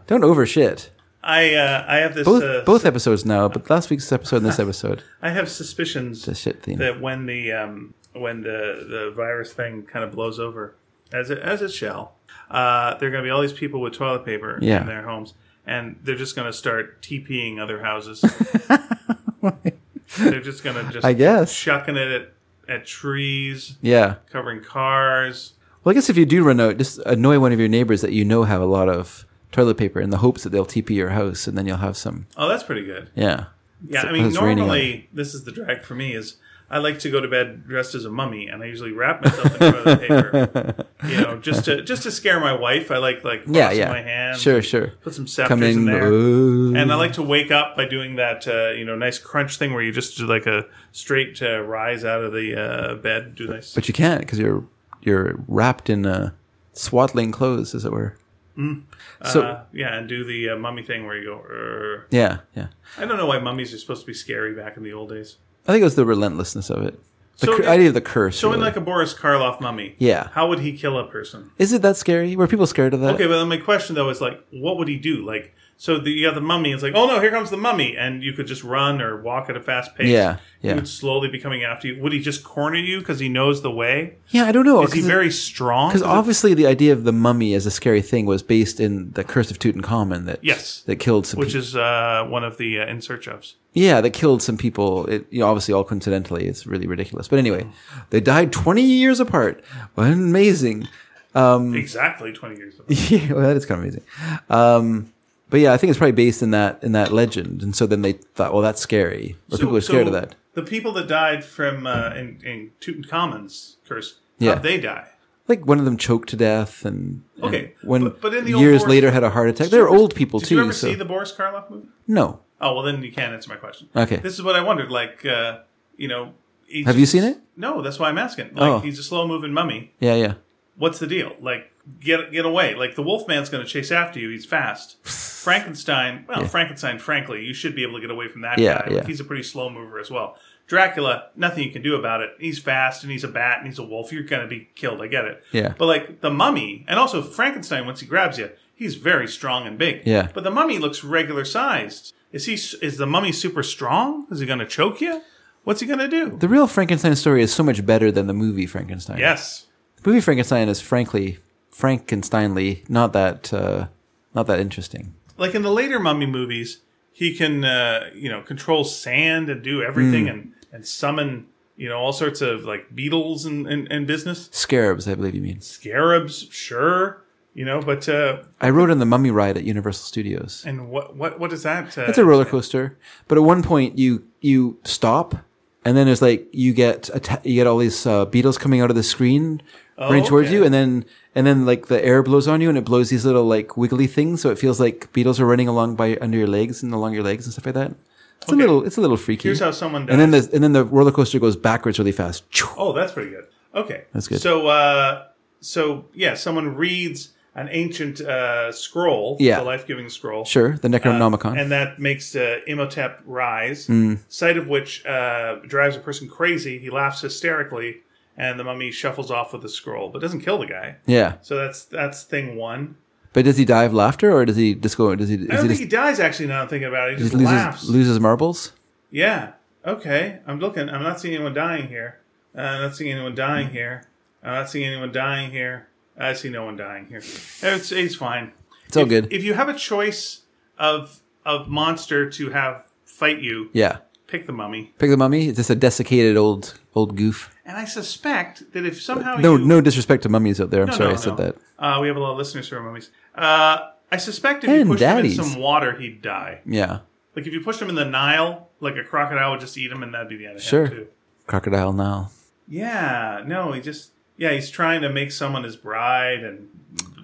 [SPEAKER 1] Don't over shit.
[SPEAKER 2] I uh, I have this.
[SPEAKER 1] Both
[SPEAKER 2] uh,
[SPEAKER 1] both episodes now, but last week's episode and this episode,
[SPEAKER 2] I have suspicions
[SPEAKER 1] the shit theme.
[SPEAKER 2] that when the um, when the the virus thing kind of blows over, as it as it shall, uh, there are going to be all these people with toilet paper
[SPEAKER 1] Yeah.
[SPEAKER 2] in their homes, and they're just going to start TPing other houses. they're just going to just
[SPEAKER 1] I guess.
[SPEAKER 2] chucking it at, at trees,
[SPEAKER 1] Yeah.
[SPEAKER 2] covering cars.
[SPEAKER 1] Well, I guess if you do run out, just annoy one of your neighbors that you know have a lot of toilet paper in the hopes that they'll TP your house, and then you'll have some.
[SPEAKER 2] Oh, that's pretty good.
[SPEAKER 1] Yeah.
[SPEAKER 2] Yeah,
[SPEAKER 1] So-
[SPEAKER 2] I mean,
[SPEAKER 1] it's raining on it.
[SPEAKER 2] normally this is the drag for me is I like to go to bed dressed as a mummy, and I usually wrap myself in toilet paper, you know, just to just to scare my wife. I like like
[SPEAKER 1] Yeah,
[SPEAKER 2] crossing
[SPEAKER 1] yeah.
[SPEAKER 2] my hands,
[SPEAKER 1] Sure, sure.
[SPEAKER 2] put some scepters
[SPEAKER 1] Come
[SPEAKER 2] in,
[SPEAKER 1] in.
[SPEAKER 2] there,
[SPEAKER 1] ooh.
[SPEAKER 2] and I like to wake up by doing that, uh, you know, nice crunch thing where you just do like a straight uh, rise out of the uh, bed, do nice.
[SPEAKER 1] But you can't because you're you're wrapped in uh, swaddling clothes, as it were. So
[SPEAKER 2] uh, yeah, and do the uh, mummy thing where you go. "Err."
[SPEAKER 1] yeah, yeah.
[SPEAKER 2] I don't know why mummies are supposed to be scary back in the old days.
[SPEAKER 1] I think it was the relentlessness of it. The
[SPEAKER 2] So
[SPEAKER 1] cur-
[SPEAKER 2] in-
[SPEAKER 1] idea of the curse.
[SPEAKER 2] So in
[SPEAKER 1] really.
[SPEAKER 2] like a Boris Karloff mummy,
[SPEAKER 1] Yeah.
[SPEAKER 2] how would he kill a person?
[SPEAKER 1] is it that scary? Were people scared of that?
[SPEAKER 2] Okay, but then my question though is like, what would he do? Like, so the, you have the mummy. It's like, oh no, here comes the mummy, and you could just run or walk at a fast pace.
[SPEAKER 1] Yeah,
[SPEAKER 2] He
[SPEAKER 1] yeah.
[SPEAKER 2] would slowly be coming after you. Would he just corner you because he knows the way?
[SPEAKER 1] Yeah, I don't know.
[SPEAKER 2] Is he very strong?
[SPEAKER 1] Because obviously the idea of the mummy as a scary thing was based in the curse of Tutankhamun that
[SPEAKER 2] Yes.
[SPEAKER 1] that killed some
[SPEAKER 2] which is uh, one of the uh, in search ofs.
[SPEAKER 1] Yeah, that killed some people. It, you know, obviously, all coincidentally, it's really ridiculous. But anyway, they died 20 years apart. Amazing. Mm.
[SPEAKER 2] Exactly twenty years. Ago.
[SPEAKER 1] Yeah, well, that is kind of amazing. Um, but yeah, I think it's probably based in that in that legend. And so then they thought, well, that's scary. Or people are scared of that.
[SPEAKER 2] The people that died from uh, in, in Tutankhamun's curse,
[SPEAKER 1] Yeah.
[SPEAKER 2] how'd they die?
[SPEAKER 1] Like one of them choked to death, and and
[SPEAKER 2] Okay,
[SPEAKER 1] when
[SPEAKER 2] but- but in the old
[SPEAKER 1] years
[SPEAKER 2] Boris-
[SPEAKER 1] later had a heart attack. They're old people
[SPEAKER 2] Did
[SPEAKER 1] too.
[SPEAKER 2] you ever
[SPEAKER 1] so
[SPEAKER 2] see the Boris Karloff movie?
[SPEAKER 1] no,
[SPEAKER 2] Oh well, then you can't answer my question.
[SPEAKER 1] Okay.
[SPEAKER 2] this is what I wondered. Like, uh, you know, he's
[SPEAKER 1] have you
[SPEAKER 2] just-
[SPEAKER 1] seen it?
[SPEAKER 2] No, that's why I'm asking. Like,
[SPEAKER 1] Oh.
[SPEAKER 2] he's a slow moving mummy.
[SPEAKER 1] Yeah, yeah.
[SPEAKER 2] What's the deal? Like, get get away! Like the Wolfman's going to chase after you. He's fast. Frankenstein. Well, Frankenstein. Frankly, you should be able to get away from that
[SPEAKER 1] Yeah,
[SPEAKER 2] guy. Like,
[SPEAKER 1] yeah.
[SPEAKER 2] he's a pretty slow mover as well. Dracula, nothing you can do about it. He's fast and he's a bat and he's a wolf. You're going to be killed. I get it.
[SPEAKER 1] Yeah.
[SPEAKER 2] But like the mummy, and also Frankenstein, once he grabs you, he's very strong and big.
[SPEAKER 1] Yeah.
[SPEAKER 2] But the mummy looks regular sized. Is he? Is the mummy super strong? Is he going to choke you? What's he gonna do?
[SPEAKER 1] The real Frankenstein story is so much better than the movie Frankenstein.
[SPEAKER 2] Yes.
[SPEAKER 1] The movie Frankenstein is frankly Frankensteinly not that uh, not that interesting.
[SPEAKER 2] like in the later mummy movies he can uh, you know control sand and do everything
[SPEAKER 1] Mm.
[SPEAKER 2] and and summon you know all sorts of like beetles and and, and business
[SPEAKER 1] Scarabs, I believe you mean.
[SPEAKER 2] scarabs sure you know but uh
[SPEAKER 1] I rode on the Mummy ride at Universal Studios.
[SPEAKER 2] and what what what is that uh,
[SPEAKER 1] It's a roller coaster, but at one point you you stop, and then there's like you get atta- you get all these uh, beetles coming out of the screen, running towards
[SPEAKER 2] okay.
[SPEAKER 1] you, and then and then like the air blows on you, and it blows these little like wiggly things, so it feels like beetles are running along by under your legs and along your legs and stuff like that. It's a little it's a little freaky.
[SPEAKER 2] here's how someone does
[SPEAKER 1] and then the and then the roller coaster goes backwards really fast. Choo.
[SPEAKER 2] oh that's pretty good okay
[SPEAKER 1] That's good.
[SPEAKER 2] so uh so yeah someone reads an ancient uh scroll
[SPEAKER 1] Yeah.
[SPEAKER 2] the life-giving scroll
[SPEAKER 1] Sure, the Necronomicon.
[SPEAKER 2] Uh, and that makes uh, Imhotep rise,
[SPEAKER 1] Hmm.
[SPEAKER 2] sight of which uh, drives a person crazy. He laughs hysterically, and the mummy shuffles off with the scroll, but doesn't kill the guy.
[SPEAKER 1] yeah,
[SPEAKER 2] So that's that's thing one.
[SPEAKER 1] but does he die of laughter or does he just go? Does he?
[SPEAKER 2] I
[SPEAKER 1] Is
[SPEAKER 2] don't
[SPEAKER 1] he
[SPEAKER 2] think
[SPEAKER 1] just,
[SPEAKER 2] he dies. Actually, now that I'm thinking about it, he
[SPEAKER 1] just
[SPEAKER 2] just
[SPEAKER 1] loses
[SPEAKER 2] laughs.
[SPEAKER 1] loses marbles?
[SPEAKER 2] yeah. Okay. I'm looking. I'm not seeing anyone dying here. Uh, I'm not seeing anyone dying
[SPEAKER 1] Hmm.
[SPEAKER 2] here. I'm not seeing anyone dying here. I see no one dying here. It's, it's fine.
[SPEAKER 1] It's all good.
[SPEAKER 2] If you have a choice of of monster to have fight you,
[SPEAKER 1] yeah.
[SPEAKER 2] pick the mummy.
[SPEAKER 1] Pick the mummy. It's just a desiccated old old goof.
[SPEAKER 2] And I suspect that if somehow
[SPEAKER 1] No,
[SPEAKER 2] Oh, you,
[SPEAKER 1] no disrespect to mummies out there. I'm
[SPEAKER 2] No,
[SPEAKER 1] sorry
[SPEAKER 2] no,
[SPEAKER 1] I said
[SPEAKER 2] no.
[SPEAKER 1] that.
[SPEAKER 2] Uh, we have a lot of listeners who are mummies. Uh, I suspect if you
[SPEAKER 1] And
[SPEAKER 2] pushed
[SPEAKER 1] daddies.
[SPEAKER 2] him in some water, he'd die.
[SPEAKER 1] Yeah,
[SPEAKER 2] Like if you pushed him in the Nile, like a crocodile would just eat him, and that'd be the end of
[SPEAKER 1] Sure.
[SPEAKER 2] him too.
[SPEAKER 1] crocodile now.
[SPEAKER 2] Yeah, no, he just yeah, he's trying to make someone his bride and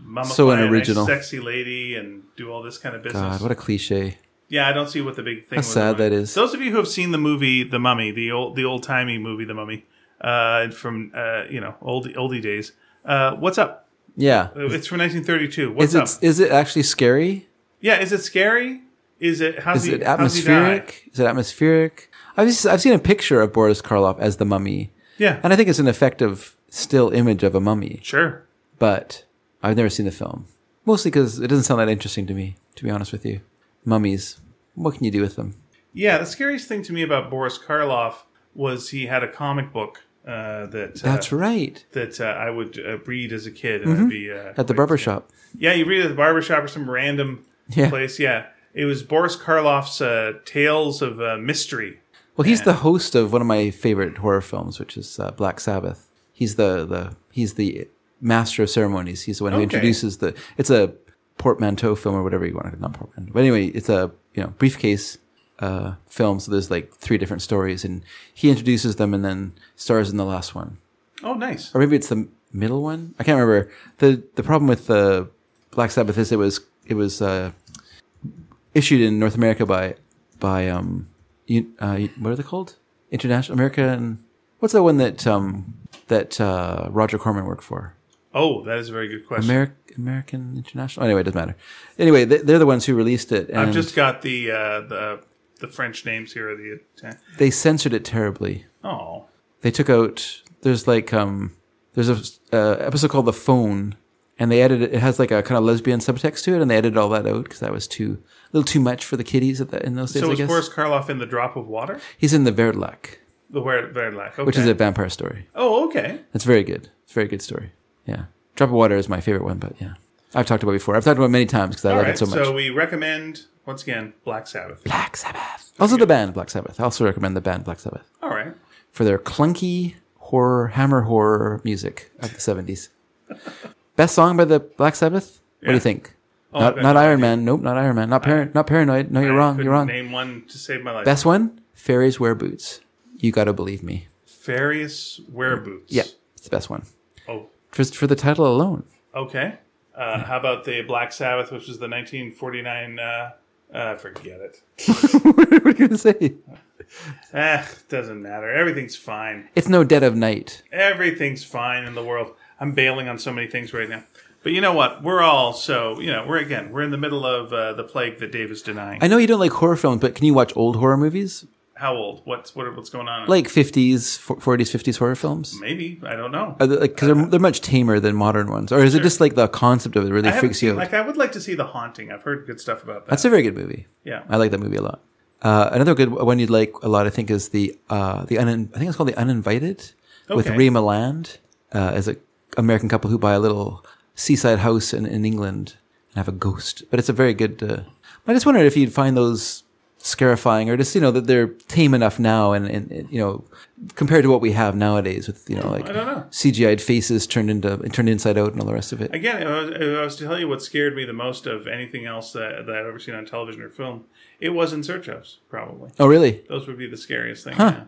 [SPEAKER 2] mummify
[SPEAKER 1] So
[SPEAKER 2] a nice
[SPEAKER 1] unoriginal.
[SPEAKER 2] sexy lady, and do all this kind of business.
[SPEAKER 1] God, what a cliche.
[SPEAKER 2] Yeah, I don't see what the big thing.
[SPEAKER 1] How
[SPEAKER 2] was
[SPEAKER 1] sad
[SPEAKER 2] about it.
[SPEAKER 1] that is.
[SPEAKER 2] Those of you who have seen the movie The Mummy, the old the old timey movie The Mummy, uh, from uh, you know old oldie days. Uh, what's up?
[SPEAKER 1] Yeah,
[SPEAKER 2] It's from 1932. What's
[SPEAKER 1] is
[SPEAKER 2] up?
[SPEAKER 1] it is it actually scary?
[SPEAKER 2] Yeah, is it scary? Is it how's
[SPEAKER 1] Is
[SPEAKER 2] he,
[SPEAKER 1] it
[SPEAKER 2] how's he die?
[SPEAKER 1] atmospheric? Is it atmospheric? I've just, I've seen a picture of Boris Karloff as the mummy,
[SPEAKER 2] Yeah,
[SPEAKER 1] and I think it's an effective still image of a mummy.
[SPEAKER 2] sure.
[SPEAKER 1] But I've never seen the film, mostly because it doesn't sound that interesting to me. To be honest with you, mummies. What can you do with them?
[SPEAKER 2] Yeah, the scariest thing to me about Boris Karloff was he had a comic book uh, that
[SPEAKER 1] That's
[SPEAKER 2] uh,
[SPEAKER 1] right.
[SPEAKER 2] that uh, I would uh, read as a kid and I'd be uh,
[SPEAKER 1] At the barber shop.
[SPEAKER 2] Yeah, you read it at the barbershop or some random
[SPEAKER 1] Yeah.
[SPEAKER 2] place. Yeah, it was Boris Karloff's uh, Tales of uh, Mystery.
[SPEAKER 1] Well, he's the host of one of my favorite horror films, which is uh, Black Sabbath. He's the, the he's the master of ceremonies. He's the one who
[SPEAKER 2] Okay.
[SPEAKER 1] introduces the. It's a portmanteau film or whatever you want to not portmanteau. But anyway, it's a you know briefcase uh, film. So there's like three different stories, and he introduces them and then stars in the last one,
[SPEAKER 2] Oh, nice.
[SPEAKER 1] or maybe it's the middle one. I can't remember. the The problem with the Black Sabbath is it was it was uh, issued in North America by by um you, uh, what are they called? International American. What's that one that um that uh, Roger Corman worked for?
[SPEAKER 2] Oh, that is a very good question.
[SPEAKER 1] American American International. Anyway, it doesn't matter. Anyway, they, they're the ones who released it, and
[SPEAKER 2] I've just got the uh, the the French names here. The uh,
[SPEAKER 1] they censored it terribly.
[SPEAKER 2] oh,
[SPEAKER 1] they took out there's like um there's a uh, episode called the phone and they edited it has like a kind of lesbian subtext to it and they edited all that out because that was too a little too much for the kiddies at the, in those days
[SPEAKER 2] so
[SPEAKER 1] i
[SPEAKER 2] was
[SPEAKER 1] guess
[SPEAKER 2] Boris Karloff in the drop of water?
[SPEAKER 1] he's in the verlag
[SPEAKER 2] The where very lack. Okay.
[SPEAKER 1] which is a vampire story
[SPEAKER 2] Oh, okay.
[SPEAKER 1] that's very good it's a very good story yeah drop of water is my favorite one but yeah i've talked about it before i've talked about it many times because i
[SPEAKER 2] All
[SPEAKER 1] like
[SPEAKER 2] right.
[SPEAKER 1] it so
[SPEAKER 2] So,
[SPEAKER 1] much
[SPEAKER 2] we recommend once again Black Sabbath.
[SPEAKER 1] black sabbath also the band black sabbath i also recommend the band black sabbath
[SPEAKER 2] All right.
[SPEAKER 1] for their clunky horror hammer horror music of the 70s. Best song by the Black Sabbath? What do you
[SPEAKER 2] Yeah. Oh,
[SPEAKER 1] think?
[SPEAKER 2] I
[SPEAKER 1] not
[SPEAKER 2] bet
[SPEAKER 1] not
[SPEAKER 2] no
[SPEAKER 1] Iron Man. Nope, not Iron Man. Not par- not paranoid. No, you're
[SPEAKER 2] I
[SPEAKER 1] wrong.
[SPEAKER 2] couldn't
[SPEAKER 1] You're wrong.
[SPEAKER 2] Name one to save my life.
[SPEAKER 1] Best one? Fairies wear boots. You gotta believe me.
[SPEAKER 2] Various wear boots.
[SPEAKER 1] Yeah, it's the best one.
[SPEAKER 2] Oh,
[SPEAKER 1] Just for the title alone.
[SPEAKER 2] okay. Uh,
[SPEAKER 1] Hmm.
[SPEAKER 2] How about the Black Sabbath, which was the 1949? Uh, uh, forget it.
[SPEAKER 1] what are you gonna say?
[SPEAKER 2] Ah, doesn't matter. Everything's fine.
[SPEAKER 1] It's no dead of night.
[SPEAKER 2] Everything's fine in the world. I'm bailing on so many things right now. But you know what? We're all so you know. We're again. We're in the middle of uh, the plague that Dave is denying.
[SPEAKER 1] I know you don't like horror films, but can you watch old horror movies?
[SPEAKER 2] How old? What's what? What's going on?
[SPEAKER 1] Like 50s, for- 40s, 50s horror films?
[SPEAKER 2] maybe I don't know.
[SPEAKER 1] Because like, 'cause they're, they're much tamer than modern ones. Or is it just like the concept of it really
[SPEAKER 2] I haven't
[SPEAKER 1] freaks you
[SPEAKER 2] seen,
[SPEAKER 1] out?
[SPEAKER 2] like I would like to see The Haunting. I've heard good stuff about that.
[SPEAKER 1] That's a very good movie.
[SPEAKER 2] yeah.
[SPEAKER 1] I like that movie a lot. Uh, another good one you'd like a lot, I think, is the uh, the unin- I think it's called the Uninvited with
[SPEAKER 2] Okay.
[SPEAKER 1] Rima Land, uh, as an American couple who buy a little seaside house in, in England and have a ghost. But it's a very good. Uh, I just wondered if you'd find those scarifying or just you know that they're tame enough now and, and, and, you know compared to what we have nowadays with you know like
[SPEAKER 2] don't know.
[SPEAKER 1] CGI'd faces turned into turned inside out and all the rest of it.
[SPEAKER 2] Again, if I, was, if I was to tell you what scared me the most of anything else that, that I've ever seen on television or film, it was In Search of, probably.
[SPEAKER 1] oh really?
[SPEAKER 2] Those would be the scariest thing. yeah.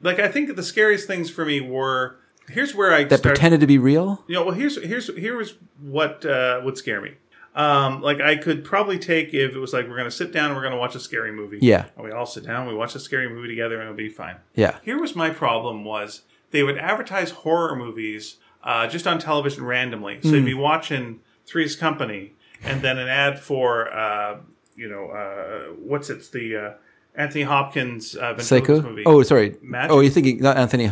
[SPEAKER 2] Like, I think the scariest things for me were here's where I
[SPEAKER 1] That
[SPEAKER 2] start-
[SPEAKER 1] pretended to be real?
[SPEAKER 2] You know, well, here's here's here was what uh, would scare me. Um, like I could probably take if it was like we're gonna sit down and we're gonna watch a scary movie.
[SPEAKER 1] Yeah.
[SPEAKER 2] And we all sit down, we watch a scary movie together, and it'll be fine.
[SPEAKER 1] Yeah.
[SPEAKER 2] Here was my problem: was they would advertise horror movies uh, just on television randomly. So
[SPEAKER 1] Hmm.
[SPEAKER 2] you'd be watching Three's Company, and then an ad for uh, you know uh, what's it's the uh, Anthony Hopkins uh, ventriloquist
[SPEAKER 1] Psycho.
[SPEAKER 2] movie.
[SPEAKER 1] Oh, sorry.
[SPEAKER 2] Magic?
[SPEAKER 1] Oh, you're thinking not Anthony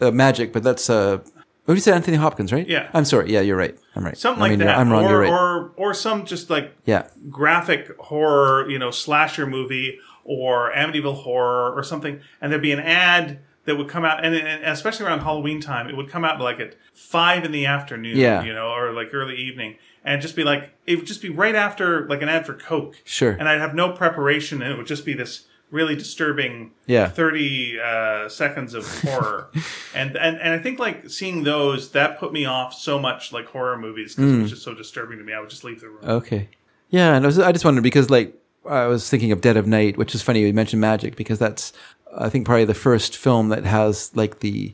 [SPEAKER 1] uh, Magic, but that's uh. Oh, you said Anthony Hopkins, right?
[SPEAKER 2] Yeah.
[SPEAKER 1] I'm sorry. Yeah, you're right. I'm right.
[SPEAKER 2] something
[SPEAKER 1] I
[SPEAKER 2] like
[SPEAKER 1] mean,
[SPEAKER 2] that.
[SPEAKER 1] I'm wrong.
[SPEAKER 2] or,
[SPEAKER 1] you're right.
[SPEAKER 2] or or some just like
[SPEAKER 1] yeah.
[SPEAKER 2] graphic horror, you know, slasher movie or Amityville horror or something, and there'd be an ad that would come out, and, and especially around Halloween time, it would come out like at five in the afternoon,
[SPEAKER 1] Yeah.
[SPEAKER 2] you know, or like early evening, and just be like it would just be right after like an ad for Coke,
[SPEAKER 1] Sure.
[SPEAKER 2] and I'd have no preparation, and it would just be this really disturbing
[SPEAKER 1] Yeah.
[SPEAKER 2] 30 uh, seconds of horror and, and and i think like seeing those that put me off so much like horror movies 'cause it
[SPEAKER 1] Hmm.
[SPEAKER 2] was just so disturbing to me i would just leave the room
[SPEAKER 1] Okay. Yeah, and I, was, I just wondered because like I was thinking of Dead of Night, which is funny you mentioned magic because that's I think probably the first film that has like the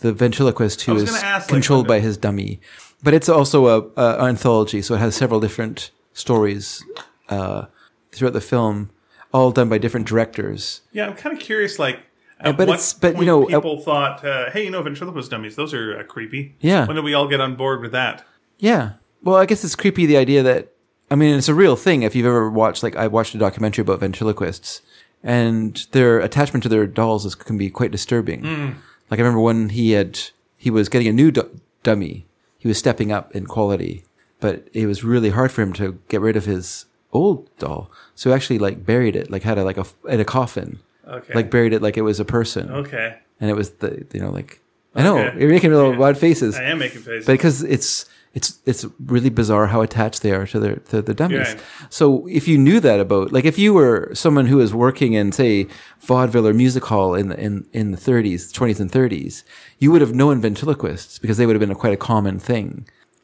[SPEAKER 1] the ventriloquist who
[SPEAKER 2] was
[SPEAKER 1] is
[SPEAKER 2] gonna ask, like,
[SPEAKER 1] controlled
[SPEAKER 2] when
[SPEAKER 1] by his dummy. But it's also a, a anthology, so it has several different stories uh, throughout the film, all done by different directors.
[SPEAKER 2] Yeah, I'm kind of curious, like, at
[SPEAKER 1] but
[SPEAKER 2] what
[SPEAKER 1] it's- but, you
[SPEAKER 2] point
[SPEAKER 1] know, at-
[SPEAKER 2] people thought, uh, "Hey, you know, ventriloquist dummies, those are uh, creepy."
[SPEAKER 1] Yeah.
[SPEAKER 2] When did we all get on board with that?
[SPEAKER 1] Yeah. Well, I guess it's creepy the idea that I mean it's a real thing. If you've ever watched, like, I watched a documentary about ventriloquists, and their attachment to their dolls is, can be quite disturbing.
[SPEAKER 2] Mm.
[SPEAKER 1] Like I remember when he had he was getting a new du- dummy, he was stepping up in quality, but it was really hard for him to get rid of his old doll. So he actually like buried it, like had a like a f- in a coffin,
[SPEAKER 2] Okay.
[SPEAKER 1] like buried it like it was a person,
[SPEAKER 2] okay,
[SPEAKER 1] and it was the you know like I know
[SPEAKER 2] Okay.
[SPEAKER 1] you're making little odd faces
[SPEAKER 2] I am making faces.
[SPEAKER 1] but because it's it's it's really bizarre how attached they are to their to the dummies.
[SPEAKER 2] Yeah.
[SPEAKER 1] So if you knew that about like if you were someone who is working in say vaudeville or music hall in the in, in the 30s, 20s and 30s, you would have known ventriloquists because they would have been a, quite a common thing.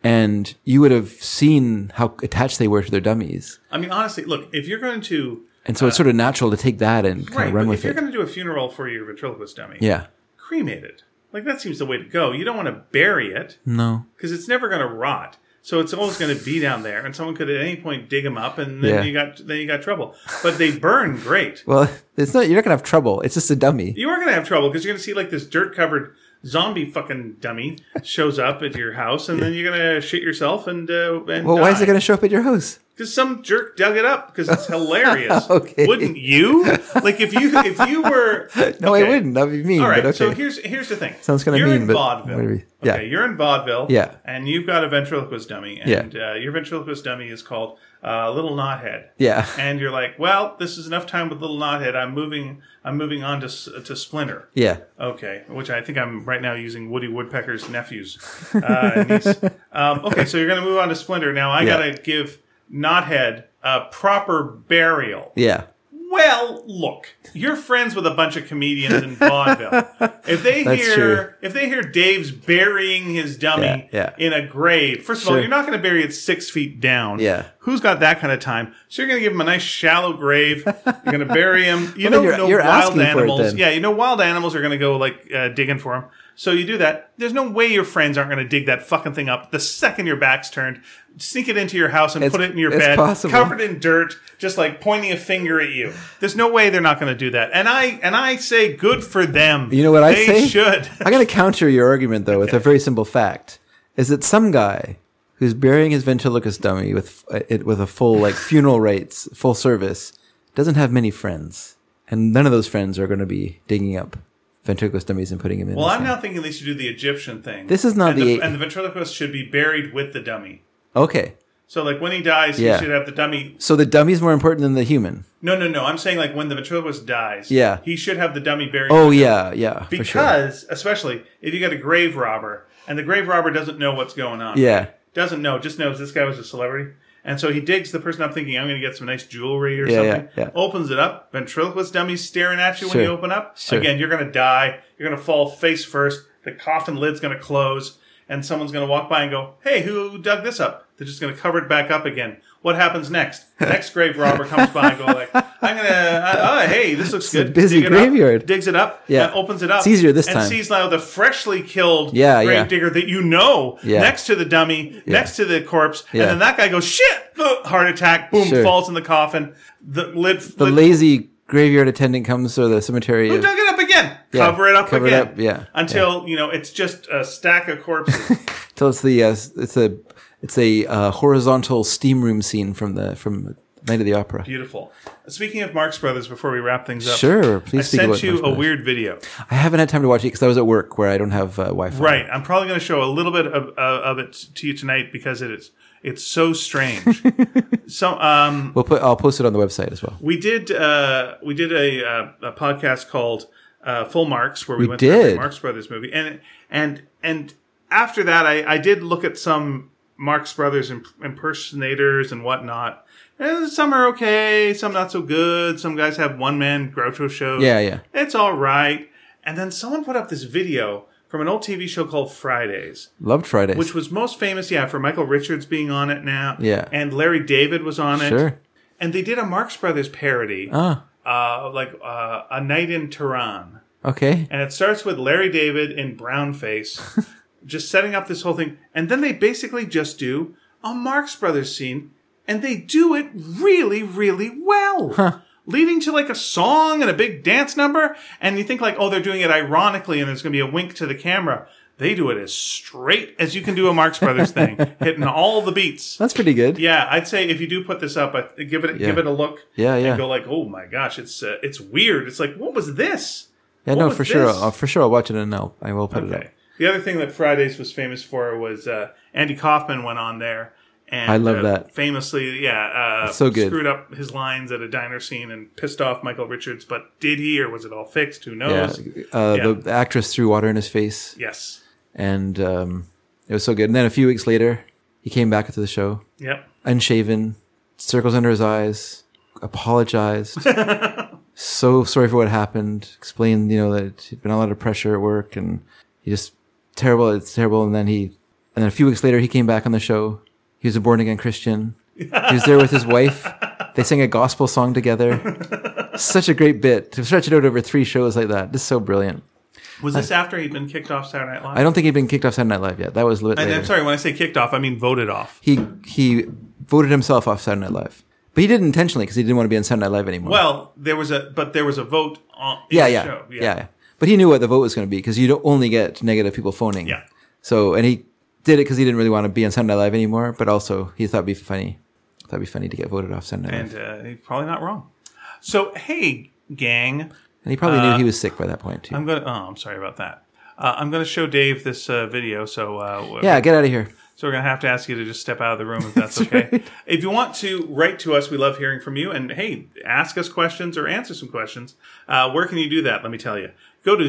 [SPEAKER 1] And you would have seen how attached they were to their dummies.
[SPEAKER 2] I mean, honestly, look, if you're going to
[SPEAKER 1] And so it's sort of natural to take that and kind
[SPEAKER 2] Uh, right,
[SPEAKER 1] of run
[SPEAKER 2] but
[SPEAKER 1] with
[SPEAKER 2] if you're
[SPEAKER 1] it.
[SPEAKER 2] going to do a funeral for your ventriloquist dummy,
[SPEAKER 1] yeah.
[SPEAKER 2] cremate it. Like that seems the way to go. You don't want to bury it
[SPEAKER 1] No.
[SPEAKER 2] because it's never going to rot. So it's always going to be down there, and someone could at any point dig them up, and then
[SPEAKER 1] Yeah.
[SPEAKER 2] you got then you got trouble. But they burn great.
[SPEAKER 1] Well, it's not you're not going to have trouble. It's just a dummy.
[SPEAKER 2] you are going to have trouble because you're going to see like this dirt covered zombie fucking dummy shows up at your house, and then you're going to shit yourself and uh, and
[SPEAKER 1] Well, why is it going
[SPEAKER 2] going
[SPEAKER 1] to show up at your house?
[SPEAKER 2] because some jerk dug it up because it's hilarious.
[SPEAKER 1] Okay.
[SPEAKER 2] wouldn't you? Like if you if you were
[SPEAKER 1] No, I
[SPEAKER 2] Okay.
[SPEAKER 1] wouldn't. That'd be mean.
[SPEAKER 2] All right,
[SPEAKER 1] but okay.
[SPEAKER 2] so here's here's the thing.
[SPEAKER 1] Sounds kinda
[SPEAKER 2] you're
[SPEAKER 1] mean,
[SPEAKER 2] in
[SPEAKER 1] but
[SPEAKER 2] vaudeville.
[SPEAKER 1] whatever you- yeah.
[SPEAKER 2] Okay, you're in vaudeville.
[SPEAKER 1] Yeah.
[SPEAKER 2] and you've got a ventriloquist dummy, and
[SPEAKER 1] Yeah.
[SPEAKER 2] uh, your ventriloquist dummy is called uh, Little Knothead.
[SPEAKER 1] yeah.
[SPEAKER 2] And you're like, well, this is enough time with Little Knothead. I'm moving. I'm moving on to S- to Splinter.
[SPEAKER 1] Yeah.
[SPEAKER 2] Okay, which I think I'm right now using Woody Woodpecker's nephews. Uh, and niece. um, okay, so you're going to move on to Splinter. Now I
[SPEAKER 1] Yeah.
[SPEAKER 2] got to give Knothead a proper burial.
[SPEAKER 1] Yeah.
[SPEAKER 2] Well, look, you're friends with a bunch of comedians in vaudeville. If they
[SPEAKER 1] That's
[SPEAKER 2] hear
[SPEAKER 1] true.
[SPEAKER 2] if they hear Dave's burying his dummy
[SPEAKER 1] Yeah,
[SPEAKER 2] in a grave, first of all,
[SPEAKER 1] Sure.
[SPEAKER 2] you're not going to bury it six feet down.
[SPEAKER 1] Yeah.
[SPEAKER 2] who's got that kind of time? So you're going to give him a nice shallow grave. You're going to bury him.
[SPEAKER 1] Well, then
[SPEAKER 2] You know,
[SPEAKER 1] you're-
[SPEAKER 2] no
[SPEAKER 1] you're
[SPEAKER 2] wild
[SPEAKER 1] asking for it
[SPEAKER 2] animals.
[SPEAKER 1] then.
[SPEAKER 2] Yeah, you know, wild animals are going to go like uh, digging for him. So you do that. There's no way your friends aren't going to dig that fucking thing up the second your back's turned. Sneak it into your house and
[SPEAKER 1] It's-
[SPEAKER 2] put it in your
[SPEAKER 1] it's
[SPEAKER 2] bed,
[SPEAKER 1] possible.
[SPEAKER 2] cover covered in dirt, just like pointing a finger at you. There's no way they're not going to do that. And I and I say, good for them.
[SPEAKER 1] You know what I
[SPEAKER 2] they
[SPEAKER 1] say?
[SPEAKER 2] Should
[SPEAKER 1] I got to counter your argument though with a very simple fact: is that some guy who's burying his ventriloquist dummy with uh, it with a full like funeral rites, full service, doesn't have many friends, and none of those friends are going to be digging up ventriloquist dummies and putting them in.
[SPEAKER 2] well,
[SPEAKER 1] the
[SPEAKER 2] I'm
[SPEAKER 1] sand.
[SPEAKER 2] now thinking they should do the Egyptian thing.
[SPEAKER 1] This is not
[SPEAKER 2] and
[SPEAKER 1] the-
[SPEAKER 2] and the ventriloquist should be buried with the dummy.
[SPEAKER 1] okay.
[SPEAKER 2] So like when he dies,
[SPEAKER 1] Yeah.
[SPEAKER 2] he should have the dummy.
[SPEAKER 1] So the dummy's more important than the human.
[SPEAKER 2] No, no, no. I'm saying like when the ventriloquist dies,
[SPEAKER 1] Yeah.
[SPEAKER 2] he should have the dummy buried.
[SPEAKER 1] Oh yeah, yeah, for sure.
[SPEAKER 2] because especially if you got a grave robber and the grave robber doesn't know what's going on.
[SPEAKER 1] Yeah,
[SPEAKER 2] doesn't know, just knows this guy was a celebrity. And so he digs the person up, thinking I'm going to get some nice jewelry or
[SPEAKER 1] Yeah, yeah,
[SPEAKER 2] something.
[SPEAKER 1] yeah.
[SPEAKER 2] Opens it up, ventriloquist dummy's staring at you
[SPEAKER 1] Sure.
[SPEAKER 2] when you open up.
[SPEAKER 1] Sure.
[SPEAKER 2] Again, you're going to die. You're going to fall face first. The coffin lid's going to close, and someone's going to walk by and go, "Hey, who dug this up?" They're just going to cover it back up again. What happens next? Next grave robber comes by and go like, "I'm going to, oh hey, this looks
[SPEAKER 1] a
[SPEAKER 2] good."
[SPEAKER 1] busy
[SPEAKER 2] Dig it up,
[SPEAKER 1] graveyard.
[SPEAKER 2] digs it up.
[SPEAKER 1] Yeah.
[SPEAKER 2] and opens it up.
[SPEAKER 1] It's easier this
[SPEAKER 2] and
[SPEAKER 1] time.
[SPEAKER 2] sees now the freshly killed
[SPEAKER 1] Yeah, yeah.
[SPEAKER 2] grave digger that you know
[SPEAKER 1] Yeah.
[SPEAKER 2] next to the dummy, next to the corpse,
[SPEAKER 1] Yeah.
[SPEAKER 2] and then that guy goes shit, Ugh, heart attack, boom,
[SPEAKER 1] Sure.
[SPEAKER 2] falls in the coffin. The lid,
[SPEAKER 1] the
[SPEAKER 2] lid
[SPEAKER 1] lazy graveyard attendant comes or the cemetery. of-
[SPEAKER 2] dug it up again,
[SPEAKER 1] Yeah,
[SPEAKER 2] cover it up
[SPEAKER 1] cover it
[SPEAKER 2] again,
[SPEAKER 1] up, yeah,
[SPEAKER 2] until you know it's just a stack of corpses.
[SPEAKER 1] So it's the uh, s- it's a it's a uh, horizontal steam room scene from the from Night of the Opera.
[SPEAKER 2] Beautiful. Speaking of Marx Brothers, before we wrap things up,
[SPEAKER 1] Sure,
[SPEAKER 2] I
[SPEAKER 1] please speak
[SPEAKER 2] sent
[SPEAKER 1] about
[SPEAKER 2] you
[SPEAKER 1] Marx
[SPEAKER 2] a
[SPEAKER 1] Brothers.
[SPEAKER 2] weird video.
[SPEAKER 1] I haven't had time to watch it because I was at work where I don't have uh, Wi-Fi.
[SPEAKER 2] Right. I'm probably going to show a little bit of, of, of it to you tonight because it is it's so strange. so um,
[SPEAKER 1] We'll put I'll post it on the website as well.
[SPEAKER 2] We did uh, we did a, uh, a podcast called uh, Full Marks where we, went
[SPEAKER 1] did.
[SPEAKER 2] through every Marx Brothers movie and and and after that I, I did look at some Marx Brothers imp- impersonators and whatnot. And some are okay, some not so good. Some guys have one man Groucho shows.
[SPEAKER 1] Yeah, yeah.
[SPEAKER 2] it's all right. And then someone put up this video from an old TV show called Fridays
[SPEAKER 1] Loved Fridays.
[SPEAKER 2] which was most famous, yeah, for Michael Richards being on it now.
[SPEAKER 1] Yeah.
[SPEAKER 2] And Larry David was on it.
[SPEAKER 1] Sure.
[SPEAKER 2] And they did a Marx Brothers parody,
[SPEAKER 1] ah,
[SPEAKER 2] uh, like uh, A Night in Tehran.
[SPEAKER 1] okay.
[SPEAKER 2] And it starts with Larry David in brown face, just setting up this whole thing. And then they basically just do a Marx Brothers scene, and they do it really, really well. Leading to like a song and a big dance number, and you think like, oh, they're doing it ironically, and there's going to be a wink to the camera. They do it as straight as you can do a Marx Brothers thing, hitting all the beats.
[SPEAKER 1] That's pretty good.
[SPEAKER 2] Yeah, I'd say if you do put this up, I, give it give it a look.
[SPEAKER 1] Yeah, yeah.
[SPEAKER 2] And go like, oh my gosh, it's uh, it's weird. It's like, what was this?
[SPEAKER 1] yeah,
[SPEAKER 2] what
[SPEAKER 1] no,
[SPEAKER 2] was
[SPEAKER 1] for sure.
[SPEAKER 2] this?
[SPEAKER 1] I'll, for sure, I'll watch it and I'll, I will put it
[SPEAKER 2] Okay.
[SPEAKER 1] up.
[SPEAKER 2] The other thing that Fridays was famous for was uh, Andy Kaufman went on there. And,
[SPEAKER 1] I love
[SPEAKER 2] uh,
[SPEAKER 1] that.
[SPEAKER 2] Famously, yeah, uh,
[SPEAKER 1] so good.
[SPEAKER 2] screwed up his lines at a diner scene and pissed off Michael Richards. But did he, or was it all fixed? Who
[SPEAKER 1] Yeah,
[SPEAKER 2] knows?
[SPEAKER 1] uh,
[SPEAKER 2] Yeah.
[SPEAKER 1] The, the actress threw water in his face,
[SPEAKER 2] Yes.
[SPEAKER 1] and um, it was so good. And then a few weeks later, he came back to the show,
[SPEAKER 2] Yep.
[SPEAKER 1] unshaven, circles under his eyes, apologized, so sorry for what happened, explained, you know, that he'd been a lot of pressure at work and he just terrible, it's terrible. And then he, and then a few weeks later, he came back on the show. He was a born again Christian. He was there with his wife. They sang a gospel song together. Such a great bit to stretch it out over three shows like that. Just so brilliant.
[SPEAKER 2] Was this after he'd been kicked off Saturday Night Live?
[SPEAKER 1] I don't think he'd been kicked off Saturday Night Live yet. That was a little bit
[SPEAKER 2] and
[SPEAKER 1] later.
[SPEAKER 2] I'm sorry, when I say kicked off, I mean voted off.
[SPEAKER 1] He he voted himself off Saturday Night Live, but he did it intentionally because he didn't want to be on Saturday Night Live anymore.
[SPEAKER 2] Well, there was a but there was a vote on in
[SPEAKER 1] yeah,
[SPEAKER 2] the
[SPEAKER 1] yeah,
[SPEAKER 2] show.
[SPEAKER 1] yeah, yeah. But he knew what the vote was going to be because you don't only get negative people phoning.
[SPEAKER 2] Yeah.
[SPEAKER 1] So and he did it because he didn't really want to be on Saturday Night Live anymore, but also he thought it'd be funny. Thought it'd be funny to get voted off Saturday Night
[SPEAKER 2] And
[SPEAKER 1] Live,
[SPEAKER 2] uh, he's probably not wrong. So hey, gang,
[SPEAKER 1] and he probably knew he was sick by that point too.
[SPEAKER 2] uh, I'm gonna. Oh, I'm sorry about that. Uh, I'm gonna show Dave this uh, video, so uh, w-
[SPEAKER 1] yeah, get out of here.
[SPEAKER 2] so we're gonna have to ask you to just step out of the room if that's okay. If you want to write to us, we love hearing from you. And hey, ask us questions or answer some questions. Uh, where can you do that? Let me tell you. Go to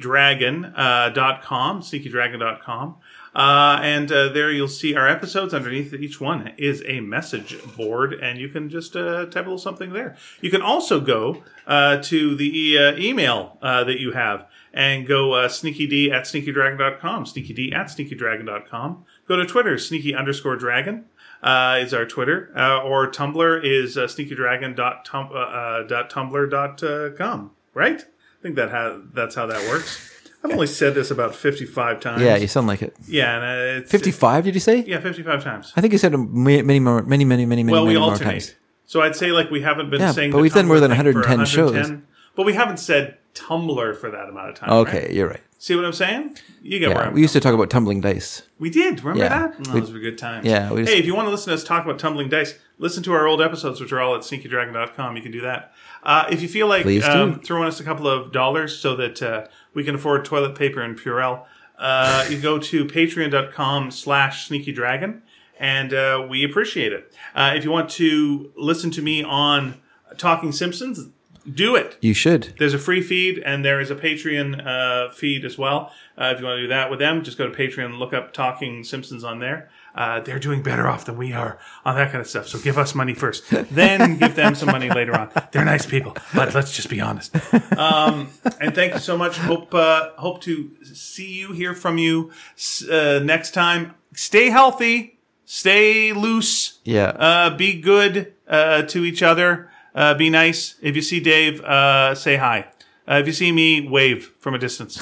[SPEAKER 2] sneakydragon.com, uh, dot com, sneakydragon.com. Uh, and uh, there you'll see our episodes. Underneath each one is a message board, and you can just uh, type a little something there. You can also go uh, to the uh, email uh, that you have and go uh, sneakyd at sneakydragon.com, sneakyd at sneakydragon.com. Go to Twitter, sneaky underscore dragon uh, is our Twitter, uh, or Tumblr is uh, sneakydragon.tum- uh, uh, dot tumblr dot, uh, com. right? I think that ha- that's how that works. I've only said this about 55 times.
[SPEAKER 1] Yeah, you sound like it.
[SPEAKER 2] Yeah, and uh, it's
[SPEAKER 1] Fifty-five? Did you say?
[SPEAKER 2] yeah, fifty-five times.
[SPEAKER 1] I think you said many, many more, many, many, many, many,
[SPEAKER 2] Well, we
[SPEAKER 1] many more
[SPEAKER 2] alternate.
[SPEAKER 1] times.
[SPEAKER 2] So I'd say like we haven't been
[SPEAKER 1] Yeah,
[SPEAKER 2] saying,
[SPEAKER 1] but
[SPEAKER 2] the
[SPEAKER 1] we've done more
[SPEAKER 2] Tumblr
[SPEAKER 1] than
[SPEAKER 2] thing for
[SPEAKER 1] 110 shows.
[SPEAKER 2] 110, But we haven't said Tumblr for that amount of time.
[SPEAKER 1] Okay,
[SPEAKER 2] right?
[SPEAKER 1] you're right.
[SPEAKER 2] See what I'm saying? You get where
[SPEAKER 1] Yeah,
[SPEAKER 2] I'm.
[SPEAKER 1] we used to talk about tumbling dice.
[SPEAKER 2] We did. Remember
[SPEAKER 1] Yeah.
[SPEAKER 2] that? Oh,
[SPEAKER 1] We-
[SPEAKER 2] those were good times.
[SPEAKER 1] yeah, we just-
[SPEAKER 2] hey, if you want to listen to us talk about tumbling dice, listen to our old episodes, which are all at sneakydragon.com. You can do that. Uh, if you feel like
[SPEAKER 1] Please do.
[SPEAKER 2] um, throwing us a couple of dollars so that uh, we can afford toilet paper and Purell, uh, you go to patreon.com slash sneakydragon and uh, we appreciate it. Uh, if you want to listen to me on Talking Simpsons, do it.
[SPEAKER 1] You should.
[SPEAKER 2] There's a free feed and there is a Patreon uh, feed as well. Uh, if you want to do that with them, just go to Patreon and look up Talking Simpsons on there. Uh, they're doing better off than we are on that kind of stuff. So give us money first, then give them some money later on. They're nice people, but let's just be honest. Um, and thank you so much. Hope uh, hope to see you, hear from you s- uh, next time. Stay healthy, stay loose.
[SPEAKER 1] Yeah.
[SPEAKER 2] Uh, be good uh, to each other. Uh, be nice. If you see Dave, uh, say hi. Uh, if you see me, wave from a distance.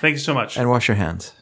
[SPEAKER 2] Thank you so much.
[SPEAKER 1] and wash your hands.